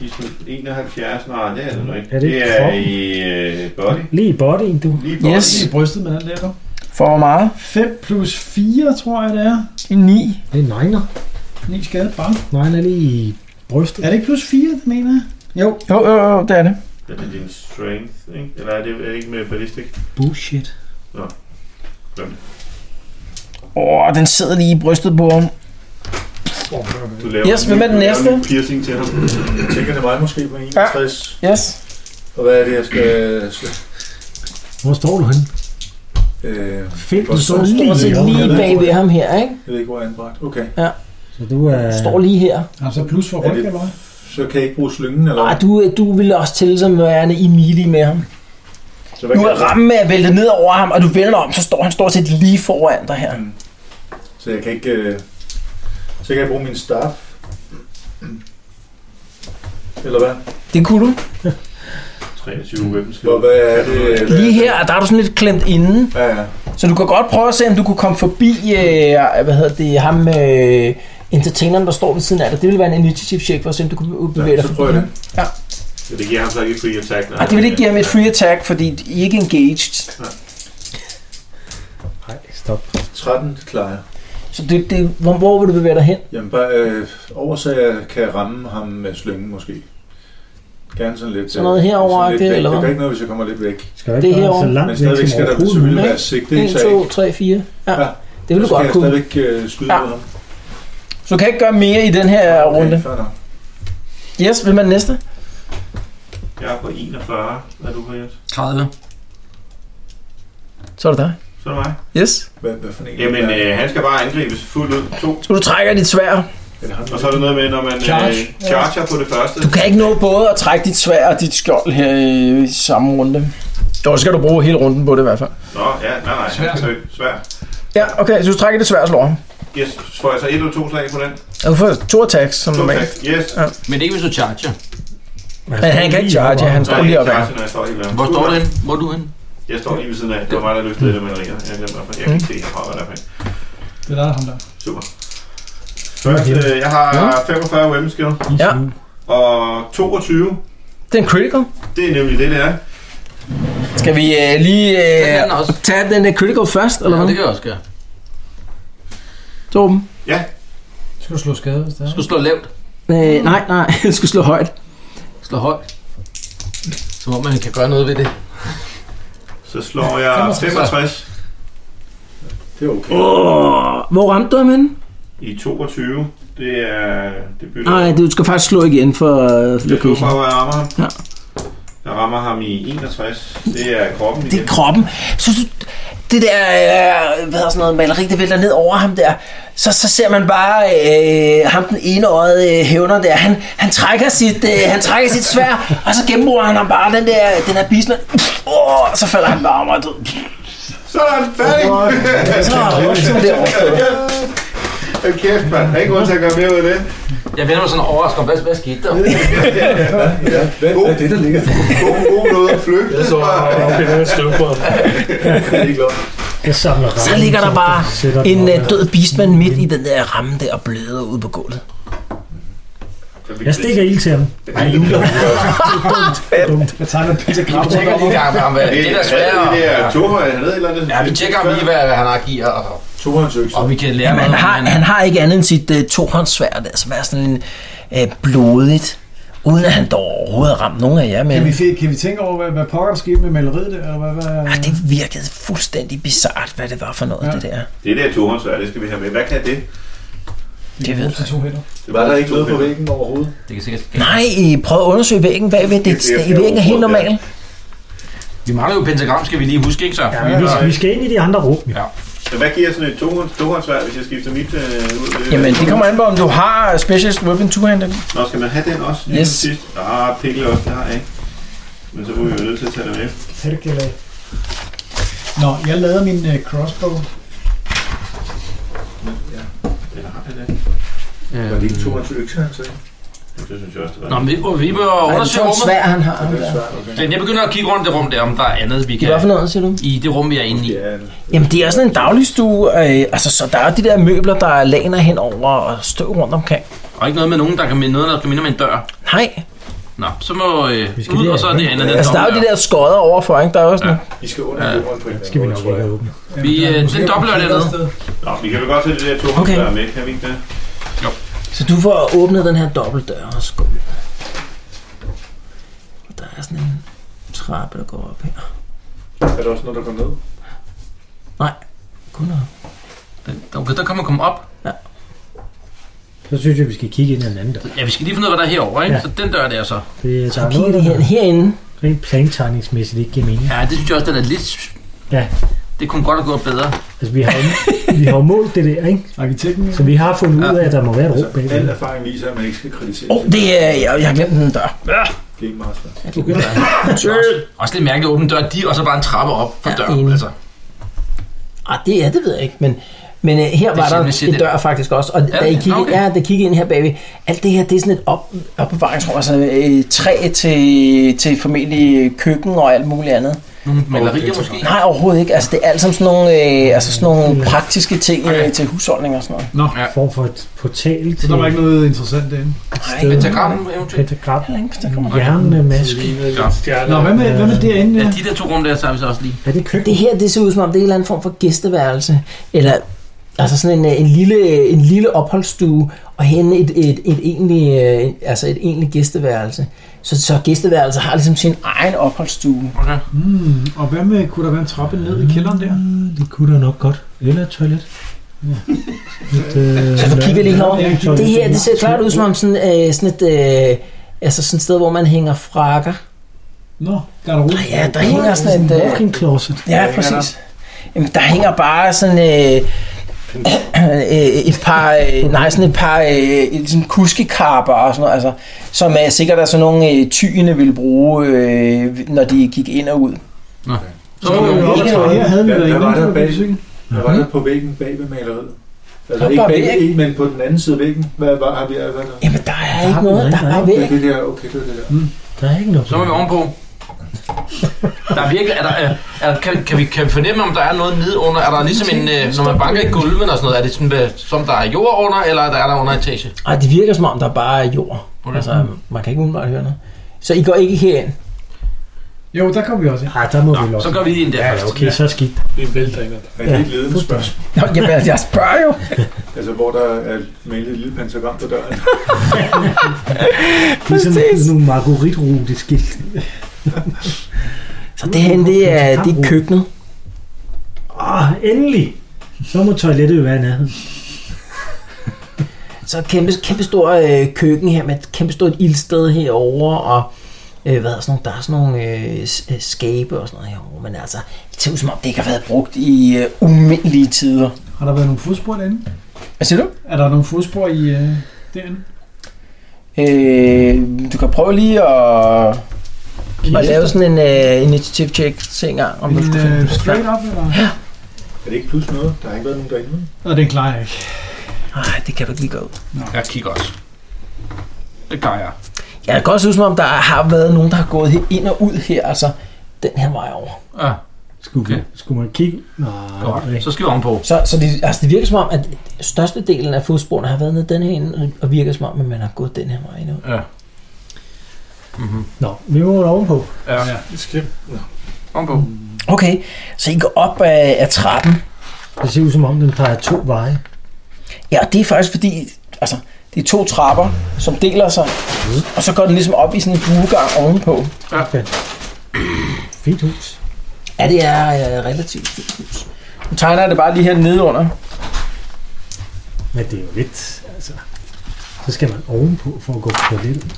Speaker 4: I svølten. 71, nej, det er det nu ikke.
Speaker 6: Er det
Speaker 4: det er
Speaker 6: kroppen?
Speaker 4: i øh, body.
Speaker 6: Lige i bodyen, du.
Speaker 4: Lige body.
Speaker 2: Yes.
Speaker 5: I brystet med den der, du.
Speaker 2: For hvor meget?
Speaker 5: 5 plus 4, tror jeg, det er.
Speaker 2: 9.
Speaker 6: Det er negner.
Speaker 5: 9 skade, bare.
Speaker 6: Negner lige i brystet.
Speaker 5: Er det ikke plus 4, det mener jeg? Jo.
Speaker 2: Jo, jo, jo, det er det.
Speaker 4: Er det din strength, ikke? Eller er det, er det ikke med ballistik?
Speaker 5: Bullshit.
Speaker 2: Åh, den sidder lige i brystet på ham.
Speaker 4: Du laver
Speaker 2: Yes,
Speaker 4: en
Speaker 2: hvem
Speaker 4: ny-
Speaker 2: er den
Speaker 4: du laver
Speaker 2: næste?
Speaker 4: en ny piercing til ham.
Speaker 3: Jeg tænker, det er mig måske på 61.
Speaker 2: Yes.
Speaker 3: Og hvad er det, jeg skal slå?
Speaker 6: Hvor står du henne?
Speaker 3: Øh,
Speaker 6: Fedt, du
Speaker 3: Hvor
Speaker 6: står
Speaker 3: står
Speaker 6: lige
Speaker 2: Stort set
Speaker 6: i
Speaker 2: lige
Speaker 6: hjørnet.
Speaker 2: bag ved ham her, ikke?
Speaker 3: jeg ved ikke, hvor jeg er anbragt. Okay.
Speaker 6: Så du er...
Speaker 2: Står lige her.
Speaker 5: Altså plus
Speaker 3: Er
Speaker 5: for ryg,
Speaker 3: det-
Speaker 5: eller hvad?
Speaker 3: Så kan jeg ikke bruge slyngen, eller
Speaker 2: Ah,
Speaker 3: hvad?
Speaker 2: du, du vil også til som værende i melee med ham.
Speaker 3: Så hvad
Speaker 2: Nu
Speaker 3: kan
Speaker 2: er
Speaker 3: jeg,
Speaker 2: rammen med at vælte ned over ham, og du vender dig om, så står han stort set lige foran dig her.
Speaker 3: så jeg kan ikke... Øh, så kan jeg bruge min staff. Eller hvad?
Speaker 2: Det kunne du.
Speaker 4: 23 weapons.
Speaker 3: Hvor, hvad er det? Hvad
Speaker 2: Lige her, der er du sådan lidt klemt inde,
Speaker 3: Ja, ja.
Speaker 2: så du kan godt prøve at se, om du kunne komme forbi, øh, hvad hedder det, ham, øh, entertaineren, der står ved siden af dig. Det ville være en initiative check for at se, om du kunne bevæge
Speaker 3: ja
Speaker 2: dig
Speaker 3: så
Speaker 2: forbi
Speaker 3: prøver jeg
Speaker 2: ham.
Speaker 3: det.
Speaker 4: Ja, det giver ham så ikke free attack. Nej,
Speaker 2: Ej, det vil ikke give ham et free attack, fordi I er ikke engaged.
Speaker 6: Nej, stop.
Speaker 3: 13 klarer jeg.
Speaker 2: Så det, det, hvor, hvor vil du bevæge dig hen?
Speaker 3: Jamen bare øh, over, så jeg kan ramme ham med slyngen måske. Gerne sådan lidt...
Speaker 2: Sådan noget
Speaker 3: øh,
Speaker 2: herovre,
Speaker 3: sådan lidt
Speaker 2: det,
Speaker 3: væk.
Speaker 2: eller
Speaker 3: Det
Speaker 2: hvad?
Speaker 3: gør ikke noget, hvis jeg kommer lidt væk.
Speaker 6: Skal du
Speaker 2: Det
Speaker 6: ikke
Speaker 2: er
Speaker 6: bare så
Speaker 2: herovre.
Speaker 6: langt
Speaker 3: Men
Speaker 6: væk
Speaker 3: stadigvæk
Speaker 6: som
Speaker 3: skal der
Speaker 6: overhovedet
Speaker 3: selvfølgelig
Speaker 6: muligt?
Speaker 3: være sigt. Det er
Speaker 2: 1,
Speaker 3: så jeg
Speaker 2: 2,
Speaker 3: ikke.
Speaker 2: 3, 4. Ja,
Speaker 3: Ja.
Speaker 2: det vil du
Speaker 3: Så kan
Speaker 2: godt
Speaker 3: jeg
Speaker 2: kunne.
Speaker 3: stadigvæk øh, skyde
Speaker 2: Ja.
Speaker 3: mod ham.
Speaker 2: Så du kan ikke gøre mere i den her
Speaker 3: Okay,
Speaker 2: runde.
Speaker 3: fair nok.
Speaker 2: Yes, vil man næste?
Speaker 4: Jeg er på 41. Hvad er du på, Jens?
Speaker 7: 30.
Speaker 2: Så er det dig.
Speaker 4: Så er det mig.
Speaker 2: Yes.
Speaker 3: Hvad, hvad for en?
Speaker 4: Jamen,
Speaker 3: er,
Speaker 4: øh, han skal bare angribes fuldt ud. To.
Speaker 2: Så du trækker dit svær.
Speaker 3: er det ham,
Speaker 4: Og så er det noget med, når man charge. øh, charger på det første.
Speaker 2: Du kan ikke nå både at trække dit svær og dit skjold her i, i samme runde. Jo, så skal du bruge hele runden på det i hvert fald.
Speaker 4: Nå, ja, nej, nej. Svær. Han skal dø. Svær.
Speaker 2: Ja, okay, så du trækker dit svær og slår ham.
Speaker 4: Yes, så får jeg så et eller to slag på den?
Speaker 2: Og Du får to attacks som
Speaker 4: To slag.
Speaker 2: normalt.
Speaker 4: Yes.
Speaker 2: Ja.
Speaker 7: Men ikke hvis du charger.
Speaker 2: Men han kan ikke charge, ja, han står lige op ad.
Speaker 4: charge, når jeg står helt oppe.
Speaker 7: Hvor står du henne? Hvor er du henne?
Speaker 4: Jeg står lige ved siden af. Det var mig, der løftede det med ringer. Jeg glemte mig, jeg kan ikke se herfra, hvad der er for en.
Speaker 5: Det er der, der er ham der.
Speaker 4: Super. Først, øh, jeg har
Speaker 2: Nå.
Speaker 4: 45 weapon skill,
Speaker 2: Ja,
Speaker 4: og 22,
Speaker 2: det er en critical.
Speaker 4: det er nemlig det, det er.
Speaker 2: Skal vi øh, lige
Speaker 7: Det kan
Speaker 2: øh,
Speaker 7: den også.
Speaker 2: tage den der critical først, eller
Speaker 7: Ja,
Speaker 2: hvad?
Speaker 7: det kan jeg også gøre.
Speaker 2: Torben?
Speaker 5: Skal du slå skade, hvis det
Speaker 7: Du skal slå lavt.
Speaker 2: Øh, nej, nej, du skal slå højt.
Speaker 7: Slå højt. Som om man kan gøre noget ved det.
Speaker 4: Så slår jeg 65
Speaker 3: Det er okay.
Speaker 2: Åh, hvor ramte du ham henne?
Speaker 4: i 22. Det er... Det bytter.
Speaker 2: Nej, du skal faktisk slå igen for øh,
Speaker 4: Jeg slår
Speaker 2: location.
Speaker 4: bare, hvor jeg rammer ham.
Speaker 2: Ja.
Speaker 4: Jeg rammer ham i 61. Det er kroppen
Speaker 2: Det
Speaker 4: igen.
Speaker 2: er kroppen. Så, så det der, øh, hvad hedder sådan noget, maleri, det vælter ned over ham der. Så, så ser man bare øh, ham den ene øjet øh, hævner der. Han, han, trækker sit, øh, han trækker sit svær, og så gennembruger han ham bare den der, den her bismand. Åh, og så falder han bare om og er død.
Speaker 4: Så er han færdig!
Speaker 2: Så er Ligesom det overstået.
Speaker 4: Hold kæft, mand. Der er ikke grund til at gøre mere ud af det.
Speaker 7: Jeg vender mig sådan overrasket. Hvad, hvad skete der?
Speaker 3: Ja, hvad,
Speaker 4: God.
Speaker 3: hvad er det, der ligger?
Speaker 4: God, god noget at flygte.
Speaker 8: Jeg så øh, op i den støvbrød.
Speaker 3: Det er ikke lov.
Speaker 6: Jeg samler rammen,
Speaker 2: Så ligger der bare
Speaker 6: sætter den
Speaker 2: en
Speaker 6: op
Speaker 2: øh,
Speaker 6: her.
Speaker 2: død bismand midt i den der ramme der og bløder ud på gulvet.
Speaker 6: Jeg stikker ild til ham. Ej, juler.
Speaker 5: Jeg tager noget pizza
Speaker 7: Vi tjekker lige en gang med ham. Hvad, det er da svært.
Speaker 4: Det
Speaker 7: og-
Speaker 4: er Tohøj, han hedder et eller andet.
Speaker 7: Ja, vi tjekker ham lige, hvad, hvad han har at give, og,
Speaker 3: Tohånds økse.
Speaker 7: og vi kan lære
Speaker 2: Jamen, han,
Speaker 7: noget.
Speaker 2: har, han har ikke andet end sit øh, tohåndssværd, der, som er sådan en øh, blodigt, uden at han dog overhovedet har ramt nogen af jer med.
Speaker 5: Kan vi,
Speaker 2: det.
Speaker 5: fe- kan vi tænke over, hvad, hvad pokker der skete med maleriet der? Eller hvad, hvad?
Speaker 2: Ah, det virkede fuldstændig bizart, hvad det var for noget, ja.
Speaker 5: Ja.
Speaker 2: det der.
Speaker 4: Det der tohåndsvær, det skal vi have med. Hvad kan det?
Speaker 2: Det ved
Speaker 5: til to hænder.
Speaker 4: Det
Speaker 3: Var der ikke noget på væggen overhovedet?
Speaker 7: Det kan sikkert
Speaker 2: Nej, I prøv at undersøge væggen bagved. Det,
Speaker 4: Det er-
Speaker 2: det, det, væggen er helt
Speaker 4: ja.
Speaker 2: normal.
Speaker 7: Vi mangler jo et pentagram, skal vi lige huske, ikke så?
Speaker 6: Ja, men vi, vi skal ind i de andre rum. Ja.
Speaker 7: Ja.
Speaker 4: Men Hvad giver sådan et tohånds- tohåndssværd, hvis jeg skifter mit øh, ud? med-
Speaker 2: Jamen, det kommer an på, om du har specialist weapon two-handed.
Speaker 4: Nå, skal man have den også? lige
Speaker 2: Yes.
Speaker 4: til Sidst? Ah, pikkel også, det har jeg ikke. Men så må vi jo nødt til at tage det med.
Speaker 5: Perkele. Nå, jeg lader min øh, crossbow.
Speaker 4: Eller har jeg det?
Speaker 3: Var det ikke 22 økser, han sagde?
Speaker 4: Det synes jeg også, det var.
Speaker 7: Nå, men vi, vi må
Speaker 2: Og han
Speaker 7: undersøge
Speaker 2: tror,
Speaker 7: rummet.
Speaker 2: svær, han har.
Speaker 3: Ja,
Speaker 2: Ham
Speaker 3: det er
Speaker 2: der.
Speaker 3: svært, okay.
Speaker 7: Men Jeg begynder at kigge rundt det rum der, om der er andet, vi
Speaker 2: I hvad for
Speaker 7: kan...
Speaker 2: noget, siger du?
Speaker 7: I det rum, vi er inde i.
Speaker 3: Ja,
Speaker 2: Jamen, det er sådan en dagligstue. Øh, altså, så der er de der møbler, der er laner henover og støv rundt omkring.
Speaker 7: Og ikke noget med nogen, der kan minde noget, der kan minde om en dør.
Speaker 2: Nej,
Speaker 7: Nå, så må øh,
Speaker 6: skal
Speaker 7: ud,
Speaker 6: lige-
Speaker 7: og så er det andet. Den
Speaker 2: altså, der er jo de der skodder overfor, ikke? Der er jo sådan
Speaker 3: I skal under
Speaker 7: Ja.
Speaker 3: jorden på en
Speaker 6: Skal vi
Speaker 3: eller anden måde,
Speaker 6: nok
Speaker 3: tror
Speaker 6: ikke
Speaker 3: jeg.
Speaker 6: åbne.
Speaker 7: Vi, øh, den dobbler dernede.
Speaker 4: Nå, vi kan vel godt tage det der tohåndssværd med, kan vi ikke det?
Speaker 9: Så du får åbnet den her dobbeltdør og skål. Og der er sådan en trappe, der går op her.
Speaker 3: Er der også noget, der går ned?
Speaker 9: Kun op.
Speaker 7: Den- Okay, der kommer komme op.
Speaker 6: Så synes jeg, vi skal kigge ind i den anden dør.
Speaker 7: Ja, vi skal lige finde ud af, hvad der er herovre, ikke?
Speaker 6: Ja.
Speaker 7: Så den dør der så.
Speaker 6: Det
Speaker 9: Så
Speaker 6: tager noget,
Speaker 9: kigger vi
Speaker 6: der
Speaker 9: her, herinde.
Speaker 6: rent plantegningsmæssigt ikke giver mening.
Speaker 7: Ja, det synes jeg også, den er lidt...
Speaker 6: Ja.
Speaker 7: Det kunne godt have gået bedre.
Speaker 6: Altså, vi har, jo, vi har jo målt det der, ikke?
Speaker 5: Arkitekten.
Speaker 6: Så vi har fundet ud af, at der må være et
Speaker 3: Altså,
Speaker 6: rum bag
Speaker 3: al
Speaker 6: det.
Speaker 3: erfaring viser, at man ikke skal kritisere
Speaker 2: Åh, oh, det er... Jeg, jeg har glemt den dør.
Speaker 3: Game Master.
Speaker 7: Også lidt mærkeligt at åbne dør, de og så bare en trappe op for
Speaker 9: Ja,
Speaker 7: døren.
Speaker 9: enig.
Speaker 7: Altså.
Speaker 9: Ah, det er det, ved jeg ikke, men... Men øh, her var
Speaker 7: siger-
Speaker 9: der
Speaker 7: hvad siger
Speaker 9: en
Speaker 7: det?
Speaker 9: dør faktisk også, og ja, da I
Speaker 7: det?
Speaker 9: kiggede,
Speaker 7: Okay.
Speaker 9: okay. ja, da I kiggede ind her bagved, alt det her, det er sådan et op...
Speaker 2: Opbevaringsrum, altså øh, træ til, til formentlig køkken og alt muligt andet.
Speaker 7: Nogle malerier måske.
Speaker 2: Nej, overhovedet ikke. Altså, det er alt sammen sådan nogle, øh, altså sådan
Speaker 7: Mm.
Speaker 2: nogle praktiske ting okay. til husholdning og sådan noget.
Speaker 5: Nå,
Speaker 7: Ja.
Speaker 6: Form for et portal
Speaker 5: så
Speaker 6: til
Speaker 5: der var ikke noget interessant derinde.
Speaker 2: Nej,
Speaker 7: Pentagram eventuelt.
Speaker 6: pentagram.
Speaker 2: heller ikke, hvis
Speaker 7: Mm.
Speaker 2: der kommer
Speaker 6: Jernemaske.
Speaker 5: Nå, hvad med, hvad med derinde?
Speaker 7: Ja,
Speaker 5: Ja?
Speaker 7: de der to rum der, så har vi så også lige.
Speaker 6: Er det køkken?
Speaker 9: Det her, det ser ud som om, det er en eller anden form for gæsteværelse, eller altså sådan en, øh, en, lille, en lille opholdsstue, og hen et, et, et, egentlig, øh, altså et egentligt gæsteværelse. Så, så gæsteværelset har ligesom sin
Speaker 2: egen opholdsstue.
Speaker 7: Okay.
Speaker 5: Mm, og hvad med, kunne der være en trappe ned i kælderen der?
Speaker 6: Det kunne da nok godt. Eller et toilet. Et, øh,
Speaker 9: Så du kigger lige herover.
Speaker 5: Ja,
Speaker 6: et toilet.
Speaker 9: Det her, det ser klart ud som om sådan, øh, sådan et... Øh, altså sådan et sted, hvor man hænger frakker.
Speaker 5: Nå, garderobe.
Speaker 2: Ja, der hænger sådan et... Øh,
Speaker 6: Walking closet.
Speaker 2: ja, præcis. Jamen, der hænger bare sådan øh, øh, et par, øh, nej, sådan et par øh, et- sådan kuskekarper og sådan noget, altså, som er sikkert er sådan nogle øh, tyene ville bruge, øh, når de gik ind og ud.
Speaker 7: Så må vi
Speaker 5: jo
Speaker 7: jo
Speaker 5: op
Speaker 7: ikke.
Speaker 5: og her havde vi
Speaker 3: Ja,
Speaker 5: været
Speaker 3: der
Speaker 5: inde.
Speaker 3: var der
Speaker 5: så
Speaker 3: bag.
Speaker 5: vi besøgte.
Speaker 3: Hvad var der på væggen bag ved maleriet? Altså
Speaker 2: Der
Speaker 3: ikke
Speaker 2: var
Speaker 3: bag
Speaker 2: væg.
Speaker 3: en, men på den anden side af væggen. Hvad var har vi hvad er der?
Speaker 2: Jamen, der er
Speaker 6: har
Speaker 2: ikke
Speaker 6: vi
Speaker 2: noget,
Speaker 6: noget,
Speaker 2: der er
Speaker 6: der er
Speaker 2: bare
Speaker 3: Det
Speaker 2: væk.
Speaker 3: er det der, okay, det er det der.
Speaker 6: Der er ikke noget.
Speaker 7: Så må vi ovenpå. Der er virkelig, er der, er, er, kan, kan, vi, kan vi fornemme, om der er noget nede under? Er der ligesom en, øh, når man banker i gulven og sådan noget, er det sådan, hvad, som der er jord under, eller er der, er der under etage?
Speaker 9: Ej, det virker som om, der bare er jord.
Speaker 7: Okay.
Speaker 9: Altså, man kan ikke umiddelbart høre noget. Så I går ikke herind.
Speaker 5: Jo, der kom vi også ind.
Speaker 6: Ah, der må vi
Speaker 7: Nå,
Speaker 6: låse.
Speaker 7: så gør vi lige en der
Speaker 6: Ja,
Speaker 7: først.
Speaker 6: okay, så skidt.
Speaker 8: Vi vælter ikke.
Speaker 3: Er det et ledende spørgsmål?
Speaker 2: Nå, jamen, jeg spørger jo.
Speaker 3: Altså, hvor der er malet et lille pentagram på døren.
Speaker 6: Det er sådan nogle margaritrute skilt.
Speaker 9: Så det her, det er, det er køkkenet.
Speaker 6: Åh, Ah, endelig! Så må toilettet jo være i nærheden.
Speaker 9: Så et kæmpe, kæmpe stor øh, køkken her med et kæmpe stort ildsted herover og øh, hvad er sådan nogle, der er sådan nogle øh, s- øh, skabe og sådan noget herovre, men altså,
Speaker 2: Det ser ud som om, det ikke har været brugt i øh, umindelige tider.
Speaker 5: Har der været nogle fodspor derinde?
Speaker 2: Hvad siger du?
Speaker 5: Er der nogle fodspor i øh, derinde?
Speaker 2: Øh, du kan prøve lige at, at lave sådan en uh, initiative check til en gang, om
Speaker 5: En,
Speaker 2: du skulle
Speaker 5: øh,
Speaker 2: finde
Speaker 5: straight up, eller?
Speaker 3: Er det ikke plus noget? Der har ikke været nogen derinde.
Speaker 5: Nå, den klarer jeg ikke.
Speaker 2: Nej, det kan du ikke lige gå ud.
Speaker 7: Jeg kigger også. Det gør jeg.
Speaker 2: Ja, det kan også ud som om, der har været nogen, der har gået he- ind og ud her, altså den her vej over.
Speaker 7: Ja,
Speaker 6: Skulle,
Speaker 7: Okay.
Speaker 6: skulle man kigge? Nej,
Speaker 7: godt. Så skal vi ovenpå.
Speaker 2: Så, så det,
Speaker 9: altså det virker som om, at størstedelen af fodsporene har været nede den her ende, og virker som om, at man har gået den her vej endnu.
Speaker 7: Ja.
Speaker 6: Nå, vi må ovenpå.
Speaker 7: Ja,
Speaker 8: Det skal
Speaker 7: ovenpå.
Speaker 2: okay, så I går op af, af trappen.
Speaker 6: Det ser ud som om, den peger to veje.
Speaker 2: Ja, og det er faktisk fordi, altså, det er to trapper, som deler sig, og så går den ligesom op i sådan en buegang ovenpå.
Speaker 6: Fint hus.
Speaker 9: Ja, det er øh, relativt fint hus.
Speaker 2: Nu tegner jeg det bare lige her nedenunder.
Speaker 6: Men det er jo lidt, altså... Så skal man ovenpå for at gå på toilettet.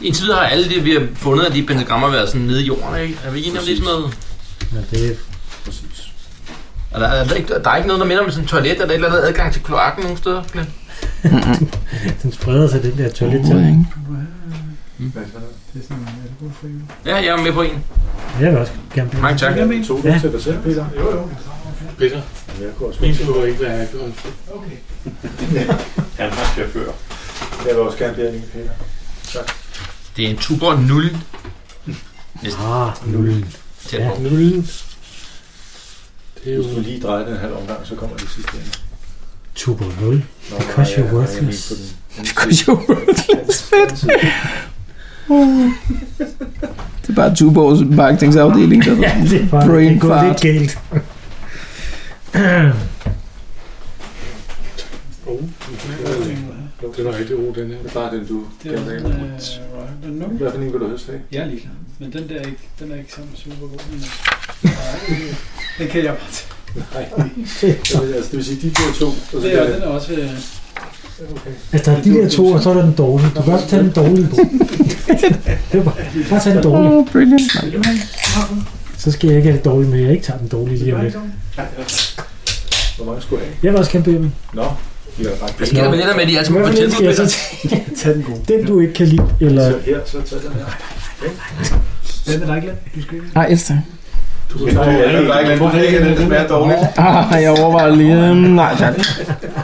Speaker 7: Indtil videre har alle det, vi har fundet af de pentagrammer, været sådan nede i jorden, ikke? Er vi enige om det er sådan noget?
Speaker 6: Men det,
Speaker 3: Præcis.
Speaker 7: Og der, er der, ikke, der er ikke noget, der minder om sådan et toilet, eller et eller andet adgang til kloakken nogle steder. Glenn?
Speaker 6: Den spreder sig, den der toilet til.
Speaker 10: ikke?
Speaker 3: Hvad er det?
Speaker 5: Det er sådan en alkoholfri.
Speaker 7: Ja, jeg er med på en.
Speaker 6: Jeg vil også gerne blive.
Speaker 7: Mange tak.
Speaker 5: Jeg mener,
Speaker 3: Tog du
Speaker 6: Ja.
Speaker 3: til dig selv, Peter? Jo, jo.
Speaker 8: Peter,
Speaker 3: Jamen, Jeg kunne også,
Speaker 8: min skulle ikke være alkohol.
Speaker 5: okay.
Speaker 9: Han har chauffør.
Speaker 3: jeg vil også gerne blive alene, Peter.
Speaker 7: Det er en Tuborg 0
Speaker 6: Ah, nullen.
Speaker 7: tæt
Speaker 6: Ja.
Speaker 7: på.
Speaker 8: Nullen. Det er jo...
Speaker 3: Hvis du lige drejer den en halv omgang, så kommer det sidste ende.
Speaker 6: Tubo 0.
Speaker 3: Nå,
Speaker 6: Because
Speaker 3: nej,
Speaker 6: you're
Speaker 3: jeg- jeg
Speaker 6: worthless.
Speaker 3: er lige på den anden
Speaker 10: Because
Speaker 3: side.
Speaker 10: you're worthless, fedt. Det er bare Tuborgs marketingsafdeling, der
Speaker 6: Ja, det er bare
Speaker 10: Brain
Speaker 6: det er gået
Speaker 10: fart.
Speaker 6: lidt galt.
Speaker 8: Oh, den er rigtig god, den her.
Speaker 3: Det er bare den, du
Speaker 5: Det
Speaker 3: kan
Speaker 5: er sådan
Speaker 3: lave.
Speaker 5: en uh, Royal no.
Speaker 3: Hvad for en vil du helst have?
Speaker 5: Jeg er ligeglad. Men den der er ikke, den er ikke sådan super god. Men, nej, det- den kan jeg bare tage.
Speaker 3: Nej. Jeg vil- Altså, det vil sige, de der to. Og så
Speaker 5: Det er, den er også... Øh,
Speaker 3: Okay.
Speaker 6: Altså, der er de der to, og så er der den dårlige. Du kan også tage den dårlige. Bo. Det er bare, bare tage den dårlige.
Speaker 10: Oh, brilliant.
Speaker 5: vil du have en? Har du?
Speaker 6: Så skal jeg ikke have det dårlige med. Jeg ikke tager den dårlige lige om lidt.
Speaker 3: Hvor mange skulle jeg have?
Speaker 6: Jeg vil også gerne bede dem.
Speaker 3: Nå, de er ret
Speaker 7: Hvad sker der med det der med, at de
Speaker 5: Altså,
Speaker 7: altid
Speaker 6: Hvad
Speaker 7: må
Speaker 6: for
Speaker 7: få
Speaker 6: den skal
Speaker 7: tilbud?
Speaker 6: jeg så
Speaker 7: Peter?
Speaker 6: tage?
Speaker 5: Tag den gode.
Speaker 6: Den, du ikke kan lide. Eller
Speaker 3: Så her, så tag den her.
Speaker 5: Hvad med dig, Glenn? Du skal ikke.
Speaker 10: Nej, ellers tak.
Speaker 3: Du kan tage den her. Der er ikke andet. Hvorfor ikke den, den er dårlig?
Speaker 10: Ah, jeg overvejer lige. øhm, Nej, tak.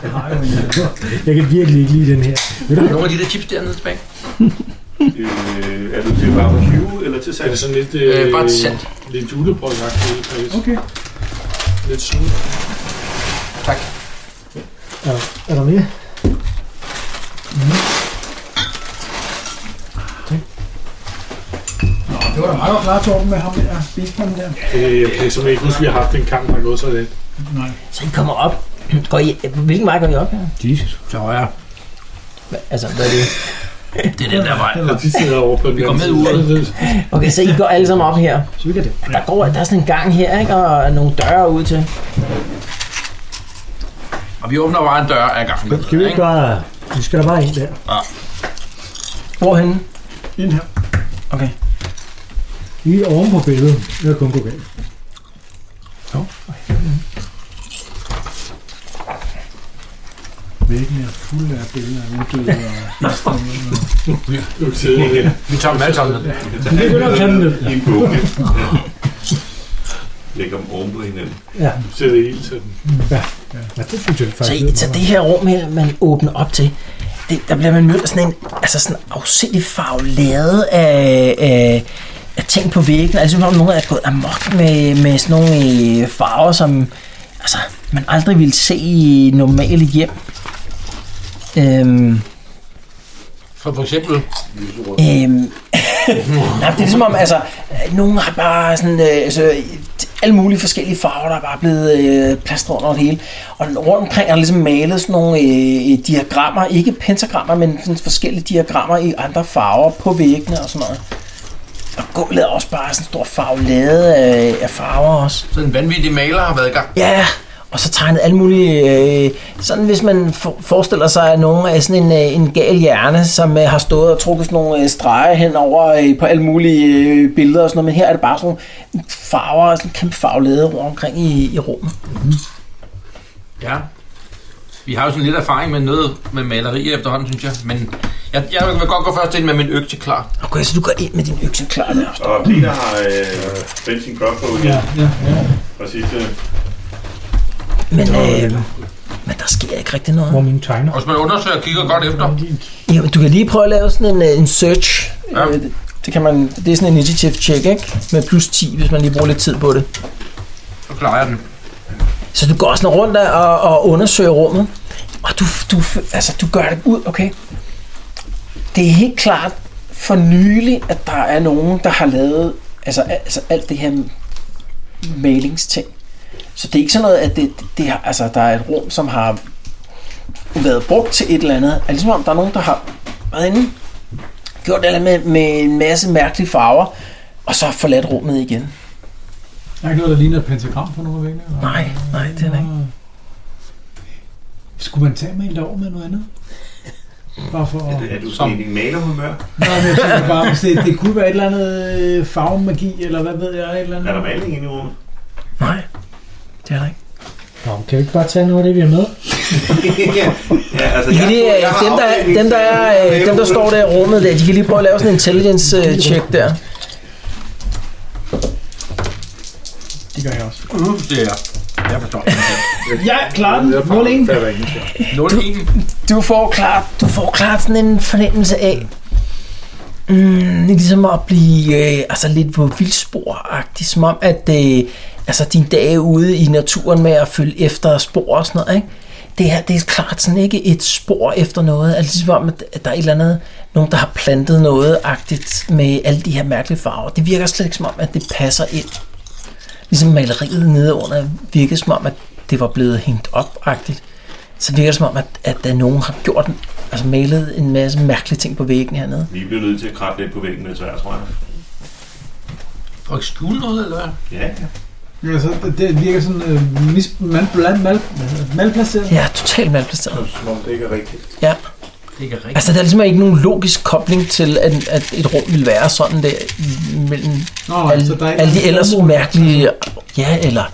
Speaker 5: Jeg har jo en.
Speaker 6: jeg kan virkelig ikke lide den her.
Speaker 7: Nogle af de der chips dernede tilbage.
Speaker 9: Øh, er du til barbecue eller til
Speaker 8: Er det
Speaker 9: salg?
Speaker 8: sådan lidt...
Speaker 7: Øh, bare et salt.
Speaker 8: Lidt julebryg-agtigt, faktisk.
Speaker 5: Okay.
Speaker 8: Lidt sult.
Speaker 6: Er, er der mere?
Speaker 5: Nå, det var da meget klart, Torben, med ham der. Bismanden der.
Speaker 8: Øh, Jeg kan simpelthen ikke huske, at vi har haft en kamp, der er gået så lidt.
Speaker 5: Nej.
Speaker 2: Så I kommer op. Går I, hvilken vej går I op her?
Speaker 6: Jesus.
Speaker 10: Til højre.
Speaker 2: Hva- Altså, hvad er det?
Speaker 7: Det er den der vej.
Speaker 8: Og de sidder over på den
Speaker 7: Vi går med
Speaker 8: uret.
Speaker 2: Okay, så I går alle sammen op her.
Speaker 5: Så vi kan det.
Speaker 2: Der, går, der er sådan en gang her, ikke? Og nogle døre ud til.
Speaker 7: Og vi åbner bare en dør af gangen.
Speaker 6: Skal vi ikke bare... Vi skal der bare ind der.
Speaker 2: Hvorhenne?
Speaker 5: Ind her.
Speaker 6: Lige oven på billedet. Jeg kan kun gå galt.
Speaker 5: Væggen er fuld af billeder af uddøde og...
Speaker 8: Du sidder ikke.
Speaker 7: Vi tager dem alle sammen. ned.
Speaker 6: Vi begynder at tage den ned.
Speaker 9: I en bunke. Lægger dem oven på hinanden.
Speaker 8: Du sidder øh, helt til den.
Speaker 6: Ja, det synes jeg
Speaker 2: Så,
Speaker 6: faktisk.
Speaker 2: i, så det her rum her, man åbner op til, det, der bliver man mødt af sådan en altså sådan afsindig farvelade af, af, af ting på væggen. Altså, som om nogen er gået amok med, med sådan nogle øh, farver, som altså, man aldrig ville se i normale hjem. Øhm,
Speaker 7: Så for eksempel,
Speaker 2: Øhm, nej, det er som om, altså, øh, nogen har bare sådan, øh, altså, t- alle mulige forskellige farver, der er bare blevet øh, plastret over det hele. Og rundt omkring er der ligesom malet sådan nogle øh, øh, diagrammer, ikke pentagrammer, men sådan forskellige diagrammer i andre farver på væggene og sådan noget. Og gulvet er også bare sådan en stor farvelade af, af farver også.
Speaker 7: sådan en vanvittig maler har været i gang.
Speaker 2: Ja, og så tegnet alle mulige... Øh, sådan hvis man for, forestiller sig, at nogen er sådan en, øh, en gal hjerne, som øh, har stået og trukket sådan nogle øh, streger hen over øh, på alle mulige øh, billeder og sådan noget. Men her er det bare sådan nogle farver, sådan en kæmpe farvelade rundt omkring i, i rummet.
Speaker 7: Ja. Vi har jo sådan lidt erfaring med noget med maleri efterhånden, synes jeg. Men jeg, jeg vil godt gå først ind med min økse klar.
Speaker 2: Okay, så du går ind med din økse klar der.
Speaker 9: Og Peter har øh, vendt sin crossbow igen. øh. Ja, ja, ja. Og sidste,
Speaker 2: Men, øh, men der sker ikke rigtig noget.
Speaker 6: Hvor mine tegner.
Speaker 7: Og hvis man undersøger og kigger godt efter,
Speaker 2: Jo, du kan lige prøve at lave sådan en, øh, en search.
Speaker 7: Ja.
Speaker 2: Ja. Øh, det, kan man, det er sådan en initiative check, ikke? Med plus 10, hvis man lige bruger lidt tid på det.
Speaker 7: så klarer jeg den.
Speaker 2: Så du går sådan rundt der og, og undersøger rummet, og du, du, altså, du gør det ud, okay? Det er helt klart for nylig, at der er nogen, der har lavet altså, al- altså alt det her malingsting. Så det er ikke sådan noget, at det, det har, altså, der er et rum, som har været brugt til et eller andet. Er ligesom om, der er nogen, der har været inde, gjort det med, med en masse mærkelige farver, og så har forladt rummet igen.
Speaker 5: Der er ikke noget, der ligner et pentagram på nogle af væggene? eller?
Speaker 2: Nej, nej, det er der ikke.
Speaker 5: Skulle man tage med en lov med noget andet? Bare for at...
Speaker 9: er du
Speaker 7: Som-
Speaker 9: sådan en malerhumør?
Speaker 5: Nå, men jeg tænker bare, hvis det, det kunne være et eller andet øh, farvemagi, eller hvad ved jeg, et eller andet.
Speaker 9: Er der maling inde i rummet?
Speaker 2: Nej, det er der ikke.
Speaker 6: Nå, men kan vi ikke bare tage noget af det, vi har med?
Speaker 9: ja, altså,
Speaker 2: De kan lige, øh,
Speaker 9: jeg har
Speaker 2: dem, der, er-
Speaker 9: afdelings-
Speaker 2: dem, der, er, øh, dem, der står der i rummet, der, de kan lige prøve at lave sådan en intelligence øh, check der.
Speaker 5: Det gør jeg også.
Speaker 7: Uh, det er. Jeg forstår.
Speaker 5: Jeg klarer den. 0-1.
Speaker 3: Der er ingen der.
Speaker 7: 0-1.
Speaker 2: Du får klart, du får klart sådan en fornemmelse af, mm, ligesom at blive øh, altså lidt på vildspor-agtig, som om at øh, altså dine dage ude i naturen med at følge efter spor og sådan noget, ikke? Det her, det er klart sådan ikke et spor efter noget, altså ligesom om, at at der er et eller andet, nogen der har plantet noget agtigt med alle de her mærkelige farver. Det virker slet ikke som om, at det passer ind. Ligesom maleriet nede under virkede som om, at det var blevet hængt op-agtigt så virker det som om, at, at der nogen har gjort, en- altså malet en masse mærkelige ting på væggen hernede.
Speaker 9: Vi bliver nødt til at kratte lidt på væggen, desværre, tror jeg.
Speaker 7: Får ikke skjule noget, eller hvad?
Speaker 9: Ja,
Speaker 5: Altså, det- det virker sådan øh, mis, mal, mal, mal, hvad hedder det? malplaceret.
Speaker 2: Ja, totalt malplaceret.
Speaker 3: Som, som om det ikke er rigtigt.
Speaker 7: Det er ikke rigtigt.
Speaker 2: Altså, der er ligesom ikke nogen logisk kobling til, at, at et rum ville være sådan der mellem
Speaker 5: Nå, altså,
Speaker 2: alle,
Speaker 5: der er
Speaker 2: alle de ellers mærkelige... Ja, eller,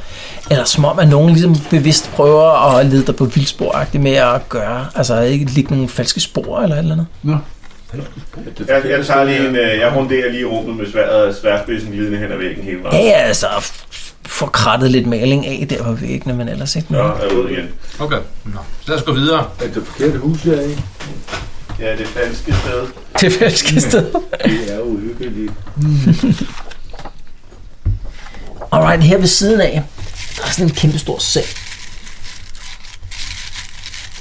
Speaker 2: eller som om, at nogen ligesom bevidst prøver at lede dig på vildsporagtigt med at gøre, altså ikke ligge nogle falske spor eller et eller andet.
Speaker 3: Det
Speaker 9: Jeg, jeg tager lige en, øh, jeg runderer lige rummet med sværet og sværspidsen glidende hen ad væggen hele
Speaker 2: Ja,
Speaker 9: vejen.
Speaker 2: ja, altså f- få krattet lidt maling af der på væggene, men ellers ikke
Speaker 9: Så
Speaker 2: noget.
Speaker 9: er jeg ude igen.
Speaker 7: Okay, Nå. så lad os gå videre.
Speaker 3: Er det forkerte hus her, ikke?
Speaker 9: Ja, det danske sted.
Speaker 2: Det er falske sted.
Speaker 3: Det er jo uhyggeligt.
Speaker 2: Alright, her ved siden af, der er sådan en kæmpe stor seng.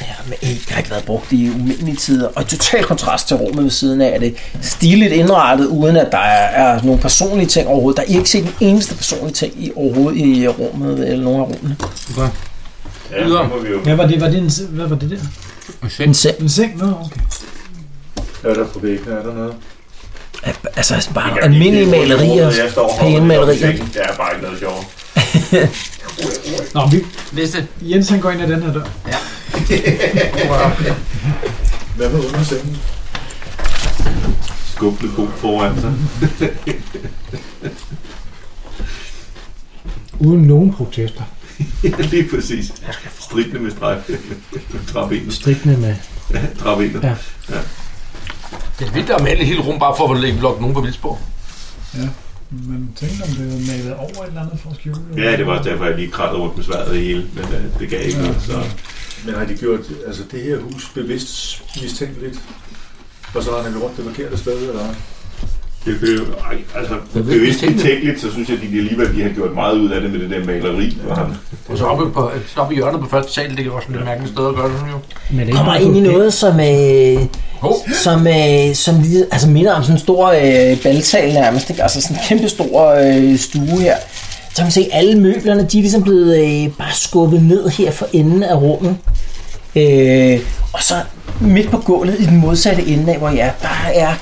Speaker 2: Ja, men æg, der har ikke været brugt i umindelige tider. Og i total kontrast til rummet ved siden af, er det stiligt indrettet, uden at der er, er nogen personlige ting overhovedet. Der er ikke set en eneste personlig ting i, overhovedet i rummet, eller nogen af rummene.
Speaker 9: Ja,
Speaker 7: Videre.
Speaker 9: så må vi jo.
Speaker 5: Hvad var det, var det en, se- hvad var det der?
Speaker 2: En seng.
Speaker 5: En seng? Nå, okay.
Speaker 3: Er der på væggen? Er der noget?
Speaker 2: Altså
Speaker 9: Jeg
Speaker 2: bare
Speaker 9: kan ikke
Speaker 2: almindelige
Speaker 9: lide
Speaker 2: malerier.
Speaker 9: rummet, jeg står og
Speaker 2: pæne
Speaker 9: hopper lidt op i
Speaker 2: malerier.
Speaker 9: sengen. Det er bare ikke noget sjovt.
Speaker 5: Nå, vi,
Speaker 7: Næste.
Speaker 5: Jens han går ind ad den her dør.
Speaker 3: Hvad med under sengen?
Speaker 9: Skubbe god foran sig.
Speaker 6: Uden nogen protester.
Speaker 9: lige præcis. Strikne med streg. Trabenet.
Speaker 6: Strikkende med...
Speaker 9: Trabenet.
Speaker 6: Ja.
Speaker 7: Det er vildt at male et helt rum, bare for at lægge blok nogen på vildspor.
Speaker 5: Man tænkte, om det var malet over et eller andet for at skjule. det.
Speaker 9: Ja, det var også derfor, jeg lige krattede rundt med sværet i hele, men øh, det gav ikke noget, så...
Speaker 3: Men har de gjort altså, det her hus bevidst mistænkeligt? Og så har han rundt det forkerte sted, eller hvad?
Speaker 9: Det blev, ej, altså, det er jo ikke tænkeligt, så synes jeg, at de alligevel de har gjort meget ud af det med det der maleri. Og han,
Speaker 7: Og så oppe, på, oppe i hjørnet på første sal, det er også et mærkeligt sted at gøre det sådan jo.
Speaker 6: Men det er ikke
Speaker 2: Kommer
Speaker 6: bare
Speaker 2: ind i
Speaker 6: det.
Speaker 2: noget, som, øh,
Speaker 7: Hov.
Speaker 2: som, øh, som lige- altså minder om sådan en stor øh, baltal nærmest. Ikke? Altså sådan en kæmpe stor øh, stue her. Så kan man se, alle møblerne, de er ligesom blevet øh, bare skubbet ned her for enden af rummet. Øh, og så midt på gulvet i den modsatte ende af, hvor jeg er, der er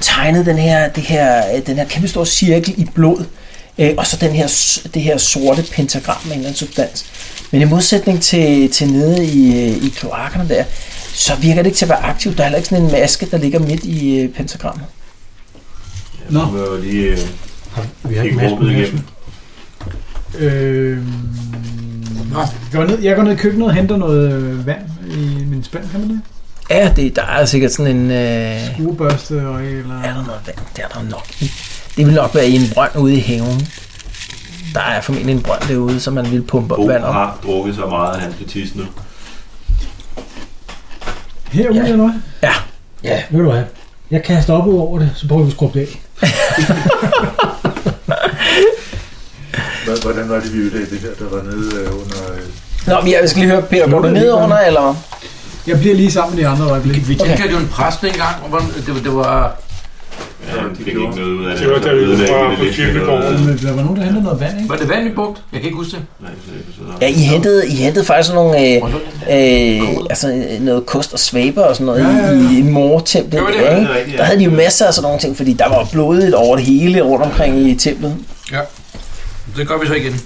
Speaker 2: tegnet den her, det her, øh, den her kæmpe store cirkel i blod. Øh, og så den her, s- det her sorte pentagram med en eller anden substans. Men i modsætning til, til nede i, øh, i kloakkerne der, så virker det ikke til at være aktivt. Der er heller ikke sådan en maske, der ligger midt i øh, pentagrammet.
Speaker 5: Nå.
Speaker 9: Han var jo lige øh,
Speaker 6: Vi har
Speaker 9: gik
Speaker 6: ikke masser
Speaker 9: rummet igennem.
Speaker 5: Øh, går ned, jeg går ned i køkkenet og henter noget øh, vand i min spand, kan man det?
Speaker 2: Ja, det, der er sikkert sådan en... Øh,
Speaker 5: Ugebørste og eller...
Speaker 2: er der noget vand? Det er der jo nok i. Det vil nok være i en brønd ude i haven. Der er formentlig en brønd derude, som man vil pumpe op
Speaker 9: Bo
Speaker 2: vand op.
Speaker 9: har drukket så meget, at han skal tisse nu.
Speaker 5: Herude
Speaker 2: Ja.
Speaker 5: eller noget?
Speaker 6: Ja, ved du hvad? Jeg kaster op ud over det, så prøver vi at skrubbe det af.
Speaker 3: Hva- Hvordan var det, vi ødelagde det her, der var nede øh, under... øh,
Speaker 2: Nå, men jeg skal lige høre, Peter, går du ned under, eller?
Speaker 5: Jeg bliver lige sammen med de andre øjeblik.
Speaker 7: Vi tilkaldte jo en præst dengang, og hvordan- det, var- det var...
Speaker 9: Ja, han fik ikke noget ud af det.
Speaker 11: Det var da vi var på kirkegården.
Speaker 5: øh, Der var nogen, der hentede noget vand, ikke?
Speaker 7: Var det vand, vi brugte? Jeg kan ikke huske det.
Speaker 2: Ja, I hentede, I hentede faktisk nogle, øh,
Speaker 7: Prøv at lukke
Speaker 2: øh, altså, øh, noget kost og svaber og sådan noget ja, ja, ja. i, i mortemplet.
Speaker 7: Det var det,
Speaker 9: det
Speaker 2: der,
Speaker 9: er rigtigt, ja.
Speaker 2: der havde de jo masser af sådan nogle ting, fordi der var blodigt over det hele rundt omkring i templet.
Speaker 7: den. Det gør vi så igen.
Speaker 2: Det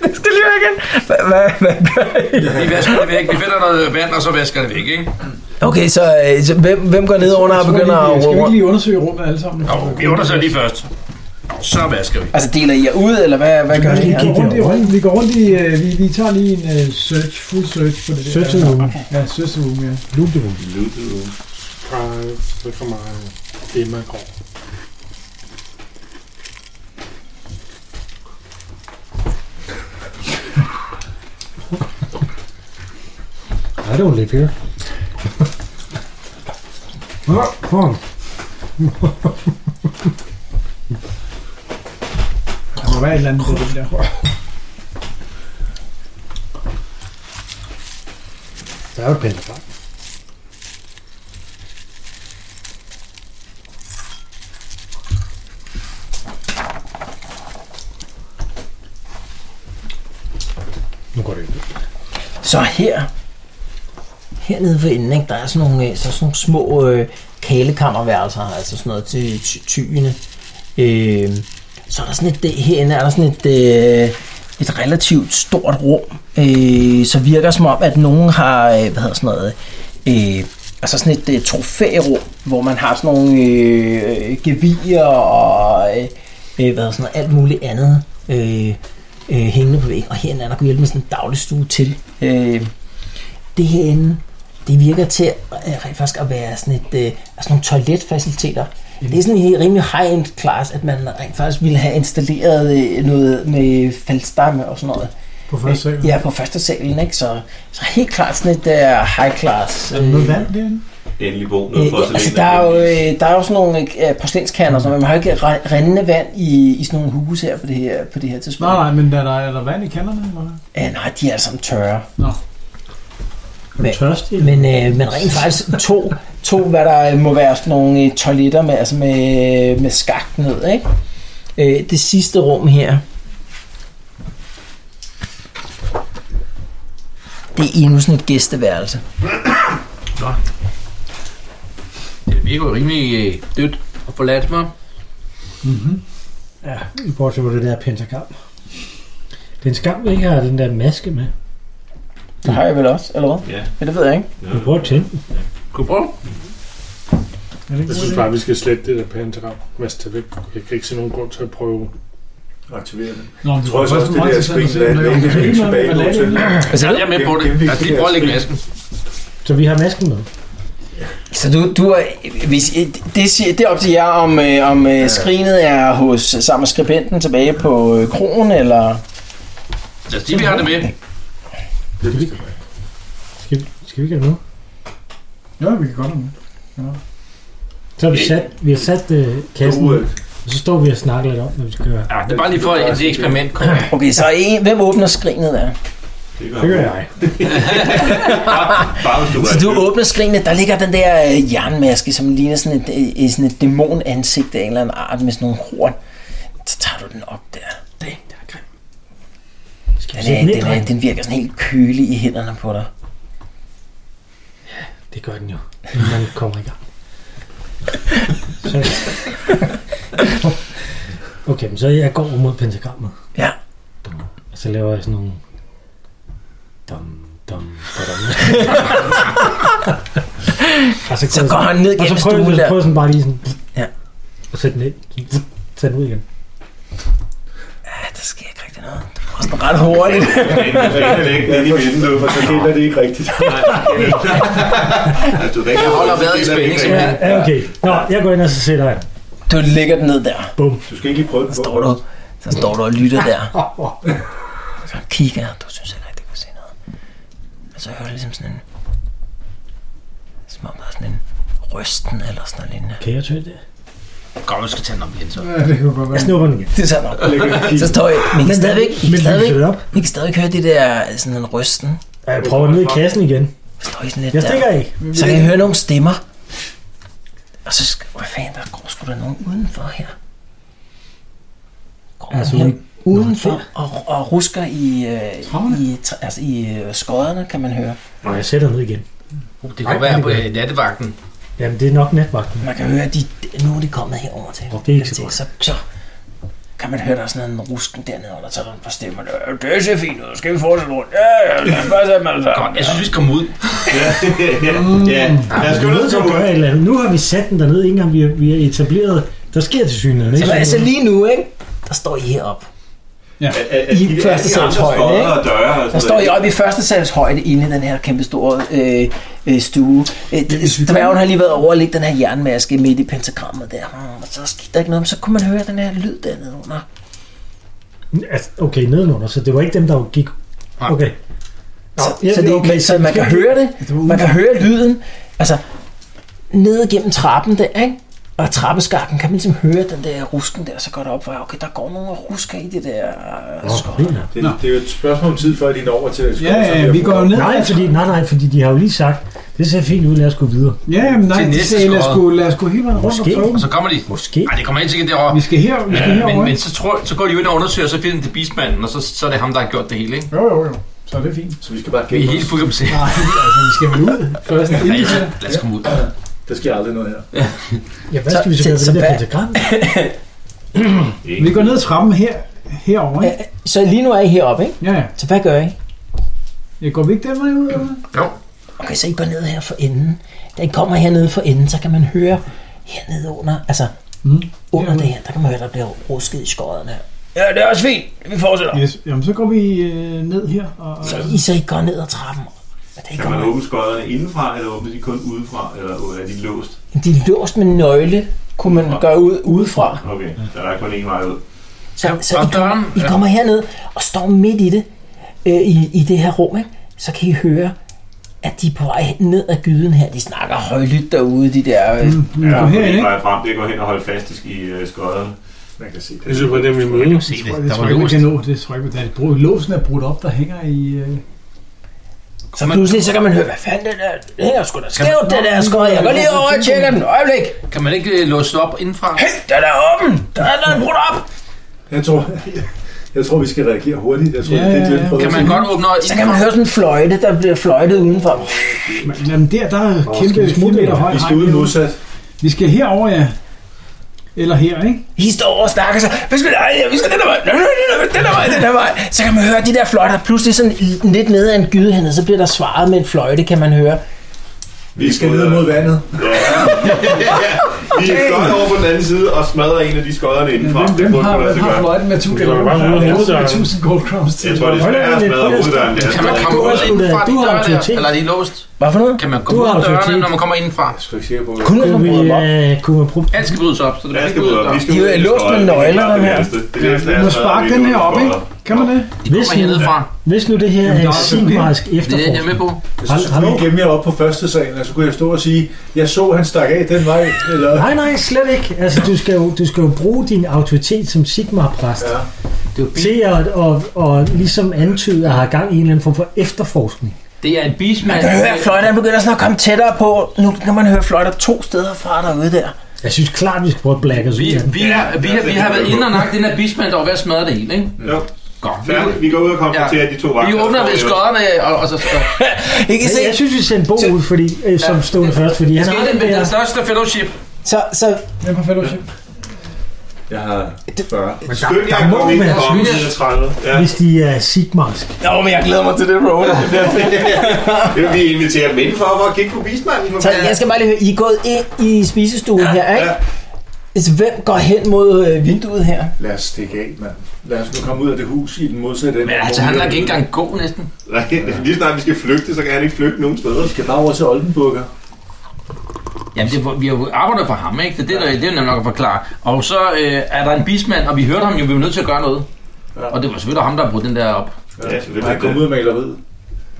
Speaker 2: skal lige være igen. Hva- hva- hva-
Speaker 7: Vi vasker det væk. Vi finder noget vand, og så vasker det væk, ikke?
Speaker 2: Okay, så, øh, så hvem, hvem går ned under og
Speaker 5: Skal vi
Speaker 2: begynder
Speaker 5: lige-
Speaker 2: at
Speaker 5: Skal vi
Speaker 2: råbe
Speaker 5: ikke lige undersøge rummet alle sammen?
Speaker 7: Jo, vi undersøger lige først. Jo, så vasker vi.
Speaker 2: Altså deler I jer ud, eller hvad, hvad gør I
Speaker 5: vi,
Speaker 2: her?
Speaker 5: går rundt, i- rundt, vi går rundt i, øh, vi, vi tager lige en øh, search, full search på det der.
Speaker 6: Search and room.
Speaker 5: Ja, search and room, ja.
Speaker 6: Loot the room.
Speaker 8: Surprise, det er for mig. Emma går.
Speaker 6: I don't live here. Nå, kom.
Speaker 5: Der må være et eller andet ved det der.
Speaker 6: Der er jo et pendlerfang. Nu går det ikke.
Speaker 9: Så her, hernede for enden, ikke, der er sådan nogle, øh, så sådan nogle små øh, kalekammerværelser, altså sådan noget til ty- tyene. Øh, så er der sådan et, det- herinde er der sådan et, øh,
Speaker 2: et relativt stort rum, øh, så virker som om, at nogen har, øh, hvad hedder sådan noget, øh, altså sådan et øh, trofærum, hvor man har sådan nogle øh, øh, gevier og øh,
Speaker 9: øh, hvad hedder sådan noget, alt muligt andet øh, øh, hængende på væggen. Og herinde er der kunne hjælpe med sådan en dagligstue til.
Speaker 2: øh,
Speaker 9: Det herinde, det virker til øh, rent faktisk at være sådan et, øh, altså nogle toiletfaciliteter.
Speaker 5: Mhm.
Speaker 9: Det er sådan helt rimelig high-end class, at man rent faktisk ville have installeret øh, noget med faldstamme og sådan noget.
Speaker 5: På første sal.
Speaker 9: Ja, på første salen, ikke? Så, så helt klart sådan et der high class.
Speaker 5: Er der noget vand derinde?
Speaker 4: Endelig bo.
Speaker 9: Øh,
Speaker 4: Noget
Speaker 9: ja,
Speaker 4: porcelæn
Speaker 9: altså, der er jo,
Speaker 4: heldigvis.
Speaker 9: øh, der er jo sådan nogle øh, porcelænskanner, så man har jo ikke re- rendende vand i, i sådan nogle huse her på det her, på det her tidspunkt.
Speaker 5: Nej, nej, men er der, er der vand i kanterne? Eller? hvad?
Speaker 9: Øh, nej, de er alle sammen tørre.
Speaker 6: Er du tørstig?
Speaker 9: Men, øh, men rent faktisk to, to, hvad der må være sådan nogle øh, toiletter med, altså med, med skakt ned, ikke? Øh, det sidste rum her. Det er endnu sådan et gæsteværelse.
Speaker 7: Det virker jo rimelig øh, dødt og forladt mig.
Speaker 6: Ja, i bortset fra det der pentagram. Det er en skam, vi ikke har den der maske med.
Speaker 2: det har jeg vel også, eller hvad?
Speaker 4: Ja.
Speaker 2: Men det ved jeg ikke.
Speaker 6: Vi prøver at tænde den.
Speaker 7: Kunne du prøve?
Speaker 5: Er det
Speaker 8: Jeg
Speaker 5: ikke
Speaker 8: synes
Speaker 5: det?
Speaker 8: bare, vi skal slette det der pentagram. Mas tage væk. Jeg kan ikke se nogen grund til at prøve.
Speaker 3: Aktivere det.
Speaker 5: Nå, men
Speaker 3: Jeg tror også,
Speaker 5: faktisk
Speaker 3: det der
Speaker 5: meget interessant at se,
Speaker 3: skrin, der er
Speaker 5: når
Speaker 3: et
Speaker 5: jeg
Speaker 3: enkelt skrin
Speaker 5: griner,
Speaker 3: tilbage
Speaker 5: hvad
Speaker 3: i
Speaker 5: lader
Speaker 3: hotellet.
Speaker 5: det?
Speaker 7: Altså, jeg er med på det.
Speaker 3: Det er vigtigt,
Speaker 7: Altså, lige prøv at lægge masken.
Speaker 6: Så vi har masken med.
Speaker 2: Så du, du er, hvis, øh, det, siger, det er op til jer, om, øh, om øh, skrinet er hos sammen med skribenten tilbage på øh, krogen, eller...
Speaker 7: Lad os sige, vi har det med.
Speaker 6: Skal vi, skal vi gøre noget?
Speaker 5: Ja, vi kan godt have det.
Speaker 6: Så har vi sat, vi har sat øh, kassen,
Speaker 3: Du,
Speaker 6: ned,
Speaker 3: øh,
Speaker 6: og så står vi og snakker lidt om, hvad vi skal gøre.
Speaker 7: Ja, det er bare lige for, at det eksperiment kommer.
Speaker 2: Okay, så en, hvem åbner skrinet der?
Speaker 4: Det
Speaker 6: Det gør
Speaker 4: gør jeg.
Speaker 6: jeg.
Speaker 4: Bare hvis du
Speaker 2: Så du åbner skrinet, der ligger den der øh, jernmaske, som ligner sådan et, øh, sådan et dæmonansigt af en eller anden art med sådan nogle horn. Så tager du den op der. Det, det er grimt.
Speaker 6: Skal
Speaker 2: Den,
Speaker 6: vi sætte
Speaker 2: er,
Speaker 6: den ned,
Speaker 2: den, er,
Speaker 6: dreng?
Speaker 2: den virker sådan helt kølig i hænderne på dig.
Speaker 6: Det gør den jo, men man kommer i gang. Så... Okay, men så jeg går over mod pentagrammet.
Speaker 2: Ja.
Speaker 6: Dum. Og så laver jeg sådan nogle... Dum, dum, dum. og så,
Speaker 2: Så går han ned
Speaker 6: Og så
Speaker 2: gennem
Speaker 6: prøver jeg
Speaker 2: stuen
Speaker 6: så prøver
Speaker 2: der.
Speaker 6: jeg sådan bare lige sådan...
Speaker 2: Ja.
Speaker 6: Og sætte den ind. Sæt den ud igen.
Speaker 2: Ja, der sker ikke rigtig noget. Det går sådan ret hurtigt.
Speaker 4: ikke nede i vinduet.
Speaker 3: For så deler det ikke rigtigt.
Speaker 4: Altså, du kan ikke
Speaker 7: Jeg holder vejret i spænding,
Speaker 6: Ja,
Speaker 7: simpelthen.
Speaker 6: ja, okay. Nå, jeg går ind og så sætter jeg.
Speaker 2: Du lægger den ned der.
Speaker 3: Du skal ikke lige prøve det
Speaker 2: Så
Speaker 3: på.
Speaker 2: står du, så står du og lytter der.
Speaker 6: Åh, åh.
Speaker 2: Så kigger, du synes heller ikke, det kunne se noget. Men så hører du ligesom sådan en... Som om der er sådan en rysten eller sådan noget lignende.
Speaker 6: Kan jeg tøje det?
Speaker 7: Godt, vi skal tage den om igen, så.
Speaker 5: Ja, det kunne godt
Speaker 6: Jeg
Speaker 5: være.
Speaker 6: snupper den igen.
Speaker 2: Det er sådan op.
Speaker 3: Lægger en kig.
Speaker 2: Så står jeg, men I kan stadigvæk, I
Speaker 6: Men
Speaker 2: kan stadigvæk,
Speaker 6: lyser det op.
Speaker 2: I kan stadigvæk høre det der sådan en rysten.
Speaker 6: Ja, Jeg prøver ned i kassen igen.
Speaker 2: Så står I sådan lidt
Speaker 6: Jeg stikker
Speaker 2: der.
Speaker 6: af.
Speaker 2: Så kan I høre nogle stemmer. Og så, sk- hvad fanden, der går sgu da nogen udenfor her. Går
Speaker 6: Altså,
Speaker 2: altså, her
Speaker 6: uden-
Speaker 2: udenfor og, og rusker i, øh,
Speaker 5: Trommerne?
Speaker 2: i, træ- altså i øh, skodderne, kan man høre.
Speaker 6: Og jeg sætter ned igen.
Speaker 7: Det kan godt være på øh, nattevagten.
Speaker 6: Jamen, det er nok natvagten.
Speaker 2: Man kan høre, at de, nu er de kommet herover til.
Speaker 6: Og det er ikke så godt.
Speaker 2: så, så kan man høre, der er sådan en rusken dernede, og der tager nogle par stemmer. "Ja, Det ser fint ud. Skal vi fortsætte rundt? Ja, ja, lad os bare tage dem alle sammen."
Speaker 7: Godt, jeg synes, vi skal komme ud.
Speaker 4: Ja, lad os gå ned
Speaker 6: Vi er nødt
Speaker 4: til
Speaker 6: til at gøre et eller andet. Nu har vi sat den dernede, ikke engang vi, vi har etableret Der sker til synligheden, ikke?
Speaker 2: Så altså lige nu, ikke? Der står I heroppe.
Speaker 4: At, at, at
Speaker 2: I
Speaker 4: de der-
Speaker 2: første
Speaker 4: de andre
Speaker 2: salshøjde,
Speaker 4: skodder
Speaker 2: ikke?
Speaker 4: og døre og
Speaker 2: Der
Speaker 4: sådan
Speaker 2: står I
Speaker 4: noget.
Speaker 2: oppe i første sals højde inde i den her kæmpe store øh, øh, stue. Øh, dværgen har lige været over og lægge den her jernmaske midt i pentagrammet der. Hmm, og så skete der ikke noget, men så kunne man høre den her lyd dernede under.
Speaker 6: Altså, okay, nedenunder, så det var ikke dem, der gik...
Speaker 7: Nej.
Speaker 6: Okay. Nå,
Speaker 2: Så,
Speaker 6: ja,
Speaker 2: så, det, okay, så man kan høre det. Man kan høre lyden. Altså, ned gennem trappen der, ikke? Og trappeskakken kan man ligesom høre den der rusken der, så går det op for, okay, der går nogle rusker i det der øh, skov.
Speaker 6: Nå, ja.
Speaker 3: Det, det er jo et spørgsmål om tid, før de når over til at
Speaker 5: Ja, ja, vi går jo ned.
Speaker 6: Nej, fordi, nej, nej, fordi de har jo lige sagt, det ser fint ud, lad os gå videre.
Speaker 5: Ja, men nej,
Speaker 7: Til
Speaker 5: de
Speaker 7: næste
Speaker 5: sagde, lad os
Speaker 7: skod.
Speaker 5: gå, lad os gå hele vejen rundt og
Speaker 6: Måske.
Speaker 5: prøve.
Speaker 7: Og så kommer de...
Speaker 6: Måske.
Speaker 7: Nej, det kommer helt sikkert derovre.
Speaker 5: Vi skal her, vi skal
Speaker 7: Ja, men,
Speaker 5: herover.
Speaker 7: men så, tror, så går de jo ind og undersøger, og så finder de bismanden, og så, så er det ham, der har gjort det hele, ikke?
Speaker 5: Jo, jo, jo. Så er det fint.
Speaker 3: Så vi skal bare
Speaker 7: Vi er
Speaker 3: gemme
Speaker 7: helt
Speaker 3: os.
Speaker 7: fuldkommen sikre.
Speaker 5: Nej, altså, vi skal vel ud først.
Speaker 7: Ja,
Speaker 5: Inden,
Speaker 7: ja, lad os komme ud.
Speaker 3: Der sker aldrig noget her.
Speaker 6: Ja, hvad skal vi
Speaker 2: Så-
Speaker 6: så gøre ved
Speaker 2: så
Speaker 6: det der
Speaker 2: hvad-
Speaker 6: pentagram?
Speaker 5: vi går ned ad trappen her, herover. Ikke?
Speaker 2: Så lige nu er I heroppe, ikke?
Speaker 5: Ja, ja.
Speaker 2: Så hvad gør I?
Speaker 5: Jeg går vi ikke den vej ud? Eller? hvad?
Speaker 7: Jo.
Speaker 2: Okay, så I går ned her for enden. Da I kommer hernede for enden, så kan man høre hernede under, altså
Speaker 5: Mm.
Speaker 2: under
Speaker 5: Herude.
Speaker 2: det her, der kan man høre, der bliver rusket i skåret her. Ja, det er også fint. Vi fortsætter.
Speaker 5: Yes. Jamen, så går vi øh, ned her. Og, og,
Speaker 2: Så I så I går ned ad trappen. Og da I
Speaker 4: Kan man
Speaker 2: kommer,
Speaker 4: åbne skodderne indenfra, eller åbner de kun udefra, eller er de låst?
Speaker 2: de er låst med nøgle, kunne man gøre ud udefra.
Speaker 4: Okay, så der er kun én vej ud.
Speaker 2: Så, så
Speaker 7: og
Speaker 2: I, kommer,
Speaker 7: døren,
Speaker 2: I
Speaker 7: ja.
Speaker 2: kommer herned og står midt i det, øh, i, i det her rum, ikke? så kan I høre, at de er på vej ned ad gyden her. De snakker højlydt derude, de der... Øh,
Speaker 5: Mm,
Speaker 4: Ja,
Speaker 5: ja,
Speaker 4: og
Speaker 5: herind,
Speaker 4: en
Speaker 5: ikke?
Speaker 4: vej frem, det går hen og holde fast i øh, skodderne. Man kan se det.
Speaker 8: Jeg synes, hvordan vi møder.
Speaker 7: Se det.
Speaker 5: Tror jeg, Det
Speaker 7: Der
Speaker 5: tror
Speaker 7: var
Speaker 5: jeg ikke,
Speaker 7: låst.
Speaker 5: man kan nå. Det tror jeg ikke, man- der er brugt. Låsen er brudt op, der hænger i... Øh...
Speaker 2: så pludselig så kan man høre, hvad fanden det der... Det hænger sgu da skævt, det der skod. Jeg går lige over og tjekker den. Øjeblik.
Speaker 7: Kan man ikke øh, låse det op indenfra?
Speaker 2: Den er åben. Der er noget brudt op.
Speaker 3: Jeg tror, jeg tror, vi skal reagere hurtigt. Jeg tror,
Speaker 5: Ja,
Speaker 3: det er det,
Speaker 5: ja, ja.
Speaker 3: Glenn prøver
Speaker 7: Kan
Speaker 3: at
Speaker 7: man
Speaker 3: sige.
Speaker 7: godt åbne øjet
Speaker 2: Så kan man
Speaker 7: indenfra?
Speaker 2: høre sådan en fløjte, der bliver fløjtet udenfor.
Speaker 5: Men, Jamen, der, der er kæmpe
Speaker 6: skal vi smutte,
Speaker 5: 4 meter høj.
Speaker 3: Vi skal
Speaker 5: hegn
Speaker 3: ud
Speaker 5: herude.
Speaker 3: modsat.
Speaker 5: Vi skal herover, ja. Eller her, ikke?
Speaker 2: I står over og snakker sig. Vi skal, nej, vi skal den der vej. Nej, nej, nej, nej, Den der vej, den der vej. Så kan man høre de der fløjter. Pludselig sådan lidt ned ad en gyde hernede, så bliver der svaret med en fløjte, kan man høre.
Speaker 3: Vi skal ned mod vandet.
Speaker 4: Vi er godt over på den anden side og smadrer en af de skodderne indenfra.
Speaker 5: Hvem, hvem
Speaker 4: Det burde
Speaker 5: har,
Speaker 4: kunne lade
Speaker 5: hvem
Speaker 4: sig
Speaker 5: har
Speaker 4: gøre.
Speaker 5: fløjten med 1000
Speaker 8: Vi går bare ud af hoveddøren.
Speaker 5: 1000 gold crowns til?
Speaker 4: Jeg tror, det er sværere at smadre hoveddøren. Altså, Det er
Speaker 7: Kan man
Speaker 4: stadig
Speaker 7: komme
Speaker 4: godt.
Speaker 7: ud
Speaker 6: sgu da-
Speaker 7: indenfra
Speaker 6: du
Speaker 7: de
Speaker 6: har
Speaker 7: døre der?
Speaker 6: autoritet.
Speaker 7: Eller er de låst?
Speaker 2: Hvad for noget?
Speaker 7: Kan man
Speaker 6: Du
Speaker 7: komme ud
Speaker 6: har
Speaker 7: af dørene,
Speaker 6: autoritet.
Speaker 7: når man kommer indenfra?
Speaker 3: Jeg skal ikke sikker på,
Speaker 2: Kun
Speaker 6: Kunne vi,
Speaker 2: man
Speaker 6: øh, kunne man bruge...
Speaker 7: Alt skal brydes op, så det
Speaker 4: Ja,
Speaker 7: bliver
Speaker 4: jeg skal ud og- vi skal
Speaker 7: ikke ud af døren.
Speaker 2: De er
Speaker 4: ud af
Speaker 2: låst
Speaker 4: skodderne.
Speaker 2: med
Speaker 4: Det er
Speaker 2: nøgler,
Speaker 4: klart,
Speaker 2: dem
Speaker 4: det
Speaker 2: her.
Speaker 4: værste. Det værste
Speaker 5: Vi
Speaker 4: er
Speaker 5: må
Speaker 4: at smadre
Speaker 5: sparke
Speaker 4: en
Speaker 5: den her
Speaker 4: ud
Speaker 5: op, ikke?
Speaker 4: og-
Speaker 5: Kan man det?
Speaker 7: De kommer hernedefra.
Speaker 6: Hvis nu det her er
Speaker 5: der
Speaker 6: en
Speaker 5: er jo sådan
Speaker 6: sigmarisk
Speaker 7: Det er jeg
Speaker 6: efterforskning...
Speaker 7: med på.
Speaker 3: Jeg synes,
Speaker 6: Hallo?
Speaker 3: skulle I gemme jer op på første salen, og så kunne jeg stå og sige, jeg så, han stak af den vej, eller...
Speaker 6: Nej, nej, slet ikke. Altså, du skal jo, du skal jo bruge din autoritet som Sigmar-præst
Speaker 3: Ja.
Speaker 7: Det er, jo bi-
Speaker 6: til at og, og ligesom antyde at have gang i en eller anden form for efterforskning.
Speaker 7: det er en
Speaker 2: Man
Speaker 7: bismand.
Speaker 2: kan høre, at fløjterne begynder sådan at komme tættere på. Nu kan man høre fløjter to steder fra derude der.
Speaker 6: Jeg synes klart, vi skal prøve at blække os ud
Speaker 7: Vi,
Speaker 6: af den.
Speaker 7: vi, har, vi, har, vi har været inde og nok den her bismand, der var ved at smadre det hele, ikke?
Speaker 4: Jo,
Speaker 7: Godt.
Speaker 4: færdigt. Vi går ud og konfronterer de to
Speaker 7: Vi
Speaker 4: vagter. der
Speaker 7: åbner
Speaker 4: står
Speaker 7: ved
Speaker 4: derude.
Speaker 7: skodderne, og, og så... og-
Speaker 2: I kan
Speaker 6: Jeg, jeg
Speaker 2: se.
Speaker 6: synes, vi sender Bo ud fordi, øh, som stående først, fordi
Speaker 7: Det
Speaker 6: han
Speaker 7: sker
Speaker 6: har
Speaker 7: den
Speaker 6: den
Speaker 7: med den
Speaker 6: der...
Speaker 7: største fellowship.
Speaker 2: Så, så
Speaker 5: Hvem har fellowship?
Speaker 3: Jeg har 40.
Speaker 4: Skynd jer,
Speaker 6: må
Speaker 4: kom ind
Speaker 6: være
Speaker 4: og komme
Speaker 7: skyld.
Speaker 4: 30. Ja,
Speaker 6: Hvis de er sigmarsk.
Speaker 2: Nå, men jeg glæder mig til det, bro.
Speaker 4: det vil vi invitere dem ind for, for at kigge på bismanden.
Speaker 2: Så jeg skal bare lige høre, I er gået ind i spisestuen ja, her, ikke?
Speaker 4: ja.
Speaker 2: Altså, hvem går hen mod øh, vinduet her?
Speaker 3: Lad os stikke af, mand. Lad os nu komme ud af det hus i den modsatte ende.
Speaker 7: Men altså, han lader ikke engang gå næsten.
Speaker 4: Nej, lige snart vi skal flygte, så kan han ikke flygte nogen steder.
Speaker 3: Vi skal bare over til Oldenburger.
Speaker 7: Jamen, det, vi har jo arbejdet for ham, ikke? Det, det, der, det er nemt nok at forklare. Og så øh, er der en bismand, og vi hørte ham jo, vi var nødt til at gøre noget.
Speaker 3: Ja.
Speaker 7: Og det var selvfølgelig ham, der brugte den der op.
Speaker 4: Ja,
Speaker 3: Ja,
Speaker 4: selvfølgelig.
Speaker 3: han kom ud af maleriet.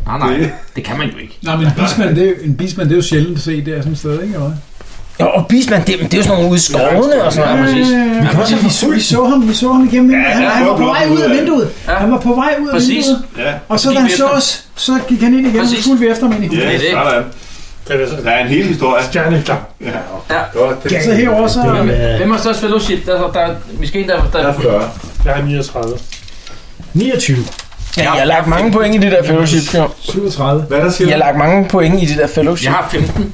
Speaker 7: Nej, nej, det kan man jo ikke.
Speaker 5: Nej, men en bismand, det er, jo- en bismand, det er jo sjældent at se der sådan et sted, ikke? Eller? hvad?
Speaker 2: Jo, og Bisman, det, det er jo sådan nogle ude i skovene og sådan
Speaker 7: Ja,
Speaker 2: noget.
Speaker 7: præcis.
Speaker 5: Vi, kan også, vi, så, vi så ham, vi så ham igennem vinduet. Han,
Speaker 4: ja,
Speaker 5: han var på
Speaker 4: blå,
Speaker 5: vej
Speaker 4: blå,
Speaker 5: ud af
Speaker 4: blå,
Speaker 5: vinduet.
Speaker 7: ja.
Speaker 5: Han var på vej ud af
Speaker 7: Præcis.
Speaker 5: vinduet.
Speaker 4: Ja,
Speaker 5: Og så da
Speaker 7: Gik
Speaker 5: han så
Speaker 7: efter.
Speaker 5: os, så gik han ind igen, og så
Speaker 7: Præcis.
Speaker 5: fulgte vi efter ham ind i huset.
Speaker 4: ja,
Speaker 7: Det er det.
Speaker 4: sådan.
Speaker 8: Den er så
Speaker 4: Der er en hel historie.
Speaker 8: stjerneklar.
Speaker 3: Godt, det
Speaker 5: Så herover så...
Speaker 6: Det
Speaker 7: Hvem-
Speaker 6: er, øh,
Speaker 7: Hvem har størst fellowship? Der, der, der måske en, der...
Speaker 3: Jeg
Speaker 7: der
Speaker 3: har 40.
Speaker 8: Jeg er 39.
Speaker 6: 29.
Speaker 2: Ja, jeg har lagt mange point i det der fellowship. Jo.
Speaker 5: 37.
Speaker 3: Hvad er der siger?
Speaker 2: Jeg har lagt mange point i det der
Speaker 7: jeg
Speaker 2: fellowship.
Speaker 7: har 15.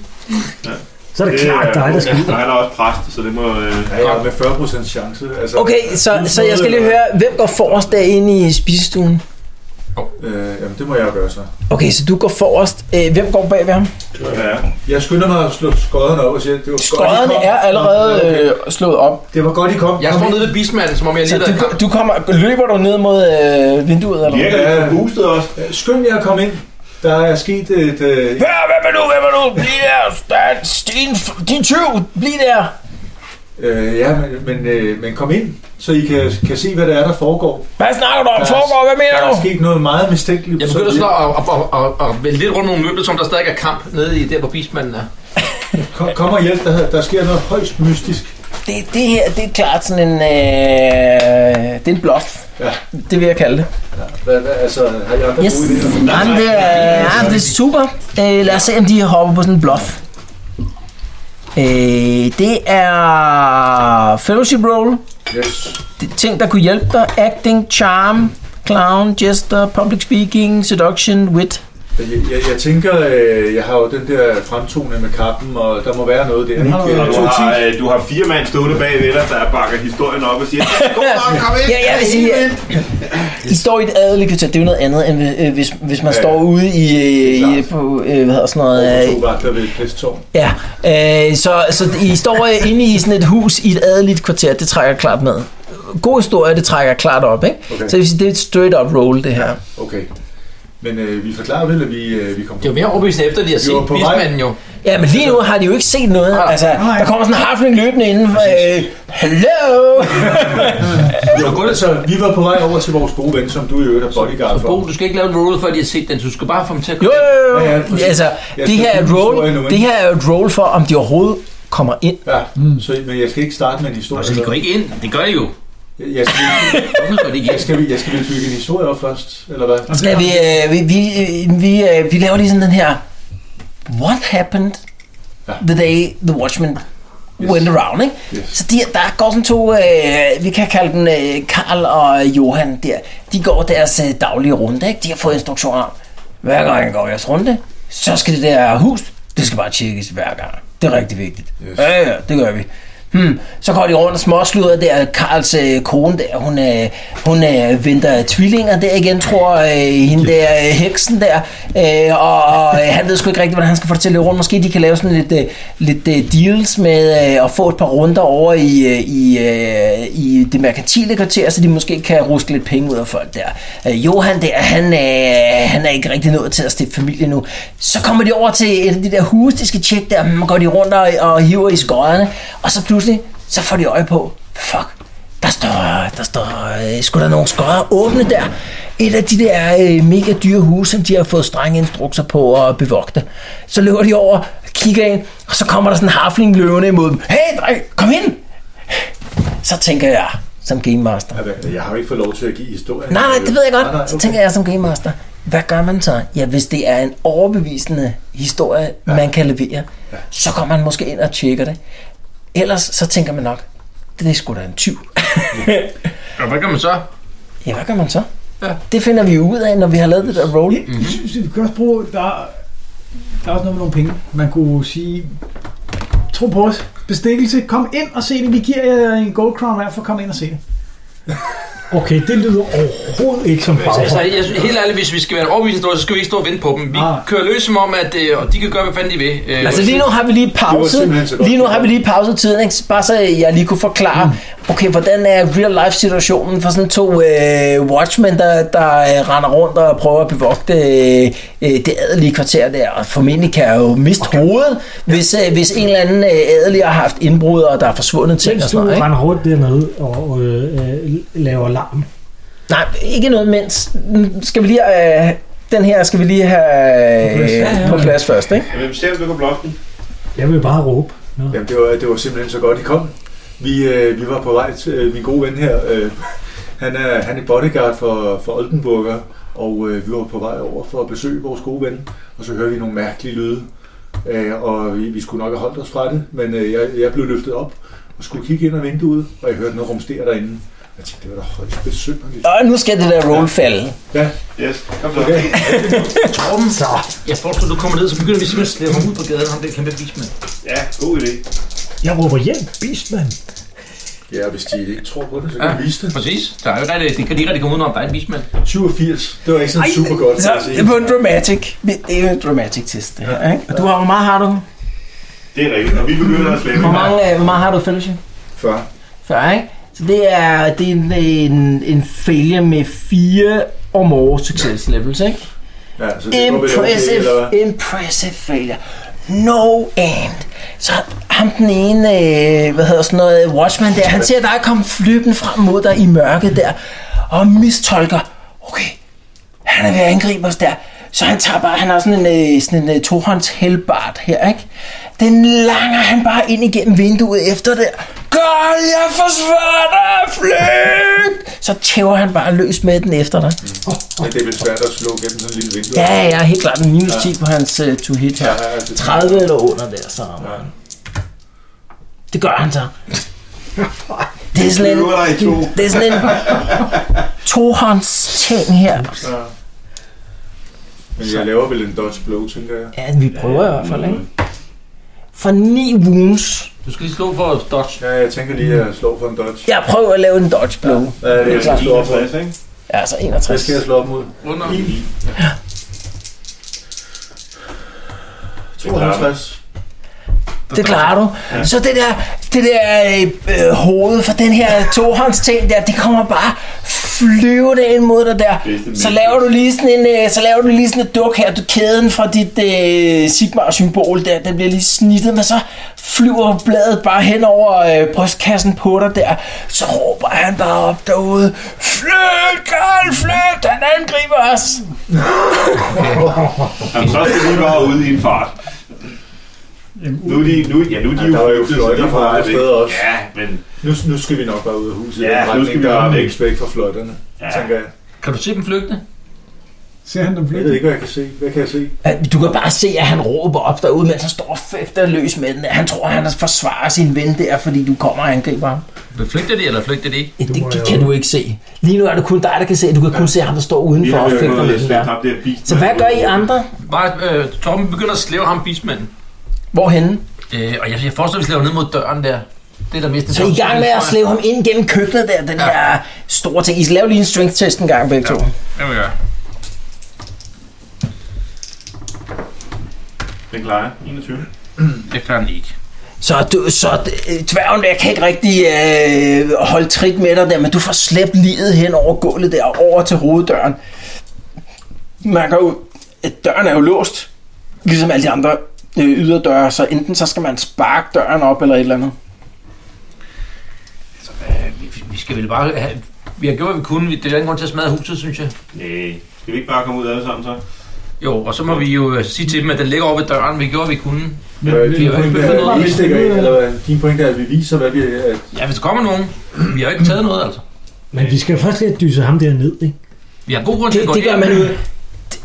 Speaker 6: Så er det klart dig, der skal ud.
Speaker 4: ud. Han er også præst, så det må... Øh,
Speaker 3: Ja, jeg er med 40 chance. Altså,
Speaker 2: Okay, så, så jeg skal lige høre, hvem går forrest derinde i spisestuen?
Speaker 3: Øh, jamen, det må jeg jo gøre så.
Speaker 2: Okay, så du går forrest. Øh, hvem går bag ved ham?
Speaker 4: Ja.
Speaker 3: Jeg skynder mig at slå skodderne op og siger, det var
Speaker 2: Skodderne
Speaker 3: godt, I kom.
Speaker 2: er allerede
Speaker 3: Okay.
Speaker 2: øh, slået op.
Speaker 3: Det var godt, I kom.
Speaker 7: Jeg
Speaker 3: Kom
Speaker 7: står
Speaker 3: ind.
Speaker 7: nede ved bismanden, som om jeg
Speaker 2: Så
Speaker 7: lige har været i kamp.
Speaker 2: du, du kommer, løber du ned mod øh, vinduet? Eller? hvad?
Speaker 4: Virker lidt forpustet også.
Speaker 3: Øh, Skynd jer at komme ind. Der er sket et... Øh,
Speaker 2: Hør, hvem er du? Hvem er du? Bliv der! Stand, din, din tyv! Bliv der!
Speaker 3: øh, ja, men, men, øh, men kom ind, så I kan, kan se, hvad der er, der foregår.
Speaker 2: Hvad snakker du om?
Speaker 3: Der er-
Speaker 2: Foregår? Hvad
Speaker 3: Der
Speaker 2: mener du?
Speaker 3: er sket noget meget mistænkeligt.
Speaker 7: Jeg begynder så at, at, at, at, at vælge lidt rundt om nogle møbler, som der stadig er kamp nede i der, hvor bismanden er.
Speaker 3: Kom, kom og hjælp, der, der sker noget højst mystisk.
Speaker 2: Det, det her, det er klart sådan en... Øh, det er en bluff.
Speaker 3: Ja.
Speaker 2: Det vil jeg kalde det.
Speaker 3: Hvad, hvad, altså, har I andre
Speaker 9: Yes.
Speaker 3: gode idéer?
Speaker 2: Nej, men det er, nej, men det er super. Øh, lad os se, om de hopper på sådan en bluff. Øh, det er fellowship roll.
Speaker 3: Yes.
Speaker 2: Det er ting, der kunne hjælpe dig. Acting, charm, clown, jester, public speaking, seduction, wit.
Speaker 3: Jeg, jeg, jeg tænker, øh, jeg har jo den der fremtoning med kappen, og der må være noget der.
Speaker 5: har
Speaker 3: ikke?
Speaker 5: jo-
Speaker 4: Og Du har, øh, du har fire mand stående bagved dig, der bakker historien op og siger, "Kom nok, kom ind!
Speaker 2: Ja, jeg vil sige, at I står i et adeligt kvarter. Det er jo noget andet, end øh, hvis, hvis man
Speaker 3: Ja, ja.
Speaker 2: står ude i, øh, i
Speaker 3: Klart.
Speaker 2: på, øh, hvad hedder sådan noget,
Speaker 3: Overfor
Speaker 2: øh,
Speaker 3: to vagter ved et pisstårn.
Speaker 2: Ja, øh, så, så I står øh, inde i sådan et hus i et adeligt kvarter, det trækker jeg klart med. God historie, det trækker jeg klart op, ikke?
Speaker 3: Okay.
Speaker 2: Så det vil sige, det er et straight up roll, det her.
Speaker 3: Okay. Men øh, vi forklarer vel, at vi, øh, vi kom
Speaker 7: Det er jo mere overbevisende efter lige at
Speaker 3: Vi
Speaker 7: se
Speaker 3: var på vej.
Speaker 7: bismanden jo.
Speaker 2: Ja, men lige nu har de jo ikke set noget.
Speaker 7: Nej.
Speaker 2: Altså,
Speaker 5: Nej.
Speaker 2: der kommer sådan en harfling løbende inden for, øh, hello!
Speaker 3: Jo, godt, så Altså, vi var på vej over til vores gode ven, som du i øvrigt er bodyguard
Speaker 7: Og Bo,
Speaker 3: for.
Speaker 7: du skal ikke lave en roll, før de har set den, så du skal bare få dem til at
Speaker 2: Jo,
Speaker 7: komme.
Speaker 2: jo, jo,
Speaker 3: Ja, ja,
Speaker 2: jo.
Speaker 3: præcis.
Speaker 2: Altså,
Speaker 3: Jeg
Speaker 2: det her, er
Speaker 3: skal
Speaker 2: et
Speaker 3: finde
Speaker 2: roll,
Speaker 3: historien nu, ikke?
Speaker 2: det her er jo et roll for, om de overhovedet kommer ind.
Speaker 3: Ja, så, men jeg skal ikke starte med en historie.
Speaker 7: Altså, de går ikke ind. Det gør de jo.
Speaker 3: Jeg, jeg, skal,
Speaker 7: Hvorfor går de ikke
Speaker 3: jeg,
Speaker 7: ind?
Speaker 3: skal, jeg skal vel bygge en historie op først, eller hvad?
Speaker 2: Skal vi, øh, vi, vi, øh, vi, øh, vi laver lige sådan den her, what happened
Speaker 3: Ja.
Speaker 2: the day the watchman yes.
Speaker 3: Yes.
Speaker 2: went around, ikke?
Speaker 3: Yes.
Speaker 2: Så de, der går sådan to, øh, vi kan kalde dem øh, Karl og Johan der, de går deres øh, daglige runde, ikke? De har fået instruktioner om, hver gang jeg går jeres runde, så skal det der hus, det skal bare tjekkes hver gang. Det er rigtig vigtigt.
Speaker 3: Yes.
Speaker 2: Ja, ja, det gør vi. Hmm. Så går de rundt og småsluder der, Karls øh, kone der, hun, øh, hun øh, venter tvillinger der igen, tror øh, hende der øh, heksen der, øh, og, og øh, han ved sgu ikke rigtigt, hvordan han skal få det til at løbe rundt. Måske de kan lave sådan lidt, øh, lidt øh, deals med øh, at få et par runder over i, øh, i, øh, i det merkantile kvarter, så de måske kan ruske lidt penge ud af folk der. Øh, Johan der, han, øh, han er ikke rigtig nået til at stifte familie nu. Så kommer de over til et af de der huse, de skal tjekke der, man går de rundt og, og hiver i skodderne, og så pludselig, så får de øje på, fuck, der står, der står øh, sgu der nogle skodder åbne der. Et af de der øh, mega dyre huse, som de har fået strenge instrukser på at bevogte. Så løber de over, kigger ind, og så kommer der sådan en harfling løvende imod dem. Hey, dreng, kom ind! Så tænker jeg, som game master.
Speaker 3: Ja, hvad- Jeg har jo ikke fået lov til at give historien.
Speaker 2: Nej, nej, det ved jeg godt.
Speaker 3: Nej, nej,
Speaker 2: Så
Speaker 3: okay.
Speaker 2: tænker jeg som game master, hvad gør man så? Ja, hvis det er en overbevisende historie, ja. man kan levere, ja. så kommer man måske ind og tjekker det. Ellers så tænker man nok, det er sgu da en tyv.
Speaker 7: Og hvad gør man så?
Speaker 2: Ja, hvad gør man så?
Speaker 7: Ja.
Speaker 2: Det finder vi jo ud af, når vi har lavet det der roll.
Speaker 5: Jeg synes, vi kan også bruge... Der, er- der er også noget med nogle penge. Man kunne sige... Tro på os. Bestikkelse. Kom ind og se det. Vi giver jer en gold crown hver for at komme ind og se det.
Speaker 6: Okay, det lyder overhovedet ikke som baghold.
Speaker 7: Altså, jeg synes, helt ærligt, hvis vi skal være en overbevisende historie, så skal vi ikke stå og vente på dem. Vi
Speaker 5: Nej.
Speaker 7: kører løs som om, at øh, og de kan gøre, hvad fanden de vil. Øh,
Speaker 2: Altså lige nu har vi lige pauset,
Speaker 3: simpelthen så godt.
Speaker 2: lige nu har vi lige pauset tiden, ikke? bare så jeg lige kunne forklare, okay, hvordan er real life situationen for sådan to øh, watchmen, der, der øh, render rundt og prøver at bevogte øh, øh, det adelige kvarter der, og formentlig kan jeg jo miste okay. hovedet, hvis, øh, hvis en eller anden øh, adelig har haft indbrud, og der er forsvundet ting og
Speaker 6: Mens du
Speaker 2: sådan noget. Ikke?
Speaker 6: render rundt dernede og øh, øh, laver larm.
Speaker 2: Nej, ikke noget mens. Nu Skal vi lige, øh, den her skal vi lige have øh, på plads først, ikke?
Speaker 4: Hvem ser du på blokken?
Speaker 6: Jeg vil bare råbe.
Speaker 3: Jamen, det var, det var simpelthen så godt, I kom. Vi, øh, vi var på vej til øh, min gode ven her. Øh, han, er, han er bodyguard for, for Oldenburger, og øh, vi var på vej over for at besøge vores gode ven, og så hørte vi nogle mærkelige lyde. Øh, og vi, vi skulle nok have holdt os fra det, men øh, jeg, jeg blev løftet op og skulle kigge ind ad vinduet, og jeg hørte noget rumstere derinde. Jeg tænkte, det var da højst besynderligt.
Speaker 2: Og nu skal det der roll falde.
Speaker 3: Ja,
Speaker 4: Yes, kom så.
Speaker 3: okay.
Speaker 7: Torben, jeg foreslår, du kommer ned, så begynder vi simpelthen at slæve ham ud på gaden, ham den kæmpe bismand.
Speaker 4: Ja, god idé.
Speaker 6: Jeg råber hjem, beastman.
Speaker 3: Ja, hvis de ikke tror på det, så kan
Speaker 7: Ja,
Speaker 3: ja. vise det.
Speaker 7: præcis. Der er jo ikke rigtig, de kan lige rigtig komme udenom, der er en vismand.
Speaker 3: 87. Det var ikke sådan super godt.
Speaker 2: Så, det er på en dramatic. men Det er jo en dramatic test, det her. Ikke? Og du har, hvor meget har du?
Speaker 4: Det er rigtigt, og vi begynder at slemme.
Speaker 2: Hvor, mange, øh, hvor meget har du i fellowship?
Speaker 3: 40.
Speaker 2: 40, ikke? Så det er, det er en, øh, en, en failure med fire og more success levels, ikke?
Speaker 3: Ja, så
Speaker 2: Øhm,
Speaker 3: det må være okay,
Speaker 2: Impressive,
Speaker 3: eller hvad?
Speaker 2: impressive failure. No end. Så ham den ene, øh, hvad hedder sådan noget, watchman der, han ser dig komme flybende frem mod dig i mørket der, og mistolker, okay, han er ved at angribe os der. Så han tager bare, han har sådan en, øh, sådan en øh, tohånds helbart her, ikke? Den langer han bare ind igennem vinduet efter det. Gør, jeg forsvarer dig, flygt! Så tæver han bare løs med den efter dig.
Speaker 3: Men det er vel svært at slå gennem sådan en lille vindue.
Speaker 2: Ja, jeg er helt klart en minus 10 på hans uh, to hit her.
Speaker 3: Ja, det-
Speaker 2: 30 eller under der, så rammer han. Det gør han så. Det er sådan en,
Speaker 4: Øver dig i to.
Speaker 2: det er sådan en tohånds ting her.
Speaker 3: Men jeg laver vel en dodge blow, tænker jeg.
Speaker 2: Ja, vi prøver i hvert fald, ikke?
Speaker 3: Mm.
Speaker 2: For 9 wounds.
Speaker 7: Du skal lige slå for at dodge.
Speaker 3: Ja, jeg tænker lige at slå for en dodge.
Speaker 2: Jeg prøver at lave en dodge blow.
Speaker 3: Hvad er det, jeg skal slå op mod?
Speaker 4: 61, ikke?
Speaker 2: Ja, altså
Speaker 3: Hvad
Speaker 2: 61.
Speaker 3: skal jeg slå op mod?
Speaker 7: Under.
Speaker 3: 52.
Speaker 2: Det klarer du. Så det der, det der øh, øh, hoved fra den her tohånds ting der, det kommer bare flyvende ind mod dig der.
Speaker 4: Bedste
Speaker 2: Så
Speaker 4: menneske.
Speaker 2: laver du lige sådan en, øh, så laver du lige sådan et duk her, du kæden fra dit øh, Sigmar-symbol der, den bliver lige snittet, men så flyver bladet bare hen over øh, brystkassen på dig der. Så råber han bare op derude, flyt, Karl, flyt, han angriber os.
Speaker 4: Jamen, så skal de bare ud i en fart. Nu er de, nu, ja, nu er de
Speaker 3: der var jo
Speaker 4: flygtet, så
Speaker 3: fløjter
Speaker 4: de
Speaker 3: fra
Speaker 4: er
Speaker 3: andre
Speaker 4: væk.
Speaker 3: steder også.
Speaker 4: Ja, men
Speaker 3: Nu, nu skal vi nok bare ud af huset.
Speaker 4: Ja, nu skal vi
Speaker 3: bare
Speaker 4: bare
Speaker 3: væk.
Speaker 4: væk.
Speaker 3: væk fra fløjterne,
Speaker 4: Ja.
Speaker 3: ja. tænker jeg.
Speaker 7: Kan du se dem flygte?
Speaker 5: Ser han dem
Speaker 3: Jeg
Speaker 5: flytte?
Speaker 3: ved ikke, hvad jeg kan se. Hvad kan jeg se?
Speaker 2: Ja, Du kan bare se, at han råber op derude, mens han står efter løs med den. Han tror, han forsvarer sin ven der, fordi du kommer og angriber ham.
Speaker 7: Men Flygter de, eller flygter de ikke?
Speaker 2: Ja, det, det kan du ikke se. Lige nu er det kun dig, der kan se. Du kan kun se ham, der står
Speaker 4: vi
Speaker 2: udenfor
Speaker 4: har
Speaker 2: og
Speaker 4: jo
Speaker 2: fægter med
Speaker 4: noget
Speaker 2: den
Speaker 4: slæbt
Speaker 2: der.
Speaker 4: ham der bist.
Speaker 2: Så hvad gør I andre?
Speaker 7: Bare, øh, Torben begynder at slæve ham bismanden.
Speaker 2: Hvorhenne?
Speaker 7: Øh, og jeg, jeg forestiller, at vi slæver ned mod døren der. Det er der mest
Speaker 2: Så I er i gang med at slæve ham ind gennem køkkenet der, den her store ting. I skal lave lige en strength test en gang begge to.
Speaker 7: Det vil jeg.
Speaker 4: Den klarer 21.
Speaker 7: Det klarer den ikke.
Speaker 2: Så, du, så øh, dværgen der kan ikke rigtig øh, holde trit med dig der, men du får slæbt livet hen over gulvet der, og over til hoveddøren. Man kan jo, at døren er jo låst, ligesom alle de andre øh, yderdøre, så enten så skal man sparke døren op eller et eller andet.
Speaker 7: Så, øh, vi, vi skal vel bare have... Vi har gjort, hvad vi kunne. Vi- Det er en grund til at smadre huset, synes jeg.
Speaker 4: Nej, Øh, skal vi ikke bare komme ud alle sammen så?
Speaker 7: Jo, og så må vi jo øh, sige til dem, at den ligger over ved døren. Vi gjorde, hvad vi kunne.
Speaker 3: Men, øh,
Speaker 7: vi
Speaker 3: din
Speaker 7: har
Speaker 3: pointe
Speaker 7: ikke
Speaker 3: er,
Speaker 7: fundet
Speaker 3: at vi
Speaker 7: noget.
Speaker 3: stikker af, eller hvad? Din pointe er, at vi viser, hvad vi er.
Speaker 7: Ja, hvis der kommer nogen. Vi har jo ikke taget noget, altså.
Speaker 6: Men vi skal først lige have dyset ham der ned, ikke?
Speaker 7: Vi har god grund til at
Speaker 2: Det,
Speaker 7: gå
Speaker 2: det gør
Speaker 7: ind.
Speaker 2: man jo.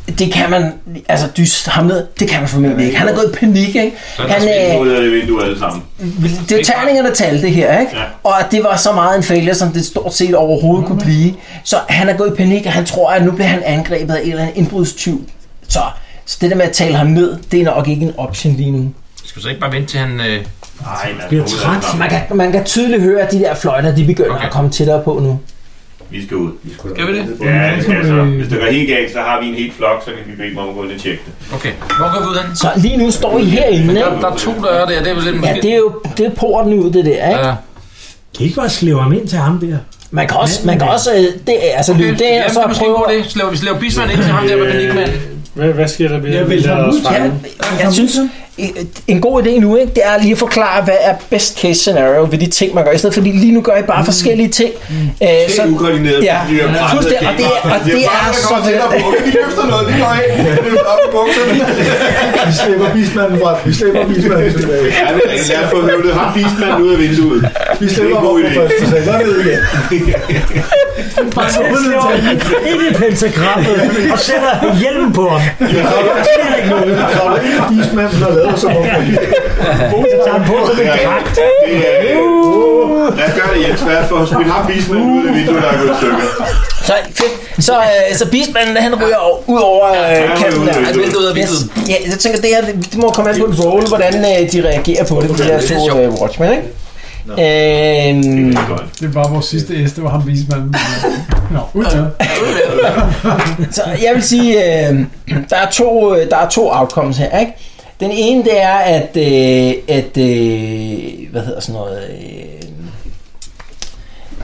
Speaker 2: Det, det kan man, altså dyst ham ned, det kan man formentlig ikke. Han er gået i panik, ikke?
Speaker 7: Så er der
Speaker 2: Han,
Speaker 7: spil
Speaker 2: øh,
Speaker 4: Ud af det vindue alle sammen.
Speaker 2: Det er terningerne tal, det her, ikke?
Speaker 4: Ja.
Speaker 2: Og at det var så meget en failure, som det stort set overhovedet kunne blive. Så han er gået i panik, og han tror, at nu bliver han angrebet af en eller anden indbrudstyv. Så, så det der med at tale ham ned, det er nok ikke en option lige nu.
Speaker 7: Skal vi så ikke bare vente til han... Øh,
Speaker 4: Nej, man
Speaker 6: Bliver
Speaker 4: skal ud
Speaker 6: træt.
Speaker 4: alle sammen.
Speaker 2: Man kan, man kan tydeligt høre, at de der fløjter, de begynder okay.
Speaker 7: Okay.
Speaker 2: at komme tættere på nu.
Speaker 4: Vi skal ud.
Speaker 7: Gør vi det?
Speaker 4: Ja, altså, hvis det går helt galt, så har vi en helt flok, så kan vi bede dem om at gå ind og tjekke det.
Speaker 7: okay, hvor går vi ud hen?
Speaker 2: Så lige nu står I herinde, ikke?
Speaker 7: Der, der er to døre der, det er vel lidt
Speaker 2: Ja,
Speaker 7: måske...
Speaker 2: det er jo det er porten ud, det der, ikke?
Speaker 7: Ja.
Speaker 6: Kan I ikke bare slæve ham ind til ham der?
Speaker 2: Man kan også, man kan også øh, det er, altså løbe det ind, og så prøve...
Speaker 7: prøve det. Slæver, vi slæver bismand ind til ham der med panikmanden.
Speaker 8: Øh, Hvad, hvad sker der? Vi
Speaker 5: Jeg
Speaker 8: jeg
Speaker 5: vil
Speaker 8: vil
Speaker 5: have
Speaker 8: lade os
Speaker 5: ud,
Speaker 8: fange.
Speaker 2: Ja, jeg synes, en god idé nu, ikke, det er lige at forklare, hvad er best case scenario ved de ting, man gør. I stedet for, fordi lige nu gør I bare forskellige ting. Mm. Øh,
Speaker 4: Helt ukoordineret.
Speaker 2: Ja,
Speaker 4: fordi vi har presset
Speaker 2: fuldstændig, og det er- og
Speaker 4: gamer.
Speaker 2: det
Speaker 4: bare,
Speaker 2: er
Speaker 4: der
Speaker 2: så
Speaker 4: kommer
Speaker 2: fedt.
Speaker 4: tættere på. Okay, Vi løfter noget, det går af. Vi løfter op i bukserne.
Speaker 3: Vi slipper bismanden fra. Vi slipper bismanden tilbage.
Speaker 4: Ja, det er rigtigt. Lad os få høvlet ham bismanden ud af vinduet.
Speaker 3: Vi
Speaker 4: Det er
Speaker 3: slipper
Speaker 4: en
Speaker 3: ham
Speaker 4: god
Speaker 3: fra
Speaker 4: idé.
Speaker 3: første sal. Hvad ved jeg?
Speaker 6: Bare slæve ham ind- ind i pentagrammet og sætter hjelmen på ham.
Speaker 3: Jeg kravler ind i bismanden og lader som om.
Speaker 2: Uh,
Speaker 6: Tager ham på som en krak.
Speaker 4: Det er...
Speaker 3: Uh.
Speaker 4: Lad os gøre det, Jens. Lad os få smidt ham bismanden ud af vinduet, der er gået i stykker.
Speaker 2: Så, fedt. så, øh, så bismanden, han ryger over- ud over øh, kanten der.
Speaker 7: Altså, vælter ud af vinduet.
Speaker 2: Ja, jeg tænker, det her, det, det må komme an på en roll, hvordan øh, de reagerer på det, fordi der er to øh, watchmen, ikke?
Speaker 4: Nå.
Speaker 2: Mm.
Speaker 9: Øhm,
Speaker 5: Det var vores sidste æs, det var ham vismanden. Nå, ud af.
Speaker 2: Så jeg vil sige, øh, der, er to, øh, der er to outcomes her, ikke? Den ene, det er, at, øh, at øh, hvad hedder sådan noget, øh,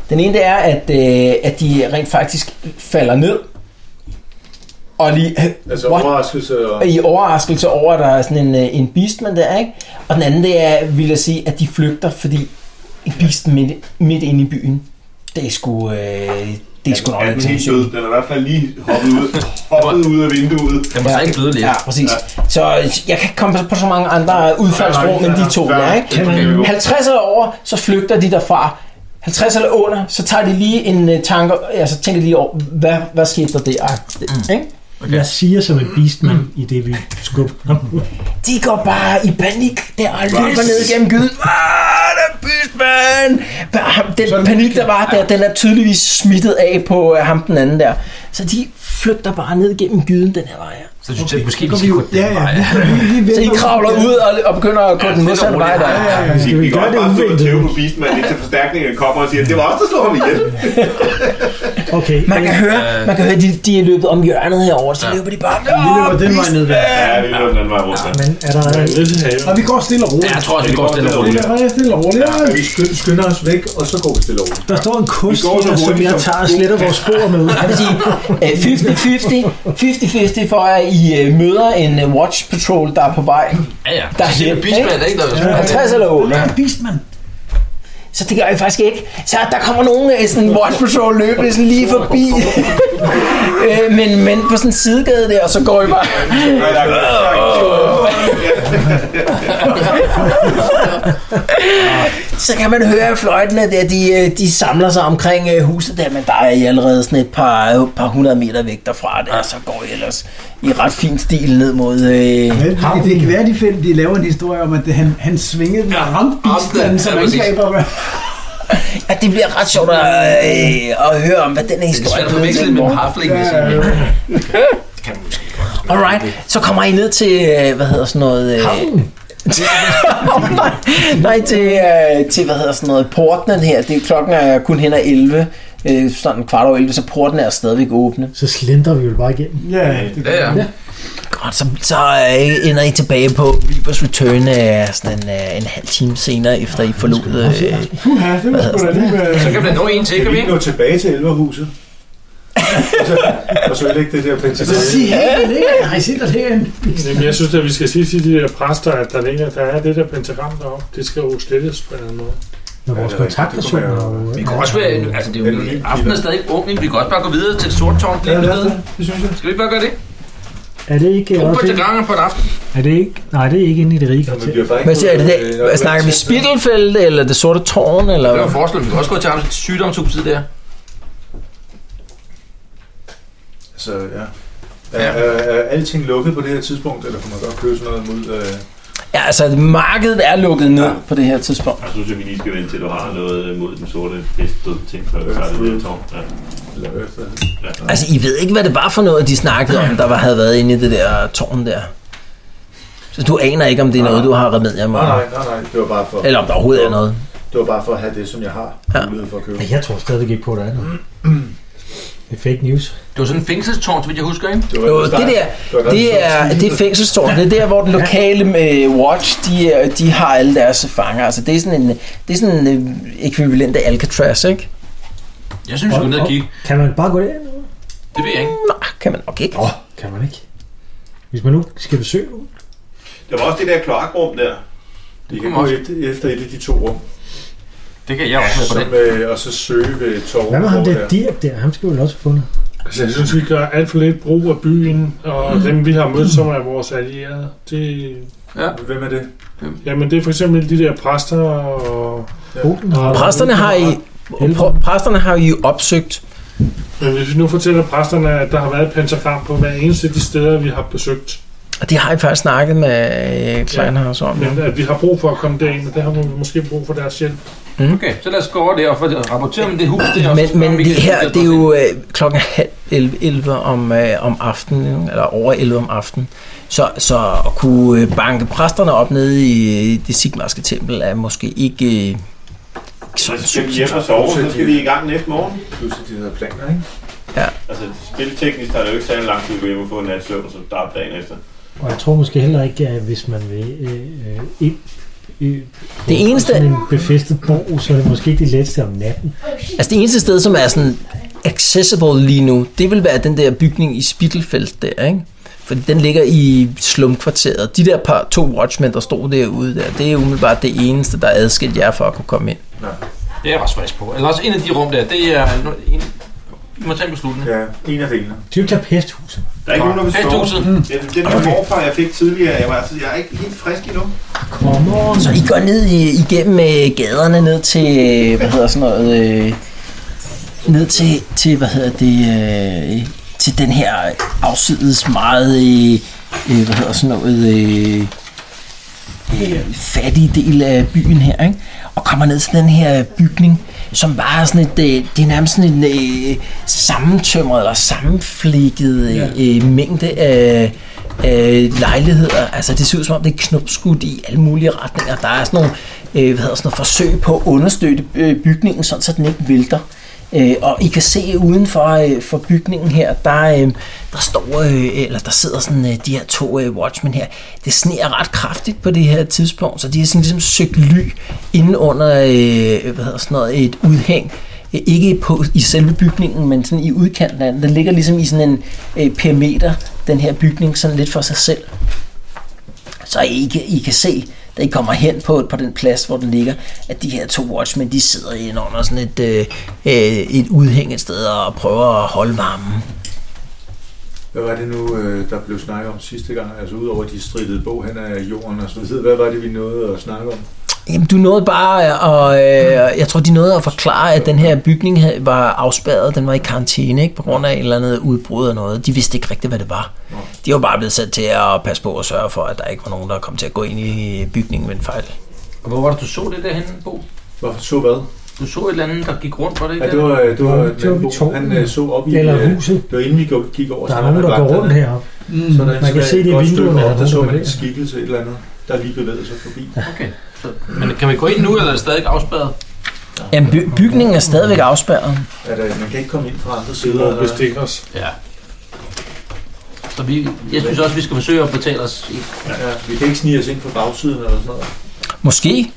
Speaker 2: den ene, det er, at, øh, at de rent faktisk falder ned, og lige,
Speaker 3: Altså
Speaker 2: What?
Speaker 3: overraskelse og...
Speaker 2: og i overraskelse over, at der er sådan en, øh, en beastman der, ikke? Og den anden, det er, vil jeg sige, at de flygter, fordi en beast midt, midt inde i byen, det er sgu, øh, det er sgu nok
Speaker 4: er
Speaker 2: ikke
Speaker 4: den
Speaker 2: til
Speaker 4: helt
Speaker 2: at
Speaker 4: død. Den er i hvert fald lige hoppet ud, hoppet ud af vinduet.
Speaker 7: Den må så ikke bløde lidt.
Speaker 2: Ja, præcis. Så jeg kan ikke komme på så mange andre udfaldsrum end de to der, ikke?
Speaker 4: Kan man...
Speaker 2: 50 eller over, så flygter de derfra. 50 eller under, så tager de lige en øh, tanke, altså tænker lige over, hvad, hvad skete der der? Mm. Ikke?
Speaker 6: Okay. Jeg siger som en beastman i det, vi skubber ham ud.
Speaker 2: De går bare i panik der og løber ned gennem gyden. Ah, der er Beastman! Hvad er ham- Den panik, der var der, den er tydeligvis smittet af på øh, ham den anden der. Så de flygter bare ned gennem gyden den her vej. her.
Speaker 7: Så synes jeg, måske
Speaker 5: Så
Speaker 7: vi
Speaker 5: går
Speaker 7: skal gå
Speaker 5: ja,
Speaker 7: den
Speaker 5: ja,
Speaker 7: vej.
Speaker 5: vi, vi, vi
Speaker 2: Så
Speaker 5: venter.
Speaker 2: I kravler ud og, og begynder at gå den
Speaker 7: stille
Speaker 2: modsatte
Speaker 7: og
Speaker 2: vej
Speaker 7: roligt.
Speaker 2: der.
Speaker 5: Ja, ja,
Speaker 4: Vi
Speaker 5: ja.
Speaker 6: Skal vi
Speaker 4: kan
Speaker 6: gøre
Speaker 4: godt
Speaker 6: det
Speaker 4: bare stå og
Speaker 6: uventet?
Speaker 4: tæve på Beastman, indtil forstærkningen kommer og siger, det var os, der slog ham ihjel.
Speaker 6: Okay,
Speaker 2: Man kan høre, man kan høre de, de er løbet om hjørnet herover, så
Speaker 7: Ja.
Speaker 2: løber de bare.
Speaker 5: Vi løber den vej ned der.
Speaker 4: Ja, vi løber den anden vej rundt.
Speaker 6: men er der...
Speaker 5: Og vi går stille og
Speaker 7: Ja,
Speaker 5: roligt.
Speaker 7: jeg tror også, vi går stille og roligt.
Speaker 5: Ja, ja, stille og roligt. Ja,
Speaker 3: Ja, vi skynder, skynder os væk, og så går vi stille over.
Speaker 6: Der står en
Speaker 4: Vi går så
Speaker 6: kunstner, som
Speaker 4: hurtigt,
Speaker 6: jeg
Speaker 4: som-
Speaker 6: tager og sletter vores spor med.
Speaker 2: Jeg vil sige, øh, 50-50, 50-50 for at I øh, møder en øh, watch patrol, der er på vej.
Speaker 7: Ja, ja.
Speaker 2: Der
Speaker 7: Der
Speaker 2: er
Speaker 7: er
Speaker 2: helt,
Speaker 7: helt bismand, ikke? Der er
Speaker 2: 50 eller 8.
Speaker 5: en beastman.
Speaker 2: Så det gør I faktisk ikke. Så der kommer nogen øh, sådan watch patrol løbende sådan lige forbi. øh, men, men på sådan en sidegade der, og så går I bare. Så kan man høre at fløjtene der, de, øh, de samler sig omkring øh, huset der, men der er I allerede sådan et par, øh, par hundrede meter væk derfra der, og så går I ellers i ret fin stil ned mod... Øh,
Speaker 5: Men det- Det kan være, de, find, de laver en historie om, at det, han, han svingede den
Speaker 7: Ja,
Speaker 5: og ramte beastmanen
Speaker 7: ramte.
Speaker 5: som
Speaker 7: Ja, præcis.
Speaker 5: angriber.
Speaker 2: at det bliver ret sjovt at, øh, at høre om, hvad den her
Speaker 7: Det er
Speaker 2: historie
Speaker 7: svært at forveksle med en harfling, hvis jeg
Speaker 5: Ja, ja.
Speaker 2: Alright, så kommer I ned til, øh, hvad hedder sådan noget... Øh, nej, nej, til, øh, til, hvad hedder sådan noget, porten her. Det er klokken er kun hen ad 11, øh, sådan kvart over 11, så porten er stadigvæk åbne.
Speaker 6: Så slender vi jo bare igennem.
Speaker 5: Ja, det
Speaker 7: Ja, ja.
Speaker 2: Godt, så, så øh, ender I tilbage på Reapers Return øh, sådan en, øh, en halv time senere, efter I forlod... Øh,
Speaker 5: Puha, det var sgu da lige med...
Speaker 7: Så kan vi da nå en til,
Speaker 3: Kan vi
Speaker 7: kan
Speaker 3: ikke
Speaker 7: vi ikke?
Speaker 3: nå tilbage til elverhuset? og så, og så er det ikke det
Speaker 6: Altså,
Speaker 3: der
Speaker 5: Så sig,
Speaker 3: pentagram.
Speaker 5: hey, der ligger, nej, sig der derhen.
Speaker 8: Jamen, jeg synes, at vi skal sige til de der præster, at der, ligger, der er det der pentagram deroppe. Det skal jo slettes på en eller anden måde.
Speaker 6: Når vores
Speaker 3: Ja, det er rigtigt.
Speaker 6: kontaktpersoner...
Speaker 3: Det kunne
Speaker 7: Vi kan også være, altså det er jo, aftenen er stadig ung, ikke? vi kan også bare gå videre til Sorttårn.
Speaker 3: Ja,
Speaker 7: Ja,
Speaker 3: lad os det. Det synes jeg.
Speaker 7: Skal vi ikke bare gøre det?
Speaker 6: Er det ikke...
Speaker 7: To
Speaker 6: også ikke-
Speaker 7: pentagranger på en aften.
Speaker 6: Er det ikke... Nej, det er ikke inde i det rige
Speaker 3: Nå, men vi
Speaker 6: kvarter.
Speaker 3: bliver bare ikke
Speaker 2: hvad siger I det?
Speaker 3: øh,
Speaker 2: der? Snakker vi Spittelfeld, eller Det Sorte Tårn, eller...
Speaker 7: Det var forslag, vi kan også gå til Amts sygdomshuset der.
Speaker 3: Så altså, ja.
Speaker 7: Ja.
Speaker 3: Er, er, er alting lukket på det her tidspunkt, eller kunne man godt købe sådan noget mod... Øh,
Speaker 2: Ja, altså, markedet er lukket ned på det her tidspunkt.
Speaker 4: Jeg synes, at vi lige skal vente til, du har noget mod den sorte hest død ting, før vi tager det der tårn. Ja.
Speaker 3: eller øh, hvad efter?
Speaker 2: Altså, I ved ikke, hvad det var for noget, de snakkede om, der var, havde været inde i det der tårn der. Så du aner ikke, om det er noget, du har remedier med.
Speaker 3: Nej, nej, nej, nej. Det var bare for,
Speaker 2: Eller om der overhovedet er noget.
Speaker 3: det var bare for at have det, som jeg har
Speaker 2: Ja.
Speaker 3: mulighed for at købe.
Speaker 6: Ja, Jeg tror stadigvæk ikke på, at der er noget. Det er fake news.
Speaker 7: Det var sådan en fængselstårn, så vidt jeg husker, ikke?
Speaker 3: Det,
Speaker 2: Jo, det der, det er, det er fængselstårn. Det er der, hvor den lokale med Watch, de, er- de har alle deres fanger. Altså, det er sådan en, det er sådan en øh, ekvivalent af Alcatraz, ikke?
Speaker 7: Jeg synes, vi skal ned og kigge.
Speaker 6: Kan man bare gå derind?
Speaker 7: Det ved jeg ikke.
Speaker 2: Nå, kan man nok ikke.
Speaker 6: Åh, kan man ikke. Hvis man nu skal besøge nogen.
Speaker 4: Der var også det der kloakrum der.
Speaker 3: De kan gå et, efter et af de to rum,
Speaker 7: Det kan jeg også være på den.
Speaker 3: som, øh, og så søge ved torvet.
Speaker 6: Hvad med ham
Speaker 3: hvor
Speaker 6: der Dirk der? Ham skal vi vel også have fundet.
Speaker 8: Altså, jeg synes, vi Mm. gør alt for lidt brug af byen, og dem, vi har mødt, som er vores allierede. Det,
Speaker 3: der- Hvem er det?
Speaker 8: jamen, det er for eksempel de der præster og...
Speaker 6: Bogen har...
Speaker 2: Præsterne har I, pr- præsterne har I opsøgt.
Speaker 8: Men hvis vi nu fortæller præsterne, at der har været et pentagram på hver eneste af de steder, vi har besøgt,
Speaker 2: Og det har I faktisk snakket med øh, Kleinhaus om.
Speaker 8: men at vi har brug for at komme derind, og der har vi måske brug for deres hjælp.
Speaker 7: Okay, så lad os gå over der og få- rapportere om det hus der. og så
Speaker 2: Men,
Speaker 7: spørge, om
Speaker 2: men
Speaker 7: vi
Speaker 2: det
Speaker 7: kan-
Speaker 2: her, det er jo øh, klokken halv 11, 11 om, øh, om aftenen, ikke? eller over 11 om aftenen. Så, så at kunne øh, banke præsterne op nede i øh, det sigmarske tempel er måske ikke øh,
Speaker 4: Så skal vi hjem og sove, så skal vi i gang næste morgen.
Speaker 3: Pludselig de havde planer, ikke?
Speaker 4: Altså, spilteknisk tager det jo ikke særlig lang tid at gå hjem og få en nat søvn, og så starte dagen efter.
Speaker 6: Og jeg tror måske heller ikke, at hvis man vil øh, øh, ind i på
Speaker 9: Det eneste-
Speaker 6: sådan en befæstet borg, så er det måske ikke det letteste om natten.
Speaker 2: Altså det eneste sted, som er sådan accessible lige nu, det vil være den der bygning i Spittelfeldt der, ikke? Fordi den ligger i slumkvarteret. De der par, to watchmen, der stod derude der, det er umiddelbart det eneste, der adskilte jer for at kunne komme ind.
Speaker 7: Det er jeg også frisk på. Eller også en af de rum der, det er... nu- En, vi må tage en beslutning.
Speaker 3: Ja, en af delene.
Speaker 6: Det er jo tage pesthuset.
Speaker 4: Der er ikke nogen, der vil sove.
Speaker 7: Festhuset.
Speaker 2: Mm.
Speaker 4: Den, den der morfar, jeg fik tidligere, jeg, var, altså, jeg er ikke helt frisk endnu.
Speaker 6: Come on.
Speaker 2: Så I går ned i, igennem øh, gaderne ned til, øh, hvad hedder sådan noget, øh, ned til, til hvad hedder det, øh, til den her afsides meget, øh, øh, hvad hedder sådan noget, øh, øh, fattige del af byen her, ikke? og kommer ned til den her bygning, som bare er sådan et, øh, det er nærmest sådan en øh, sammentømret eller sammenflikket øh, øh, mængde af, af lejligheder. Altså det ser ud som om, det er knopskudt i alle mulige retninger. Der er sådan nogle øh, hvad hedder sådan noget, forsøg på at understøtte øh, bygningen, sådan så den ikke vælter. Øh, og I kan se uden for, øh, for bygningen her, der, øh, der står, øh, eller der sidder sådan øh, de her to øh, watchmen her. Det sneer ret kraftigt på det her tidspunkt, så de har sådan ligesom søgt ly inden under øh, hvad hedder sådan noget, et udhæng. Øh, Ikke på, i selve bygningen, men sådan i udkanten af den. Den ligger ligesom i sådan en øh, perimeter, den her bygning, sådan lidt for sig selv. Så I kan, I kan se, da I kommer hen på, på den plads, hvor den ligger, at de her to watchmen, de sidder inde under sådan et, øh, øh, et udhæng et sted og prøver at holde varmen.
Speaker 3: Hvad var det nu, øh, der blev snakket om sidste gang? Altså udover de stridede bog hen ad jorden og sådan noget. Hvad var det, vi nåede at snakke om?
Speaker 2: Jamen, du nåede bare, og øh, jeg tror, de nåede at forklare, at den her bygning havde- var afspærret, den var i karantæne, ikke? på grund af et eller andet udbrud og noget. De vidste ikke rigtigt, hvad det var. De var bare blevet sat til at passe på og sørge for, at der ikke var nogen, der kom til at gå ind i bygningen ved en fejl.
Speaker 7: Og hvor var det, du så det der henne, Bo?
Speaker 3: Hvorfor så hvad?
Speaker 7: Du så et eller andet, der gik rundt på det
Speaker 3: Ja,
Speaker 7: der?
Speaker 3: det var, øh, det var,
Speaker 6: Det var
Speaker 3: den
Speaker 6: vi
Speaker 3: bo,
Speaker 6: to.
Speaker 3: han øh, så op i...
Speaker 6: Eller
Speaker 3: øh,
Speaker 6: huset.
Speaker 3: Det var inden vi gå- gik over.
Speaker 6: Der er
Speaker 3: til
Speaker 6: nogen, der går
Speaker 3: vagterne.
Speaker 6: rundt heroppe.
Speaker 5: Mm.
Speaker 3: Så der er en
Speaker 6: Man kan
Speaker 3: skade-
Speaker 6: se det i
Speaker 3: godt stykke
Speaker 6: vinduerne,
Speaker 3: op,
Speaker 6: der er
Speaker 3: Der så
Speaker 6: nogen, der
Speaker 3: man en
Speaker 6: bevæger sig.
Speaker 3: skikkelse et eller andet, der lige bevægede sig forbi.
Speaker 7: Okay. Så, men kan vi gå ind nu, eller er det stadig afspærret?
Speaker 2: Jamen, by- bygningen er stadigvæk afspærret.
Speaker 3: At, øh, man kan ikke komme ind fra andre
Speaker 8: Det
Speaker 3: sider.
Speaker 8: må
Speaker 3: eller-
Speaker 8: bestikke os.
Speaker 7: Ja. Så vi, jeg synes også, vi skal forsøge at betale os. i-
Speaker 3: Ja, vi kan ikke snige os ind fra bagsiden eller sådan noget.
Speaker 2: Måske.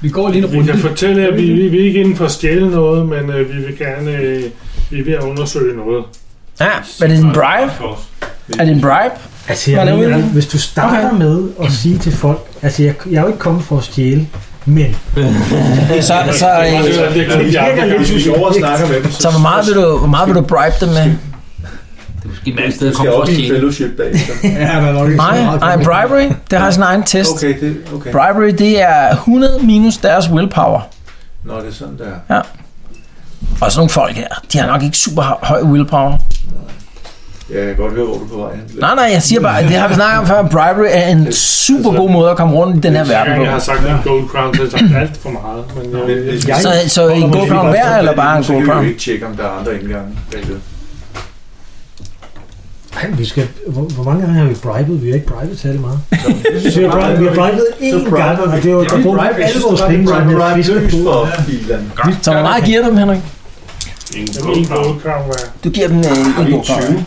Speaker 5: Vi går lige en
Speaker 8: Vi
Speaker 5: runde.
Speaker 8: kan fortælle jer, at vi, vi, vi er ikke inden for at stjæle noget, men øh, vi vil gerne øh, vi er ved at undersøge noget.
Speaker 2: Ja, er det en bribe? Er det en bribe?
Speaker 6: Altså, jeg
Speaker 2: Hvordan
Speaker 6: mener,
Speaker 2: vil du?
Speaker 6: hvis du starter okay. med at sige til folk, altså jeg, jeg er jo ikke kommet for at stjæle, men
Speaker 2: Så, så,
Speaker 8: Det er,
Speaker 2: øh,
Speaker 8: det er, det er
Speaker 3: Ja,
Speaker 8: kun
Speaker 3: vi
Speaker 8: de andre
Speaker 3: snakker
Speaker 8: gange.
Speaker 3: lidt, hvis vi går over og snakker med dem.
Speaker 2: så hvor meget vil du, hvor meget vil du bribe dem med?
Speaker 7: Det er måske et sted
Speaker 3: Du skal
Speaker 7: at komme for
Speaker 3: op
Speaker 7: at
Speaker 3: i en
Speaker 7: tjene.
Speaker 3: fellowship bagefter.
Speaker 5: Ja, der er nok ikke så
Speaker 2: Nej,
Speaker 5: meget.
Speaker 2: nej, bribery, det har sin egen test.
Speaker 3: Okay, det, okay.
Speaker 2: Bribery, det er 100 minus deres willpower.
Speaker 3: Nå, det er sådan der.
Speaker 2: Og sådan nogle folk her, de har nok ikke super høj willpower.
Speaker 3: Ja, jeg kan godt høre, hvor du er på vej hen.
Speaker 2: Nej, nej, jeg siger bare, det har vi snakket om før, bribery er en super god måde at komme rundt i den her
Speaker 8: Hver
Speaker 2: verden
Speaker 8: gang
Speaker 2: på.
Speaker 8: jeg har sagt en gold crown, så har jeg sagt alt for meget. Men
Speaker 3: Men
Speaker 8: øh,
Speaker 3: hvis
Speaker 8: jeg,
Speaker 3: vi-
Speaker 2: Så, så en god crown hver, eller bare en
Speaker 3: Så
Speaker 2: god
Speaker 3: kan vi
Speaker 2: crown?
Speaker 3: jo ikke tjekke, om der er andre indgange. bagved.
Speaker 6: ej, vi skal, hvor, hvor mange gange har vi bribet? Vi har ikke bribet særlig meget. Så vi har bribet, vi har bribet én
Speaker 3: briber
Speaker 6: gang, og
Speaker 3: vi.
Speaker 6: det er jo
Speaker 3: Ja,
Speaker 6: der
Speaker 3: vi
Speaker 6: brugt
Speaker 3: briber. Jeg
Speaker 6: alle
Speaker 3: synes,
Speaker 6: vores
Speaker 3: der er
Speaker 6: penge,
Speaker 3: en
Speaker 6: så
Speaker 3: bribe
Speaker 6: den
Speaker 3: løs
Speaker 6: fisk er død.
Speaker 3: for bilen.
Speaker 2: Så hvor meget giver du dem, Henrik?
Speaker 4: Ingen
Speaker 8: jeg vil
Speaker 4: gold
Speaker 8: en
Speaker 4: crown.
Speaker 8: gold crown hver.
Speaker 2: Du giver dem øh, en god crown.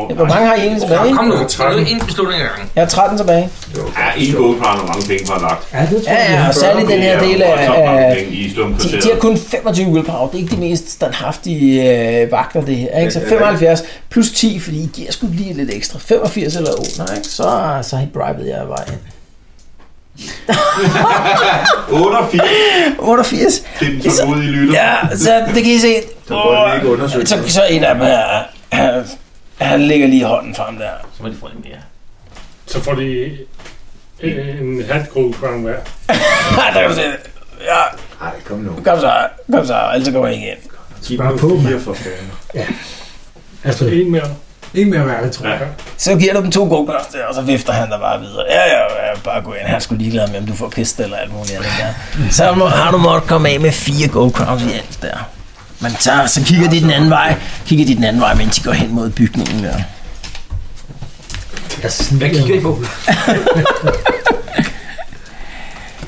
Speaker 4: Åh,
Speaker 2: Hvor mange har I egentlig tilbage?
Speaker 7: Kom nu, det er en beslutning ad gangen.
Speaker 2: Jeg har 13 tilbage.
Speaker 4: Ja, en gold crown og mange penge har lagt.
Speaker 6: Ja, det tror
Speaker 2: Ja,
Speaker 6: jeg.
Speaker 2: ja, altså, og særligt den her del af... af
Speaker 4: I
Speaker 2: de,
Speaker 4: slumkvarteret.
Speaker 2: de har kun 25 willpower. Det er ikke de mest standhaftige øh, vagter, det her. Ikke? Så 75 plus 10, fordi I giver sgu lige lidt ekstra. 85 eller under, ikke? Så, så har I bribet jer af vejen.
Speaker 4: 88.
Speaker 2: 88?
Speaker 4: Find den så ude i lytter.
Speaker 2: Ja, så det kan I se.
Speaker 3: Så går den ikke undersøgt.
Speaker 2: Så, så en af dem her, han, han lægger lige hånden frem der.
Speaker 7: Så må de få lidt mere.
Speaker 8: Så får de øh, en hat gold crown hver.
Speaker 2: Ah, der kan du se det. Ja,
Speaker 3: Nej, kom nu.
Speaker 2: kom så, kom så, ellers så går jeg ikke ind.
Speaker 3: Giv
Speaker 6: Bare
Speaker 3: mig
Speaker 6: på,
Speaker 3: fire for fanden.
Speaker 6: Altså,
Speaker 8: En mere.
Speaker 5: Ingen mere værd, tror jeg.
Speaker 2: Så giver du dem to gode knaps der, og så vifter han der bare videre. Ja, ja, ja bare gå ind. Han skulle ligeglad med, om du får pist eller alt muligt andet. Der. Så må, har du måttet komme af med fire gold crowns i alt der. Men så, så kigger de den anden vej, kigger de den anden vej, mens de går hen mod bygningen der.
Speaker 6: jeg sniger.
Speaker 7: Hvad kigger I på?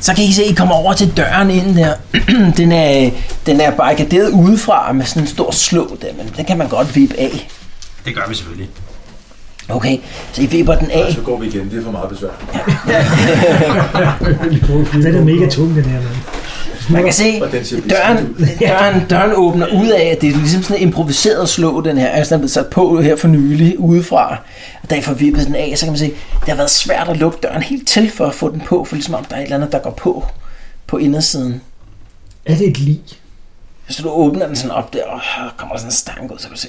Speaker 2: Så kan I se, at I kommer over til døren ind der. den, er, den er barrikaderet udefra med sådan en stor slå der, men den kan man godt vippe af.
Speaker 7: Det gør vi selvfølgelig.
Speaker 2: Okay, så I vipper den af.
Speaker 3: Så går vi igen, det er for meget besvær.
Speaker 6: altså, Den er mega tung, den her, mand.
Speaker 2: Man kan se,
Speaker 3: Og den ser
Speaker 2: døren, døren, døren åbner ud af, at det er ligesom sådan en improviseret slå, den her. Altså, den er blevet sat på her for nylig udefra. Og da I får vippet den af, så kan man se, det har været svært at lukke døren helt til for at få den på, for ligesom om der er et eller andet, der går på på indersiden.
Speaker 6: Er det et lig?
Speaker 2: Så du åbner den sådan op der, og her kommer der sådan en stang ud, så kan du se.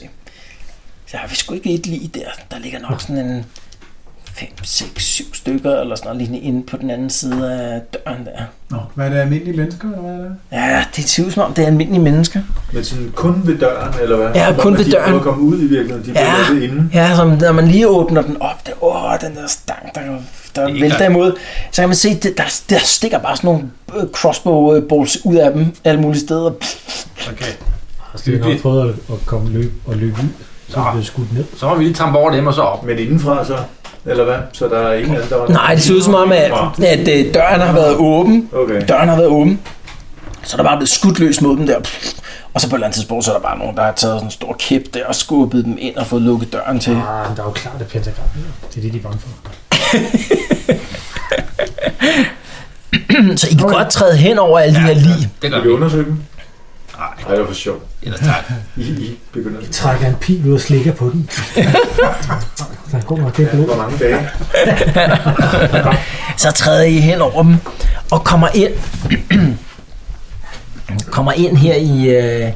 Speaker 2: Så har vi sgu ikke et lige der. Der ligger nok sådan en 5, 6, 7 stykker eller sådan noget lignende inde på den anden side af døren der.
Speaker 5: Nå, hvad er det almindelige mennesker, eller hvad er det?
Speaker 2: Ja, det ser ud som om, det er almindelige mennesker.
Speaker 3: Men sådan kun ved døren, eller hvad?
Speaker 2: Ja,
Speaker 3: Hvor
Speaker 2: kun
Speaker 3: man-
Speaker 2: ved
Speaker 3: de
Speaker 2: døren.
Speaker 3: De at komme ud i virkeligheden, de
Speaker 2: Ja.
Speaker 3: bliver lukket inde.
Speaker 2: Ja, som når man lige åbner den op, der, åh, den der stang, der, der
Speaker 7: ikke
Speaker 2: vælter
Speaker 7: der-
Speaker 2: imod, så kan man se, det, der, der stikker bare sådan nogle øh, crossbow øh, bolts ud af dem, alle mulige steder.
Speaker 7: Okay.
Speaker 6: Har Stine Altså, nok
Speaker 7: Hyggeligt.
Speaker 6: prøvet at, at komme løb, og løbe ud, så
Speaker 7: Nå.
Speaker 6: han blev skudt ned.
Speaker 7: Så må vi lige trampe over dem og så op.
Speaker 3: Men indenfra så, eller hvad? Så der er ingen anden, der var
Speaker 2: Nej, det ser ud som om, at, at øh, døren har været åben,
Speaker 3: Okay.
Speaker 2: døren har været åben, så er der bare blevet skudt løs mod dem der. Og så på et eller andet tidspunkt, så er der bare nogen, der har taget sådan en stor kæp der og skubbet dem ind og fået lukket døren til.
Speaker 6: Ah, men der er jo klart et pentagram. Det er det, de er bange for.
Speaker 2: Så I kan godt træde hen over alle de her lige.
Speaker 7: Det gør
Speaker 3: Vil
Speaker 7: vi.
Speaker 3: vi undersøge dem?
Speaker 7: Nej,
Speaker 3: Nej, det var for sjovt.
Speaker 7: ellers tager vi.
Speaker 3: I, I begynder.
Speaker 6: Trækker en pil ud og slikker på den. der er god nok, det er blod.
Speaker 3: Hvor mange dage?
Speaker 2: Så træder I hen over dem og kommer ind. kommer ind her i øh, hvad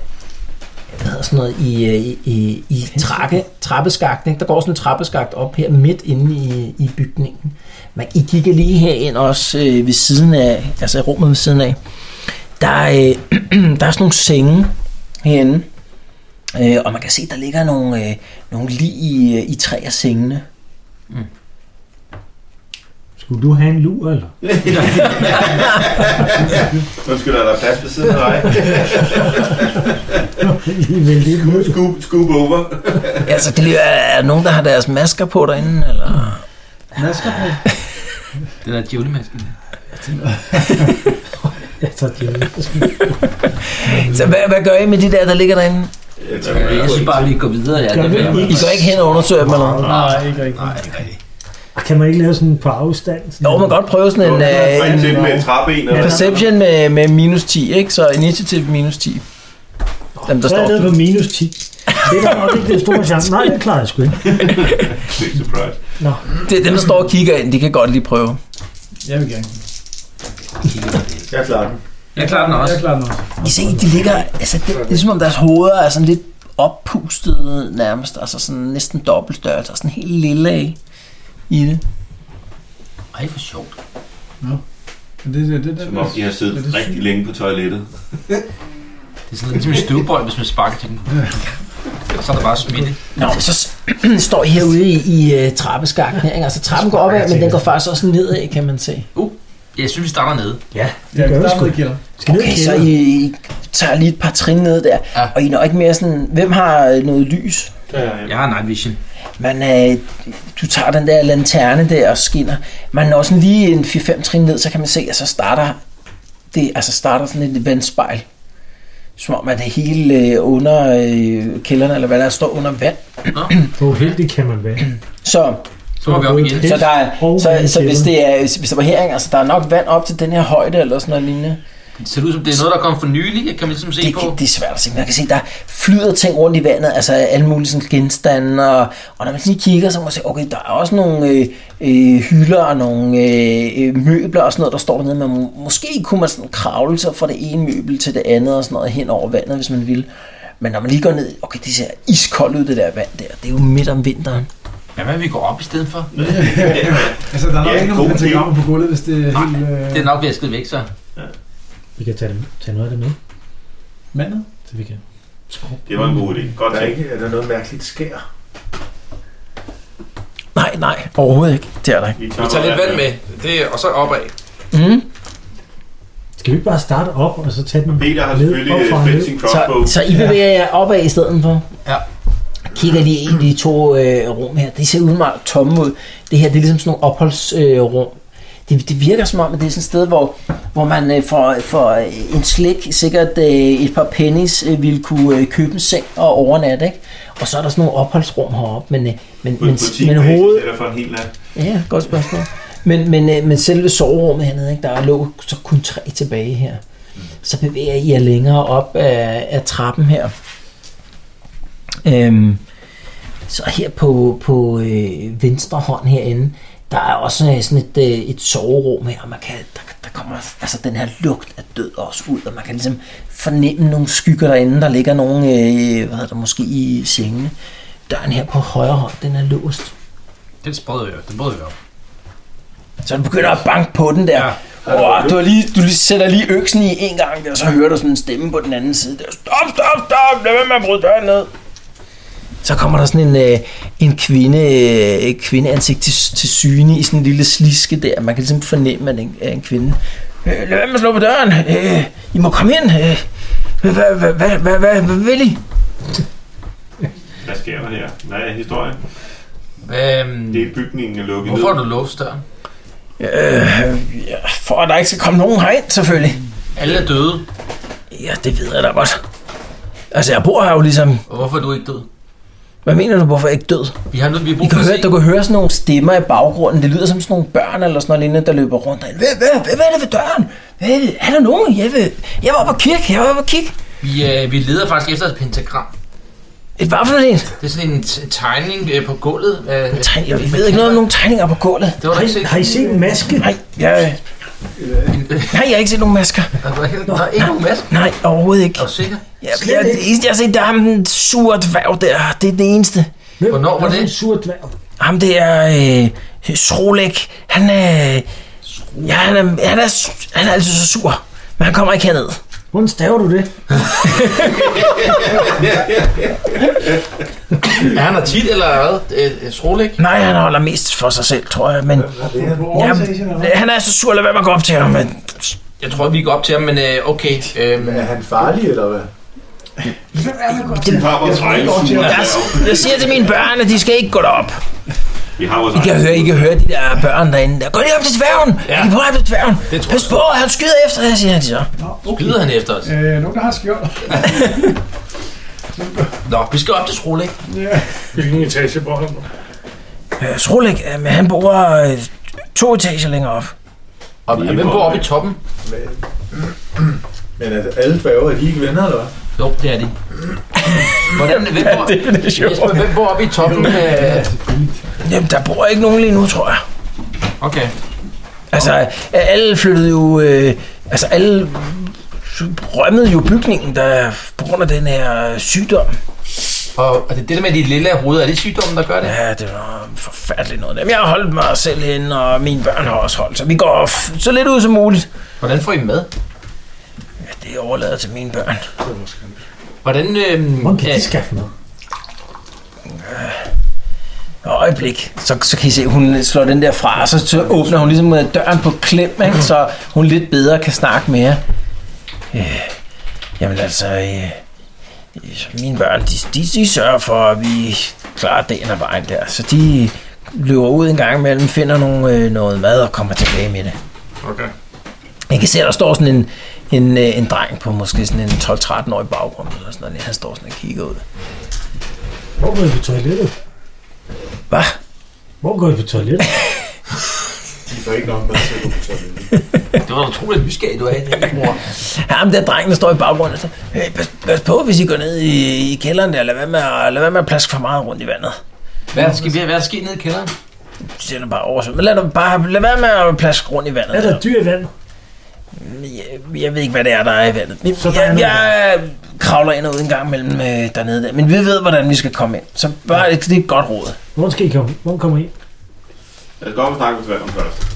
Speaker 2: hedder sådan noget i øh, i, i, i trappe, trappeskakten. ikke? Der går sådan en trappeskakt op her midt inde i, i bygningen. Man, I kigger lige herind også øh, ved siden af, altså i rummet ved siden af. Der er, øh, der er sådan nogle senge herinde. Øh, og man kan se, der ligger nogle, øh, nogle lige i, øh, i tre af sengene.
Speaker 6: Skulle du have en lur, eller?
Speaker 4: Undskyld, er der plads ved siden af dig?
Speaker 6: I vil lidt ned.
Speaker 4: Scoop, scoop over.
Speaker 2: Altså, det lige, er der nogen, der har deres masker på derinde, eller?
Speaker 5: Masker på?
Speaker 7: Det der djævlemasken.
Speaker 6: Jeg tager det ned.
Speaker 2: Så hvad, hvad gør I med de der, der ligger derinde?
Speaker 4: Jeg
Speaker 7: Jeg synes bare, vi går videre. Ja,
Speaker 6: Gør
Speaker 7: det
Speaker 6: vi
Speaker 7: vil jeg.
Speaker 2: I går ikke hen og undersøger dem, eller? hvad?
Speaker 5: Nej, ikke rigtigt.
Speaker 7: Nej, ikke rigtigt.
Speaker 6: Kan man ikke lave sådan på afstand? Sådan
Speaker 2: Jo, man kan godt prøve sådan en, øh,
Speaker 4: Ring
Speaker 2: en
Speaker 4: til dem med en trappe en, eller hvad?
Speaker 2: perception med, med minus 10, ikke? Så initiativ minus 10. Dem, der
Speaker 6: Så er
Speaker 2: står
Speaker 6: jeg nede på minus 10. Det er da nok ikke den store chance. Nej, det klarer jeg sgu ikke.
Speaker 4: Big surprise.
Speaker 2: det er dem, der står og kigger ind, de kan godt lige prøve.
Speaker 5: Jeg vil gerne.
Speaker 3: Jeg klarer den.
Speaker 7: Jeg klarer den også.
Speaker 5: Jeg klarer den også.
Speaker 2: I ser, de ligger, altså det, det er som om deres hoveder er sådan lidt oppustede nærmest, altså sådan næsten dobbelt størrelse, og sådan helt lille af i det.
Speaker 7: Ej, for sjovt.
Speaker 5: Men det, det, det, det,
Speaker 4: Som om de har siddet rigtig længe på toilettet.
Speaker 7: Det er sådan lidt som en støvbold, hvis man sparker til den. Og så er der bare smitte.
Speaker 2: Nå, men så s- står I herude i, i uh, trappeskakten her, ikke? Altså trappen går opad, men den går faktisk også nedad, kan man se.
Speaker 7: Jeg synes, vi starter nede.
Speaker 6: Ja, det gør
Speaker 5: Ja, vi
Speaker 6: vi
Speaker 5: starter
Speaker 6: sgu.
Speaker 5: med kælder.
Speaker 6: Skal ned i
Speaker 2: Okay, så
Speaker 6: kælderen.
Speaker 2: I, I tager lige et par trin ned der, ja.
Speaker 7: Ja.
Speaker 2: og I når ikke mere sådan, hvem har øh, noget lys?
Speaker 7: Jeg har night vision.
Speaker 2: Man, øh, du tager den der lanterne der og skinner. Man når sådan lige en 4-5 trin ned, så kan man se, at så starter, det, altså starter sådan et vandspejl. Som om, at det hele øh, under øh, kælderen, eller hvad der er, står under vand.
Speaker 6: Hvor uheldig kan man være?
Speaker 2: Så,
Speaker 7: Så var vi op igen.
Speaker 2: så, der er,
Speaker 6: Og
Speaker 2: så, så hvis,
Speaker 6: vandkælderen.
Speaker 2: det er, hvis der var her, ikke? altså der er nok vand op til den her højde, eller sådan noget lignende.
Speaker 7: Det ser ud som, det er noget, der kom for nylig. Jeg kan man ligesom se
Speaker 2: det,
Speaker 7: på.
Speaker 2: det, det er svært at se, men jeg kan se, der flyder ting rundt i vandet, altså alle mulige sådan genstande, og, og når man sådan lige kigger, så kan man se, okay, der er også nogle øh, øh, hylder og nogle øh, øh, møbler og sådan noget, der står dernede, men må, måske kunne man sådan kravle sig fra det ene møbel til det andet og sådan noget hen over vandet, hvis man ville. Men når man lige går ned, okay, det ser iskoldt ud, det der vand der, det er jo midt om vinteren.
Speaker 7: Hvad med, at vi går op i stedet for?
Speaker 5: Altså, der er nok
Speaker 4: Ja,
Speaker 5: ikke
Speaker 4: god
Speaker 5: nogen pentagrammer på gulvet, hvis det er
Speaker 7: Nej,
Speaker 5: helt... Øh,
Speaker 7: Det er nok vasket væk, så.
Speaker 6: Vi kan tage, dem- tage noget af det med,
Speaker 5: Mandet?
Speaker 6: så vi kan skrue.
Speaker 4: Det var en god idé. Godt
Speaker 3: Der er,
Speaker 4: tænkt.
Speaker 3: ikke, er der noget mærkeligt skær?
Speaker 2: Nej, nej, overhovedet ikke, det er der ikke.
Speaker 7: Vi tager lidt vand med, det, og så opad.
Speaker 2: Mm.
Speaker 6: Skal vi ikke bare starte op, og så tage den
Speaker 4: Peter har
Speaker 6: ned
Speaker 4: selvfølgelig
Speaker 6: op
Speaker 4: øh,
Speaker 6: fra
Speaker 4: spændt
Speaker 6: ned?
Speaker 4: sin crossbow.
Speaker 2: Så, så I bevæger jer opad i stedet for?
Speaker 7: Ja.
Speaker 2: Kigger lige ind i de to øh, rum her. De ser udenmærket tomme ud. Det her det er ligesom sådan nogle opholdsrum. Øh, rum. det, det virker som om, at det er sådan et sted, hvor, hvor man øh, for, for øh, en slik, sikkert øh, et par pennies, øh, ville kunne øh, købe en seng og overnatte. Ikke? Og så er der sådan nogle opholdsrum heroppe, men, øh, men, men, men hovedet...
Speaker 4: Eller for en hel nat.
Speaker 2: Ja, godt spørgsmål. Men, men, øh, men selve soverummet hernede, ikke, der lå så kun tre tilbage her. Så bevæger I jer længere op af, af trappen her. Øhm, så her på, på øh, venstre hånd herinde, der er også øh, sådan et, øh, et soverum her, og man kan, der, der kommer altså den her lugt af død også ud, og man kan ligesom fornemme nogle skygger derinde, der ligger nogle, øh, hvad hedder der, måske i sengene. Døren her på højre hånd, den er låst.
Speaker 7: Den sprød jo, den brød jo.
Speaker 2: Så du begynder at banke på den der.
Speaker 7: Ja.
Speaker 2: Ja. Wow, du, har lige, du lige sætter lige øksen i en gang, og så hører du sådan en stemme på den anden side. Der, stop, stop, stop, lad være med at bryde døren ned. Så kommer der sådan en, øh, en kvinde, øh, kvindeansigt til, til syne i sådan en lille sliske der. Man kan ligesom fornemme, at den er en kvinde. Øh, lad være med at slå på døren. Øh, I må komme ind. Øh, hvad, hvad, hvad, hvad, hvad, hvad, hvad vil I?
Speaker 4: Hvad sker der her? Hvad er historien?
Speaker 7: Øhm,
Speaker 4: Det er bygningen er lukket
Speaker 7: hvorfor har
Speaker 4: ned.
Speaker 7: du låst døren?
Speaker 2: Øh, ja, for at der ikke skal komme nogen herind, selvfølgelig.
Speaker 7: Alle er døde,
Speaker 2: Ja, det ved jeg da godt. Altså, jeg bor her jo ligesom...
Speaker 7: og hvorfor er du ikke død?
Speaker 2: Hvad mener du, hvorfor jeg ikke død?
Speaker 7: Vi har noget, vi har
Speaker 2: I
Speaker 7: brug
Speaker 2: kan
Speaker 7: for at
Speaker 2: høre,
Speaker 7: se.
Speaker 2: du kan høre sådan nogle stemmer i baggrunden. Det lyder som sådan nogle børn eller sådan noget lignende, der løber rundt. derinde. Hvad, hvad, hvad, hvad er det ved døren? Hvad er, det? er der nogen? Jeg, vil, jeg var oppe og kigge. Jeg var oppe og kigge.
Speaker 7: Vi, øh, vi leder faktisk efter et pentagram.
Speaker 2: Et hvad for en?
Speaker 7: Det er sådan en t- tegning øh, på gulvet. af-
Speaker 2: En tegning. Jeg ved ikke noget om nogen tegninger på gulvet.
Speaker 7: Det var der ikke set. øh,
Speaker 6: Har I set en maske?
Speaker 2: Nej, jeg, nej, jeg har ikke set nogen masker.
Speaker 7: Der var ikke- Der er ikke nogen maske.
Speaker 2: Nej, overhovedet ikke.
Speaker 7: Er du sikker?
Speaker 2: Jeg, jeg, det eneste, jeg har set, det er ham den sure dværg der. Det er det eneste.
Speaker 6: Hvem?
Speaker 7: Hvornår var det?
Speaker 6: En sur dværg.
Speaker 2: Ham det er øh, Srolik. Han er... Ja, han er, han, er, han er altid så sur. Men han kommer ikke herned.
Speaker 6: Hvordan staver du det?
Speaker 7: Er han her tit, eller hvad? Øh, øh, Srolik?
Speaker 2: Nej, han holder mest for sig selv, tror jeg, men... Ja, han er så sur, lad være med at gå op til ham, men...
Speaker 7: Jeg tror, vi går op til ham, men øh, okay. Øhm,
Speaker 3: Er han farlig, eller hvad?
Speaker 4: Vi har vores egen sur
Speaker 2: Jeg,
Speaker 4: dværg.
Speaker 2: jeg siger til mine børn, at de skal ikke gå derop.
Speaker 4: Vi har vores
Speaker 2: I kan
Speaker 4: egen
Speaker 2: høre, I
Speaker 4: sur
Speaker 2: kan høre de der børn derinde. Der. Gå lige op til dværgen! Ja. I kan prøve op til dværgen!
Speaker 7: Det tror
Speaker 2: Pas
Speaker 7: jeg.
Speaker 2: på, han skyder efter jer, siger han så.
Speaker 7: Glider han efter os?
Speaker 5: Øh, nogen, der har skjold.
Speaker 7: Nå, vi skal op til Srolik.
Speaker 8: Hvilken etage bor han på?
Speaker 2: Øh, Srolik, øh, men han bor øh, to etager længere op.
Speaker 7: Og
Speaker 4: Lige
Speaker 7: hvem bor
Speaker 4: op,
Speaker 7: oppe i toppen?
Speaker 3: Men, men er det- alle dværger, er de ikke venner, eller hvad?
Speaker 7: Jo, det er de. Hvordan, hvem bor, ja, det, det Jesper, hvem bor oppe i toppen? Øh,
Speaker 2: Jamen, der bor ikke nogen lige nu, tror jeg.
Speaker 7: okay.
Speaker 2: Altså, øh, alle flyttede jo... Øh, altså, alle rømmede jo bygningen, der på grund af den her sygdom.
Speaker 7: Og, og det, det der med de lille hoveder, er det sygdommen, der gør det?
Speaker 2: Ja, det var forfærdeligt noget. Jamen, jeg har holdt mig selv hen, og mine børn har også holdt, så vi går f- så lidt ud som muligt.
Speaker 7: Hvordan får I dem med?
Speaker 2: Ja, det overlader jeg til mine børn.
Speaker 7: Hvordan, øh,
Speaker 6: Hvordan kan
Speaker 7: ja,
Speaker 6: de skaffe noget?
Speaker 2: Og øjeblik, så, så kan I se, hun slår den der fra, og så, så åbner hun ligesom øh, døren på klem, ikke? så hun lidt bedre kan snakke mere. Øh, jamen altså, øh, øh, mine børn, de, de, de sørger for, at vi klarer dagen og vejen der, så de løber ud en gang imellem, finder nogle, øh, noget mad og kommer tilbage med det.
Speaker 8: Okay.
Speaker 2: Jeg kan se, at der står sådan en, en, øh, en dreng på måske sådan en 12-13 år i baggrunden, eller sådan noget. Han står sådan og kigger ud.
Speaker 6: Hvor går I på toilettet?
Speaker 2: Hvad?
Speaker 6: Hvor går I på toilettet?
Speaker 3: De får ikke nok mad til at gå på toilettet.
Speaker 7: det var utroligt nysgerrig, du er i det, mor.
Speaker 2: Ja, men der drengen, der står i baggrunden, så, hey, pas, pas, på, hvis I går ned i, i kælderen der, lad være, med at, lad være med at plaske for meget rundt i vandet.
Speaker 7: Hvad er der sket, hvad er der sket nede i kælderen?
Speaker 2: Så siger du bare over, men lad, dig bare, lad være med at plaske rundt i vandet.
Speaker 6: Er der dyr i vandet?
Speaker 2: Jeg, jeg ved ikke, hvad det er, der er i vandet. Men
Speaker 6: Så der er
Speaker 2: jeg,
Speaker 6: noget
Speaker 2: jeg øh, kravler ind og ud en gang mellem øh, dernede der. Men vi ved, hvordan vi skal komme ind. Så bare, det er et godt råd.
Speaker 6: Hvordan skal I komme? Hvordan kommer I?
Speaker 4: Lad os gå op Altså, og snakke med dværgen først. Så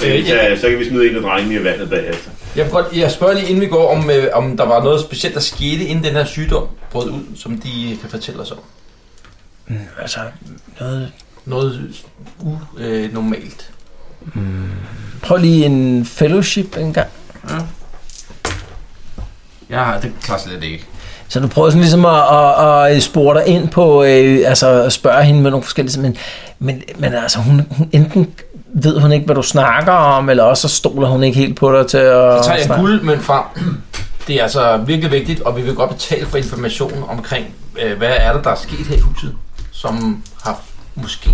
Speaker 4: kan,
Speaker 7: Øh,
Speaker 4: vi tage, så kan vi smide en af drengene i vandet bagefter.
Speaker 7: Jeg, vil godt, jeg spørger lige, inden vi går, om, øh, om der var noget specielt, der skete, inden den her sygdom brød ud, som de kan fortælle os om.
Speaker 2: Altså, noget...
Speaker 7: Noget øh, unormalt.
Speaker 2: Prøv lige en fellowship en gang.
Speaker 7: Jeg har, det klarer slet ikke.
Speaker 2: Så du prøver sådan ligesom at, at, at spore dig øh, ind på, øh, altså at spørge hende med nogle forskellige, men, men, men altså hun, hun enten ved hun ikke, hvad du snakker om, eller også så stoler hun ikke helt på dig til at
Speaker 7: Så tager jeg
Speaker 2: snakke.
Speaker 7: guldmønt frem. Det er altså virkelig vigtigt, og vi vil godt betale for information omkring, øh, hvad er det, der er sket her i huset, som har måske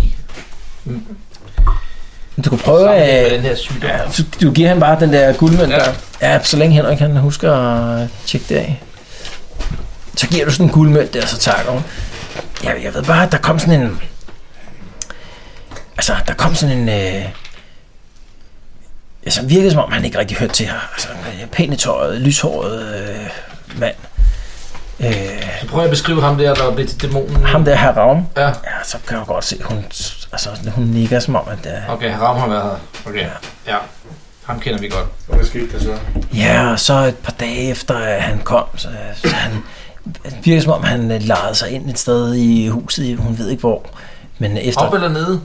Speaker 2: Du kan prøve øh,
Speaker 7: sammenhæng
Speaker 2: at...
Speaker 7: med den her sygdom. Ja.
Speaker 2: Så Du giver ham bare den der guldmønt ja.
Speaker 7: Ja.
Speaker 2: der. Ja, så længe Henrik han husker at tjekke det af. Så giver du sådan en guldmønt der, så tager du. Ja, jeg ved bare, at der kom sådan en... Altså, der kom sådan en... Øh, ja, som virkede som om, han ikke rigtig hørte til her. Altså, pæne tøjet, lyshåret øh, mand. Øh,
Speaker 7: Så prøver jeg at beskrive ham der, der blev til dæmonen.
Speaker 2: ham der her Ravn.
Speaker 7: Ja,
Speaker 2: Ja, så kan jeg godt se, hun, altså, hun nikker som om, at øh, det er...
Speaker 7: okay, Ram har været her. Okay, ja. Ham kender vi godt.
Speaker 3: Og hvad skete der så?
Speaker 2: Ja, og så et par dage efter, at han kom, så, så han det virker som om, han øh, lejede sig ind et sted i huset, i- hun ved ikke hvor. Men efter,
Speaker 7: Op eller nede?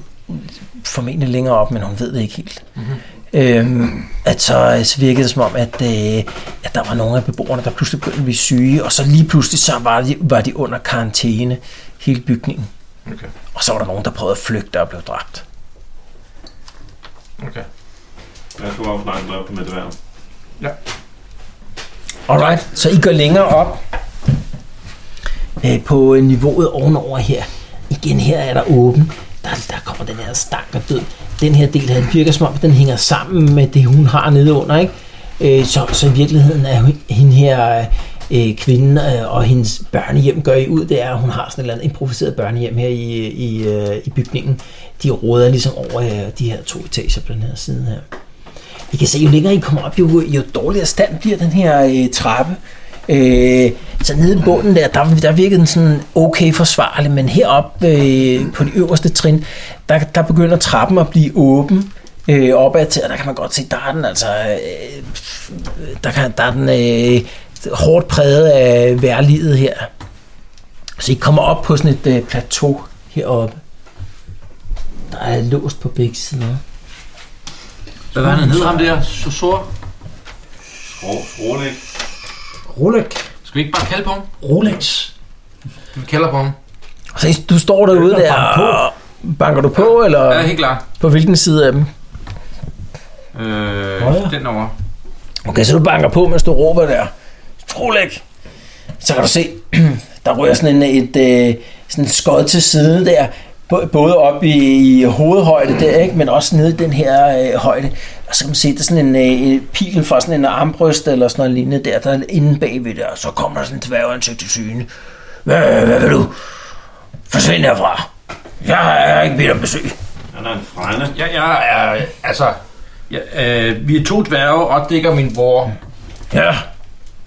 Speaker 2: formentlig længere op, men hun ved det ikke helt.
Speaker 7: Mhm.
Speaker 2: Mm-hmm. Øhm, at så, så virkede det som om, at, øh, at der var nogle af beboerne, der pludselig begyndte at blive syge, og så lige pludselig så var de, var de under karantæne, hele bygningen.
Speaker 7: Okay.
Speaker 2: Og så var der nogen, der prøvede at flygte og blev dræbt.
Speaker 7: Okay.
Speaker 4: Jeg skulle bare snakke med med det værd.
Speaker 2: Alright, så I går længere op
Speaker 9: øh, på øh, niveauet ovenover her. Igen her er der åben. Der, der kommer den her stank og død. Den her del her det virker som om, den hænger sammen med det, hun har nede under. Ikke? Øh, så, så i virkeligheden er hun- hende her øh, kvinden øh, og hendes børnehjem gør I ud, det er, at hun har sådan et eller andet improviseret børnehjem her i, i, øh, i bygningen. De råder ligesom over øh, de her to etager på den her side her. I kan se, jo længere I kommer op, jo, jo dårligere stand bliver den her øh, trappe. Øh, så nede i bunden der, der, der virkede den sådan okay forsvarlig, men heroppe øh, på det øverste trin, der, der begynder trappen at blive åben øh, opad til, og der kan man godt se, der er den altså, øh, der, kan, der er den øh, hårdt præget af værlivet her. Så I kommer op på sådan et øh, plateau heroppe. Der er låst på begge sider.
Speaker 7: Hvad var han hed ham der? Sosor?
Speaker 4: Rolex.
Speaker 6: Rolex.
Speaker 7: Skal vi ikke bare kalde på ham?
Speaker 6: Rolex.
Speaker 7: Vi kalder på ham.
Speaker 2: Så du står derude
Speaker 6: Banker
Speaker 2: der, og banker du på,
Speaker 7: Ja,
Speaker 2: eller
Speaker 7: helt klar.
Speaker 2: på hvilken side af dem?
Speaker 7: Øh,
Speaker 6: Højre.
Speaker 7: den over.
Speaker 2: Okay, så du banker på, mens du råber der. Trolæk! Så kan du se, der ryger sådan en, et, øh, sådan en skod til siden der. Bo- Både op i, i hovedhøjde der, ikke? men også nede i den her øh, højde. Og så kan man se, der er sådan en, øh, en pil fra sådan en armbryst eller sådan noget lignende der, der er inde bagved der. Og så kommer der sådan en dværgansigt til syne. Hvad, hvad vil du? Forsvind herfra. Jeg er ikke bedt om besøg.
Speaker 4: Han er en frænde.
Speaker 7: Jeg, jeg er, altså, jeg, øh, vi er to dværge, og dækker min vor,
Speaker 2: Ja.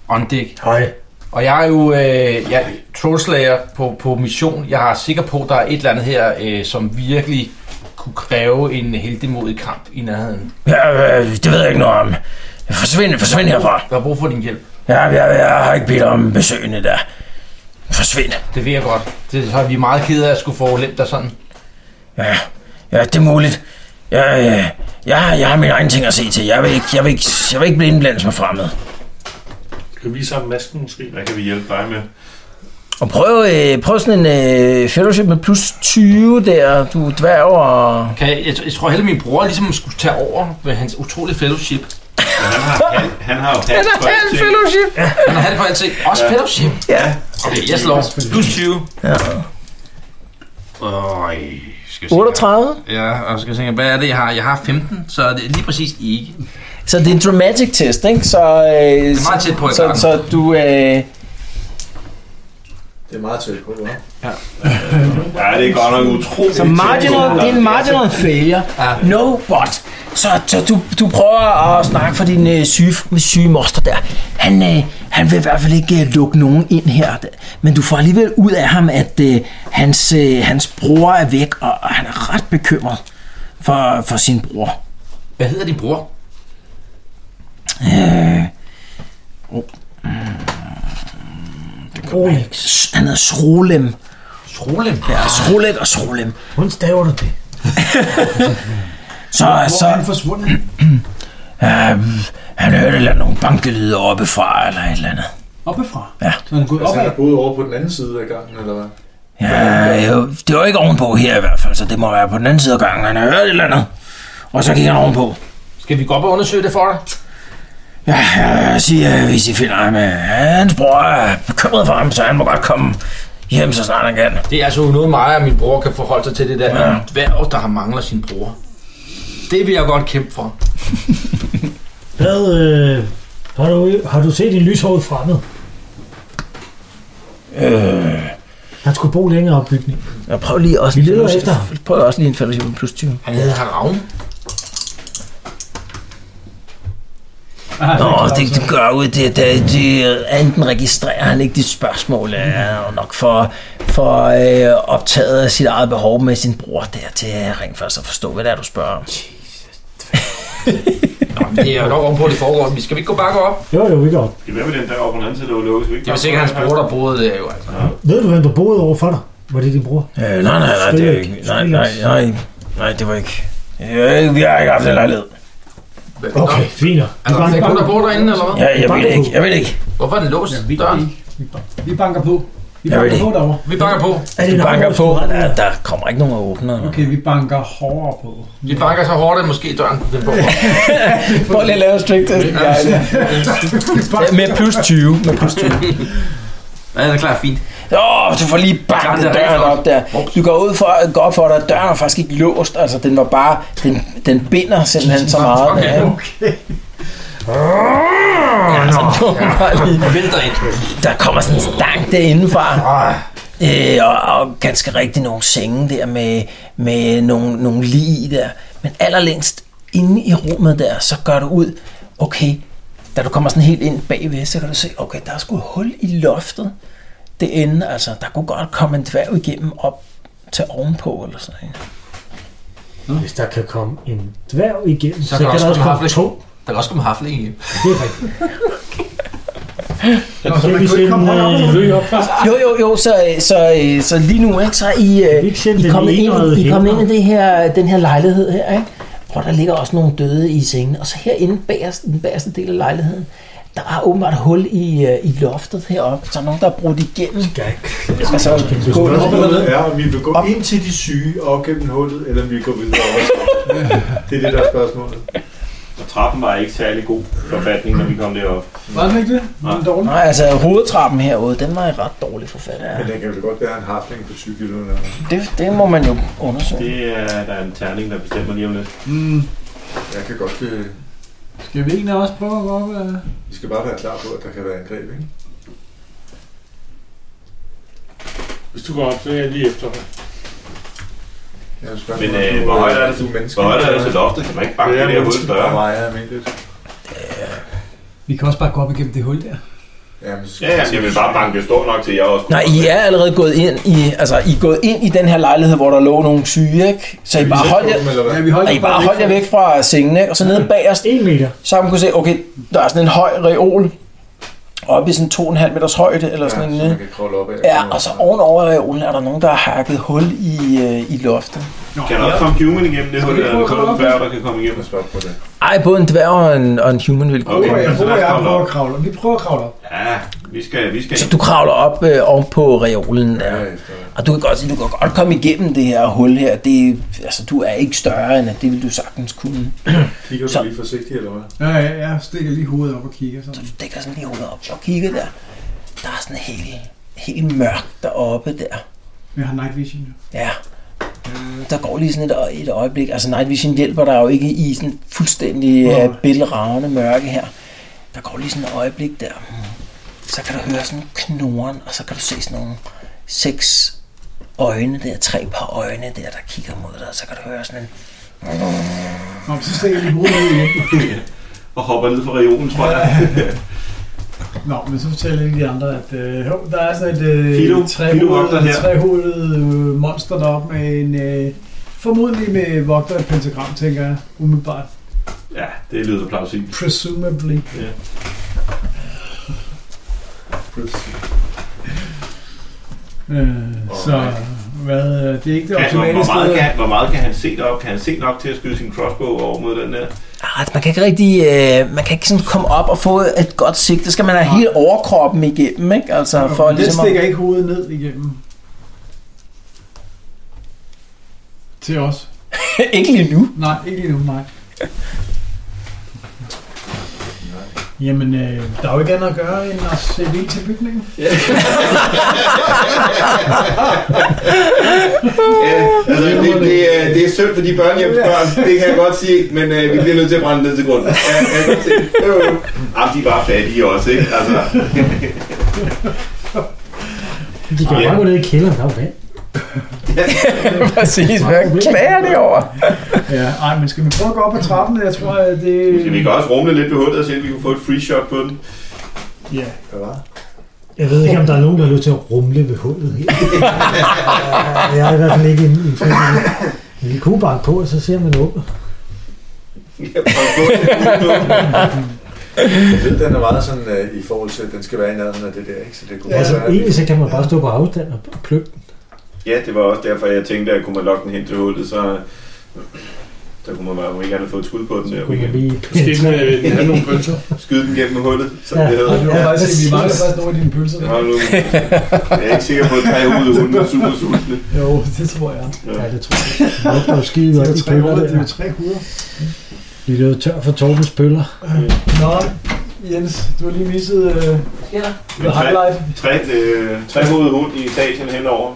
Speaker 7: Ondæk.
Speaker 6: Høj.
Speaker 7: Og jeg er jo øh, jeg er trollslager på, på mission. Jeg er sikker på, at der er et eller andet her, øh, som virkelig kunne kræve en heldemodig kamp i nærheden.
Speaker 2: ja øh, det ved jeg ikke noget om. Forsvind, forsvind herfra.
Speaker 7: Der er brug for din hjælp.
Speaker 2: Ja, jeg, jeg har ikke bedt om besøgende der. Forsvind.
Speaker 7: Det ved jeg godt. Det, så er vi meget kede af at skulle få ulemt dig sådan.
Speaker 2: Ja, ja det er muligt. Jeg, jeg, jeg, jeg har mine egne ting at se til. Jeg vil ikke, jeg vil ikke, jeg vil ikke blive indblandet som fremmed.
Speaker 8: Skal vi vise ham masken måske?
Speaker 4: Hvad kan vi hjælpe dig med?
Speaker 2: Og prøv, øh, prøv sådan en øh, fellowship med plus 20 der. Du er dværg og...
Speaker 7: Kan jeg, jeg, jeg tror hele min bror ligesom skulle tage over med hans utrolige fellowship.
Speaker 4: Men han har, han, han har jo hat på alting.
Speaker 2: fellowship!
Speaker 7: Han har halv på alting. Også ja. fellowship.
Speaker 2: Ja.
Speaker 7: Okay, jeg slår. Plus 20.
Speaker 2: Ja.
Speaker 7: Øj, skal jeg se her.
Speaker 2: 38.
Speaker 7: Ja, og så skal jeg tænke, hvad er det, jeg har? Jeg har 15, så det er lige præcis ikke.
Speaker 2: Så det er en dramatic test, ikke? Så, øh,
Speaker 7: meget tæt på, jeg
Speaker 2: så,
Speaker 7: klarer den.
Speaker 2: så du... Øh,
Speaker 3: Det er meget tæt på, hva'?
Speaker 4: Ja, det er godt nok utroligt.
Speaker 2: Så marginal, det er en marginal failure.
Speaker 7: Ja.
Speaker 2: No, but. Så, så du, du prøver at snakke for din øh, syge, syge moster der. Han, øh, han vil i hvert fald ikke øh, lukke nogen ind her. Men du får alligevel ud af ham, at øh, hans, øh, hans bror er væk, og, og han er ret bekymret for, for sin bror.
Speaker 7: Hvad hedder din bror?
Speaker 6: Rolex.
Speaker 2: S- Han hedder Srolem.
Speaker 7: Trolem.
Speaker 2: Ja, Srolet og Srolem.
Speaker 6: Hvordan staver du det?
Speaker 2: Så,
Speaker 5: Hvor
Speaker 2: så,
Speaker 5: er han forsvundet?
Speaker 2: øh, han hørte et eller andet, nogle bankelyder oppefra, eller et eller andet.
Speaker 5: Oppefra?
Speaker 2: Ja.
Speaker 5: Så han er gået
Speaker 3: Altså,
Speaker 5: opad?
Speaker 3: han er boet over på den anden side af gangen, eller hvad?
Speaker 2: Øh, Ja, jo, det var ikke ovenpå her i hvert fald, så det må være på den anden side af gangen. Han har hørt et eller andet. Og så gik han ovenpå.
Speaker 7: Skal vi gå op og undersøge det for dig?
Speaker 2: Ja, jeg siger, hvis I finder ham, øh, hans bror er bekymret for ham, så han må godt komme hjem, så snart han kan.
Speaker 7: Det er altså noget mig og min bror kan forholde sig til det der ja. dværg, der har mangler sin bror. Det vil jeg godt kæmpe for.
Speaker 6: Hvad, øh, har, du, har du set en lyshåret fremmed?
Speaker 2: Øh,
Speaker 6: Han skulle bo længere op bygningen.
Speaker 2: jeg prøver lige også...
Speaker 6: Vi leder efter ham.
Speaker 2: Prøv også lige en fantasi plus 20.
Speaker 7: Han hedder Haravn.
Speaker 5: Ah,
Speaker 2: Nå, det, det gør ud det, det, det, enten registrerer han ikke dit spørgsmål, øh, og nok for, for øh, optaget af sit eget behov med sin bror der til øh, rent først at forstå, hvad det er, du spørger om.
Speaker 7: Nå, men det er jo nok ovenpå, det foregår. Vi skal vi ikke gå bakke op?
Speaker 6: Jo, jo, ikke op.
Speaker 4: Det er med den der over på den anden side, der var lukket. så vi ikke
Speaker 7: Det var sikkert hans bror, der boede der jo. Altså.
Speaker 6: Ved du, hvem der boede over for dig? Var det din bror?
Speaker 2: Øh, nej, nej, nej, det er
Speaker 6: Spil
Speaker 2: ikke.
Speaker 6: ikke.
Speaker 2: Nej,
Speaker 6: Spil
Speaker 2: nej,
Speaker 6: os.
Speaker 2: nej, nej, det var ikke. Øh, vi har ikke haft en lejlighed.
Speaker 7: Men-
Speaker 6: Okay,
Speaker 7: Nå,
Speaker 6: fint. nok.
Speaker 7: Er der
Speaker 6: Bank-
Speaker 7: altså ikke
Speaker 6: bank-
Speaker 7: nogen, der bor derinde, eller hvad?
Speaker 2: Ja, jeg ved
Speaker 6: banker
Speaker 2: det
Speaker 6: på.
Speaker 2: ikke. Jeg ved det ikke.
Speaker 7: Hvorfor er den låst?
Speaker 5: Ja, vi,
Speaker 7: Døren?
Speaker 5: vi, vi banker på. Vi
Speaker 2: Jeg ved
Speaker 5: banker
Speaker 2: det
Speaker 5: på derovre.
Speaker 7: Vi banker på.
Speaker 6: Er det
Speaker 2: Du
Speaker 6: en
Speaker 2: banker
Speaker 6: aflåst
Speaker 2: på,
Speaker 6: dør?
Speaker 2: der, der kommer ikke nogen og åbner.
Speaker 5: Okay, vi banker hårdere på.
Speaker 7: Vi banker så hårdt, at måske døren den på.
Speaker 2: Prøv lige at lave strict test. Med plus 20. Med plus 20.
Speaker 7: Ja, det er klart fint.
Speaker 2: Åh, oh, du får lige
Speaker 7: Klar, det
Speaker 2: banket
Speaker 7: er
Speaker 2: døren
Speaker 7: rigtig
Speaker 2: op der. Du går ud for, går op for dig, døren er faktisk ikke låst. Altså, den var bare, den, den binder simpelthen så meget.
Speaker 7: Okay.
Speaker 2: Ja,
Speaker 7: Ja,
Speaker 2: så får man bare lige-
Speaker 7: Vælter ind.
Speaker 2: Der kommer sådan en stank derindefra. Øh, og, og ganske rigtig nogle senge der med, med nogle, nogle lige i der. Men allerlængst inde i rummet der, så gør du ud, okay, da du kommer sådan helt ind bagved, så kan du se, okay, der er sgu et hul i loftet derinde. Altså, der kunne godt komme en dværg igennem op til ovenpå eller sådan noget.
Speaker 6: Hvis der kan komme en dværg igennem, så,
Speaker 7: Så kan der også komme hafling.
Speaker 6: to.
Speaker 7: Der kan også komme hafling i.
Speaker 6: Det er rigtigt.
Speaker 5: Nå,
Speaker 6: Så
Speaker 5: man
Speaker 6: vi
Speaker 5: kunne ikke komme højere op.
Speaker 6: sende, øh,
Speaker 2: Jo, jo, jo, så, så, øh, så lige nu, ikke, så er I, øh,
Speaker 6: Vi sendte
Speaker 2: I
Speaker 6: den
Speaker 2: kommet ind,
Speaker 6: enøjede
Speaker 2: I er kommet ind i
Speaker 6: hævner.
Speaker 2: det her, den her lejlighed her, ikke? Hvor der ligger også nogle døde i sengen. Og så herinde bagerst, den bagerste del af lejligheden, der er åbenbart hul i, øh, i loftet heroppe. Så er nogen, der er brudt igennem. Altså, gå
Speaker 3: Spørgsmålet er, om vi vil gå ind til de syge og gennem hullet, eller om vi vil gå videre over. Det er det, der er spørgsmålet.
Speaker 4: Og trappen var ikke særlig god forfatning, når vi kom derop.
Speaker 5: Var den ikke det? Var den dårlig?
Speaker 2: Nej, altså hovedtrappen herude, den var i ret dårlig forfat. Ja.
Speaker 3: Men det kan jo godt være en hafling på 20 kilo. eller noget.
Speaker 2: Det, det må man jo undersøge.
Speaker 4: Det er, der er en terning, der bestemmer lige om lidt.
Speaker 5: Mm,
Speaker 3: Jeg kan godt... Øh,
Speaker 5: skal vi egentlig også prøve at gå op? øh?
Speaker 3: vi skal bare være klar på, at der kan være angreb, ikke?
Speaker 8: Hvis du går op, så er jeg lige efter dig.
Speaker 3: Ja,
Speaker 4: Men øh, hvor højt er det til, hvor højt er det til loftet? Kan man ikke banke
Speaker 3: Det
Speaker 4: det
Speaker 3: er
Speaker 4: der hul
Speaker 3: menneske, der er
Speaker 4: større?
Speaker 3: meget almindeligt.
Speaker 5: Vi kan også bare gå op igennem det hul der.
Speaker 3: Ja, men så skal
Speaker 4: Ja, jamen, jeg vil bare banke det stort nok til, at jeg også
Speaker 2: Nej, I er allerede gået ind i, altså, I er gået ind i den her lejlighed, hvor der lå nogle syge, ikke? Så I bare holdt jer,
Speaker 5: Ja, vi holder
Speaker 2: og I bare holdt jer væk fra sengen, ikke? Og så nede bagerst,
Speaker 6: En meter.
Speaker 2: Så har man kunne se, okay, der er sådan en høj reol, oppe i sådan 2,5 meters højde, eller sådan
Speaker 3: Ja,
Speaker 2: ja,
Speaker 3: så man
Speaker 2: en
Speaker 3: kan kravle op af.
Speaker 2: Ja, og så ovenover reolen er der nogen, der har hakket hul i, øh, i loftet.
Speaker 4: Kan der også komme human igennem det hul?
Speaker 5: vi
Speaker 4: Der
Speaker 5: prøve
Speaker 4: er
Speaker 5: at
Speaker 4: kun
Speaker 5: komme
Speaker 4: en
Speaker 5: op?
Speaker 4: færg, der kan komme igennem.
Speaker 3: Jeg spørger på det.
Speaker 2: Ej, både en dværg og en, og en human vil kunne.
Speaker 4: Okay.
Speaker 5: Hvor jeg,
Speaker 4: Så
Speaker 5: hvor
Speaker 4: lad os
Speaker 5: jeg
Speaker 4: kravle
Speaker 5: prøver
Speaker 4: op.
Speaker 5: at kravle op. Vi prøver at kravle op.
Speaker 4: Ja, vi skal... Vi skal
Speaker 2: Så du kravler op øh, oven på reolen
Speaker 3: Ja,
Speaker 2: der.
Speaker 3: efter.
Speaker 2: Og du kan godt sige, du kan godt komme igennem det her hul her. Det, altså, du er ikke større end, at det vil du sagtens kunne.
Speaker 3: Kigger
Speaker 2: Så-
Speaker 3: du lige forsigtigt, eller hvad?
Speaker 5: Ja, ja, jeg stikker lige hovedet op og kigger. Sådan.
Speaker 2: Du stikker sådan lige hovedet op og kigger der. Der er sådan helt, helt mørkt deroppe der.
Speaker 5: Jeg har night vision. jo.
Speaker 2: Ja. Mm, Der går lige sådan et, ø- et øjeblik. Altså Night Vision hjælper dig jo ikke i sådan fuldstændig
Speaker 5: Nej.
Speaker 2: uh, bælragende mørke her. Der går lige sådan et øjeblik der. Mm. Så kan du høre sådan knoren, og så kan du se sådan nogle seks øjne der, tre par øjne der, der kigger mod dig. Og så kan du høre sådan en...
Speaker 5: Nå, så stikker jeg lige hovedet ned igen.
Speaker 4: og hopper ned fra regionen, tror jeg.
Speaker 5: Nå, men så fortæller jeg lige de andre, at øh, hov, der er sådan et øh,
Speaker 4: Fido, Fido vogter her.
Speaker 5: trehovedet, trehovedet øh, monster deroppe med en... Øh, formodentlig med vogter og et pentagram, tænker jeg. Umiddelbart.
Speaker 4: Ja, det lyder plausibelt.
Speaker 5: Presumably. Øh, så hvad, øh, det er ikke det
Speaker 4: Ja, hvor,
Speaker 5: optimale
Speaker 4: hvor, meget
Speaker 5: sted.
Speaker 4: kan, han- hvor meget kan han se derop? Kan han se nok til at skyde sin crossbow over mod den der?
Speaker 2: Ah, altså, man kan ikke rigtig, øh, man kan ikke sådan komme op og få et godt sigte. Det skal man have hele overkroppen igennem, ikke? Altså, for
Speaker 5: det
Speaker 2: ligesom at-
Speaker 5: stikker ikke hovedet ned igennem. Til os.
Speaker 2: ikke lige nu.
Speaker 5: Nej, ikke lige nu, nej. Jamen, øh, der er jo ikke andet at gøre end at sætte ild til bygningen.
Speaker 4: Ja, altså, det, det, er, det er synd for de børnehjemsbørn, det kan jeg godt sige, men øh, vi bliver nødt til at brænde ned til grunden. Ja, jeg kan godt se. Jo, jo. Jamen, de var fattige også, ikke? Altså,
Speaker 6: De kan jo bare gå ned i kælderen, der er jo vand.
Speaker 2: Præcis, hvad klager det over?
Speaker 5: Ja, ej, men skal vi prøve at gå op ad trappen? Jeg tror, at det...
Speaker 4: ja, vi kan også rumle lidt ved hullet og se, om vi kunne få et free shot på den.
Speaker 5: Ja,
Speaker 6: Jeg ved ikke, om der er nogen, der har lyst til at rumle ved hullet her. jeg er i hvert fald ikke en, en frivillig. Men Vi kunne banke på, og så ser man åbent.
Speaker 4: Ja, for at få det.
Speaker 3: Jeg ved, den er meget sådan øh, i forhold til, at den skal være i nærheden af det der, ikke? Så det kunne
Speaker 6: Ja,
Speaker 3: godt
Speaker 6: altså,
Speaker 3: være, at vi-
Speaker 6: egentlig så kan man bare stå på afstand og plukke den.
Speaker 4: ja, det var også derfor, jeg tænkte, at kunne man lokke den hen til hullet, så... Så kunne man bare, om ikke andet få et skud på den der, om
Speaker 6: Kunne man
Speaker 4: ikke
Speaker 6: lige...
Speaker 8: Måske med den have nogle pølser.
Speaker 4: skyde den gennem hullet, som
Speaker 6: Ja.
Speaker 4: det hedder.
Speaker 5: det var
Speaker 6: Ja,
Speaker 5: faktisk, vi
Speaker 6: præcis.
Speaker 5: mangler faktisk nogle af dine pølser.
Speaker 4: Jeg har nu- jeg er ikke sikker på, at tre hundrede hunde er super sultne.
Speaker 5: Jo, det tror jeg.
Speaker 6: Ja, det tror jeg. Det lugter jo skide
Speaker 5: Det
Speaker 6: godt
Speaker 5: er
Speaker 6: i
Speaker 5: jo tre
Speaker 6: pøller
Speaker 5: hoveder,
Speaker 6: der.
Speaker 5: det er jo tre hoveder.
Speaker 6: Vi er jo tør for Torbens pøller.
Speaker 5: Nå, Jens, du har lige misset øh, the
Speaker 4: Men tre-
Speaker 5: highlight.
Speaker 4: Tre, øh, tre hovedet hund i Italien henover.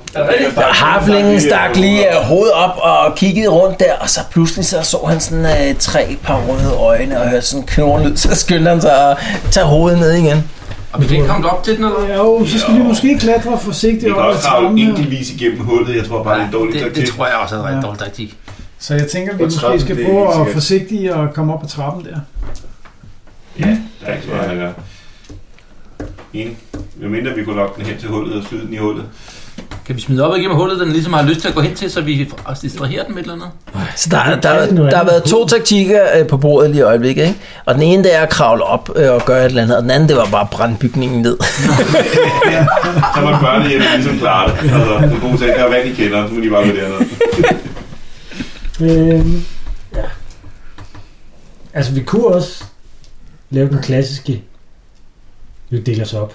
Speaker 2: Harflingen stak lige øh, hovedet op og kiggede rundt der, og så pludselig så, så han sådan øh, tre par røde øjne og hørte sådan en knorlyd, så skyndte han sig at tage hovedet ned igen.
Speaker 7: Og vi ikke kommet op til den, eller?
Speaker 5: Ja, jo, så skal vi måske klatre
Speaker 4: Vi
Speaker 5: forsigtigt
Speaker 4: kan
Speaker 5: op ad
Speaker 4: også
Speaker 5: trappen.
Speaker 4: kravle
Speaker 5: her.
Speaker 4: enkeltvis igennem hullet. Jeg tror bare, det er en dårlig
Speaker 7: det,
Speaker 4: taktik.
Speaker 7: det, tror jeg også er en rigtig
Speaker 5: Ja.
Speaker 7: dårlig taktik.
Speaker 5: Så jeg tænker, vi
Speaker 3: Og
Speaker 5: måske
Speaker 3: trappen, det
Speaker 5: skal
Speaker 3: er
Speaker 5: prøve
Speaker 3: helt
Speaker 5: at
Speaker 3: sikkert.
Speaker 5: forsigtigt og komme op ad trappen der.
Speaker 4: Ja, der er ikke så meget, han gør. Enig. Jo mindre vi kunne lokke den hen til hullet og skyde den i hullet.
Speaker 7: Kan vi smide op igennem hullet, den ligesom har lyst til at gå hen til, så vi også distraherer den med et eller andet?
Speaker 2: Så der, der,
Speaker 6: kan det nu
Speaker 2: der, der har
Speaker 6: andet.
Speaker 2: været to taktikker øh, på bordet lige i øjeblikket, ikke? Og den ene, det er at kravle op øh, og gøre et eller andet, og den anden, det var bare at brænde bygningen ned.
Speaker 4: Så må børnehjemmet ligesom klare det. Altså, det er gode ting. Der er vand i kælderen, så må de bare gå dernede.
Speaker 6: Øhm, ja. Altså, vi kunne også lave den klassiske, vi deler os op.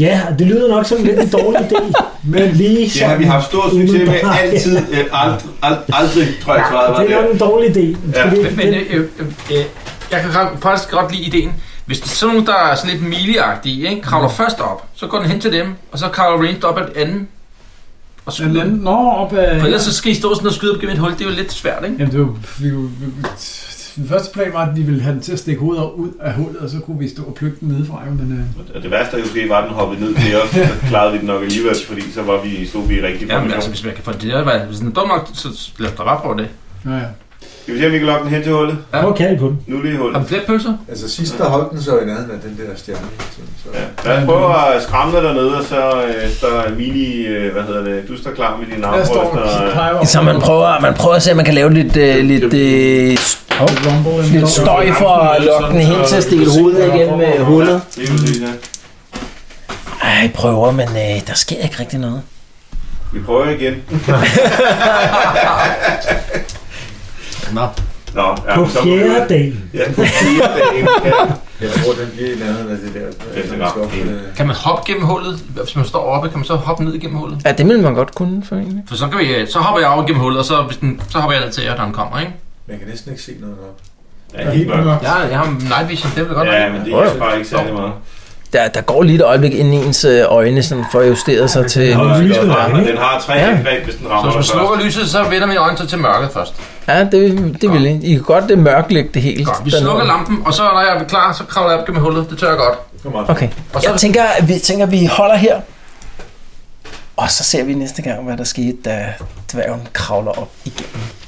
Speaker 6: Ja, og det lyder nok som lidt en dårlig idé, men lige
Speaker 4: Det har vi haft stor succes med altid. Øh, aldrig, aldrig, aldrig, tror jeg, svaret var
Speaker 6: Det er
Speaker 4: der.
Speaker 6: nok en dårlig idé.
Speaker 4: Ja.
Speaker 6: Skal
Speaker 7: Men,
Speaker 6: vi-
Speaker 7: men øh, øh, øh, jeg kan ret- faktisk godt lide ideen. Hvis det er sådan nogen, der er sådan lidt mileagtige, ikke? kravler først op, så går den hen til dem, og så kravler Ranged op ad den anden. Og
Speaker 5: Den
Speaker 7: skyder.
Speaker 5: anden, nå, op ad...
Speaker 7: For ellers så skal I stå sådan og skyde op gennem et hul. Det er jo lidt svært, ikke?
Speaker 5: Jamen, det var, vi, vi, den første plan var, at vi ville have den til at stikke hovedet ud af hullet, og så kunne vi stå og plukke den nedefra. jo, Men, øh,
Speaker 4: Og det værste er måske, var, at den hoppede ned til os, så klarede vi den nok alligevel, fordi så var vi, stod vi rigtig
Speaker 7: Ja, men
Speaker 4: fremme.
Speaker 7: altså, hvis man kan få det til at være hvis den er dum nok, så lad os da bare prøve det.
Speaker 5: ja, ja.
Speaker 4: Skal vi se, om vi kan lokke den hen til hullet?
Speaker 6: Prøv at kalde på den.
Speaker 4: Nu lige i
Speaker 7: Har
Speaker 4: hullet.
Speaker 7: vi flere pølser?
Speaker 3: Altså sidst, der holdt den så i nærheden af den der stjerne. Så, så.
Speaker 4: Ja. Lad os prøve at skræmme dig dernede, og så øh, står Mili, øh, hvad hedder det, du står klar med din
Speaker 5: Der står
Speaker 4: armbryst, og øh,
Speaker 5: Pyro.
Speaker 2: Så man prøver, man prøver at se, at man kan lave lidt, øh, lidt, øh,
Speaker 5: Rumble and
Speaker 2: lidt
Speaker 5: Rumble.
Speaker 2: støj for at lokke den hen til at stikke hovedet igen med øh, hullet.
Speaker 4: det er jo det, ja.
Speaker 2: Ej, prøver, men øh, der sker ikke rigtig noget.
Speaker 4: øh, Vi prøver igen.
Speaker 7: Nå.
Speaker 4: Nå, ja,
Speaker 6: På
Speaker 4: men så må vi-
Speaker 6: fjerde dagen.
Speaker 4: Ja, på fjerde dagen. Ja.
Speaker 3: Jeg tror, den bliver i nærheden af det der.
Speaker 4: er
Speaker 3: øh, som
Speaker 4: nok
Speaker 3: skal op,
Speaker 4: en.
Speaker 3: øh,
Speaker 7: Kan man hoppe gennem hullet? Hvis man står oppe, kan man så hoppe ned gennem hullet?
Speaker 2: Ja, det ville man godt kunne, for egentlig.
Speaker 7: For så, kan vi, øh, så hopper jeg over gennem hullet, og så, hvis den, så hopper jeg ned til jer, når den kommer, ikke?
Speaker 3: Man kan næsten ikke se noget op.
Speaker 4: Ja, helt mørkt.
Speaker 7: Jeg, jeg har night vision, det vil jeg godt
Speaker 4: Ja,
Speaker 7: nok.
Speaker 4: men det er bare ikke særlig meget.
Speaker 2: Der, der går lige et øjeblik ind i ens øh, øjne, sådan for at justere sig til...
Speaker 6: Nå,
Speaker 4: Og
Speaker 6: lyset
Speaker 4: den har-
Speaker 6: regn, ikke?
Speaker 4: Den har tre
Speaker 2: Ja.
Speaker 4: angreb, hvis den
Speaker 7: Så
Speaker 4: rammer
Speaker 7: hvis
Speaker 4: dig
Speaker 7: man slukker
Speaker 4: først.
Speaker 7: lyset, så vender mine øjne sig til mørket først.
Speaker 2: Ja, det, det ville I. I kan godt det mørklægge det helt.
Speaker 7: Godt, vi
Speaker 2: Den-
Speaker 7: slukker lampen, og så når jeg er klar, så kravler jeg op gennem hullet. Det tør jeg godt.
Speaker 3: Kom op.
Speaker 2: Okay.
Speaker 7: Og så,
Speaker 2: Jeg tænker, at vi, tænker, at vi holder her. Og så ser vi næste gang, hvad der skete, da dværgen kravler op igennem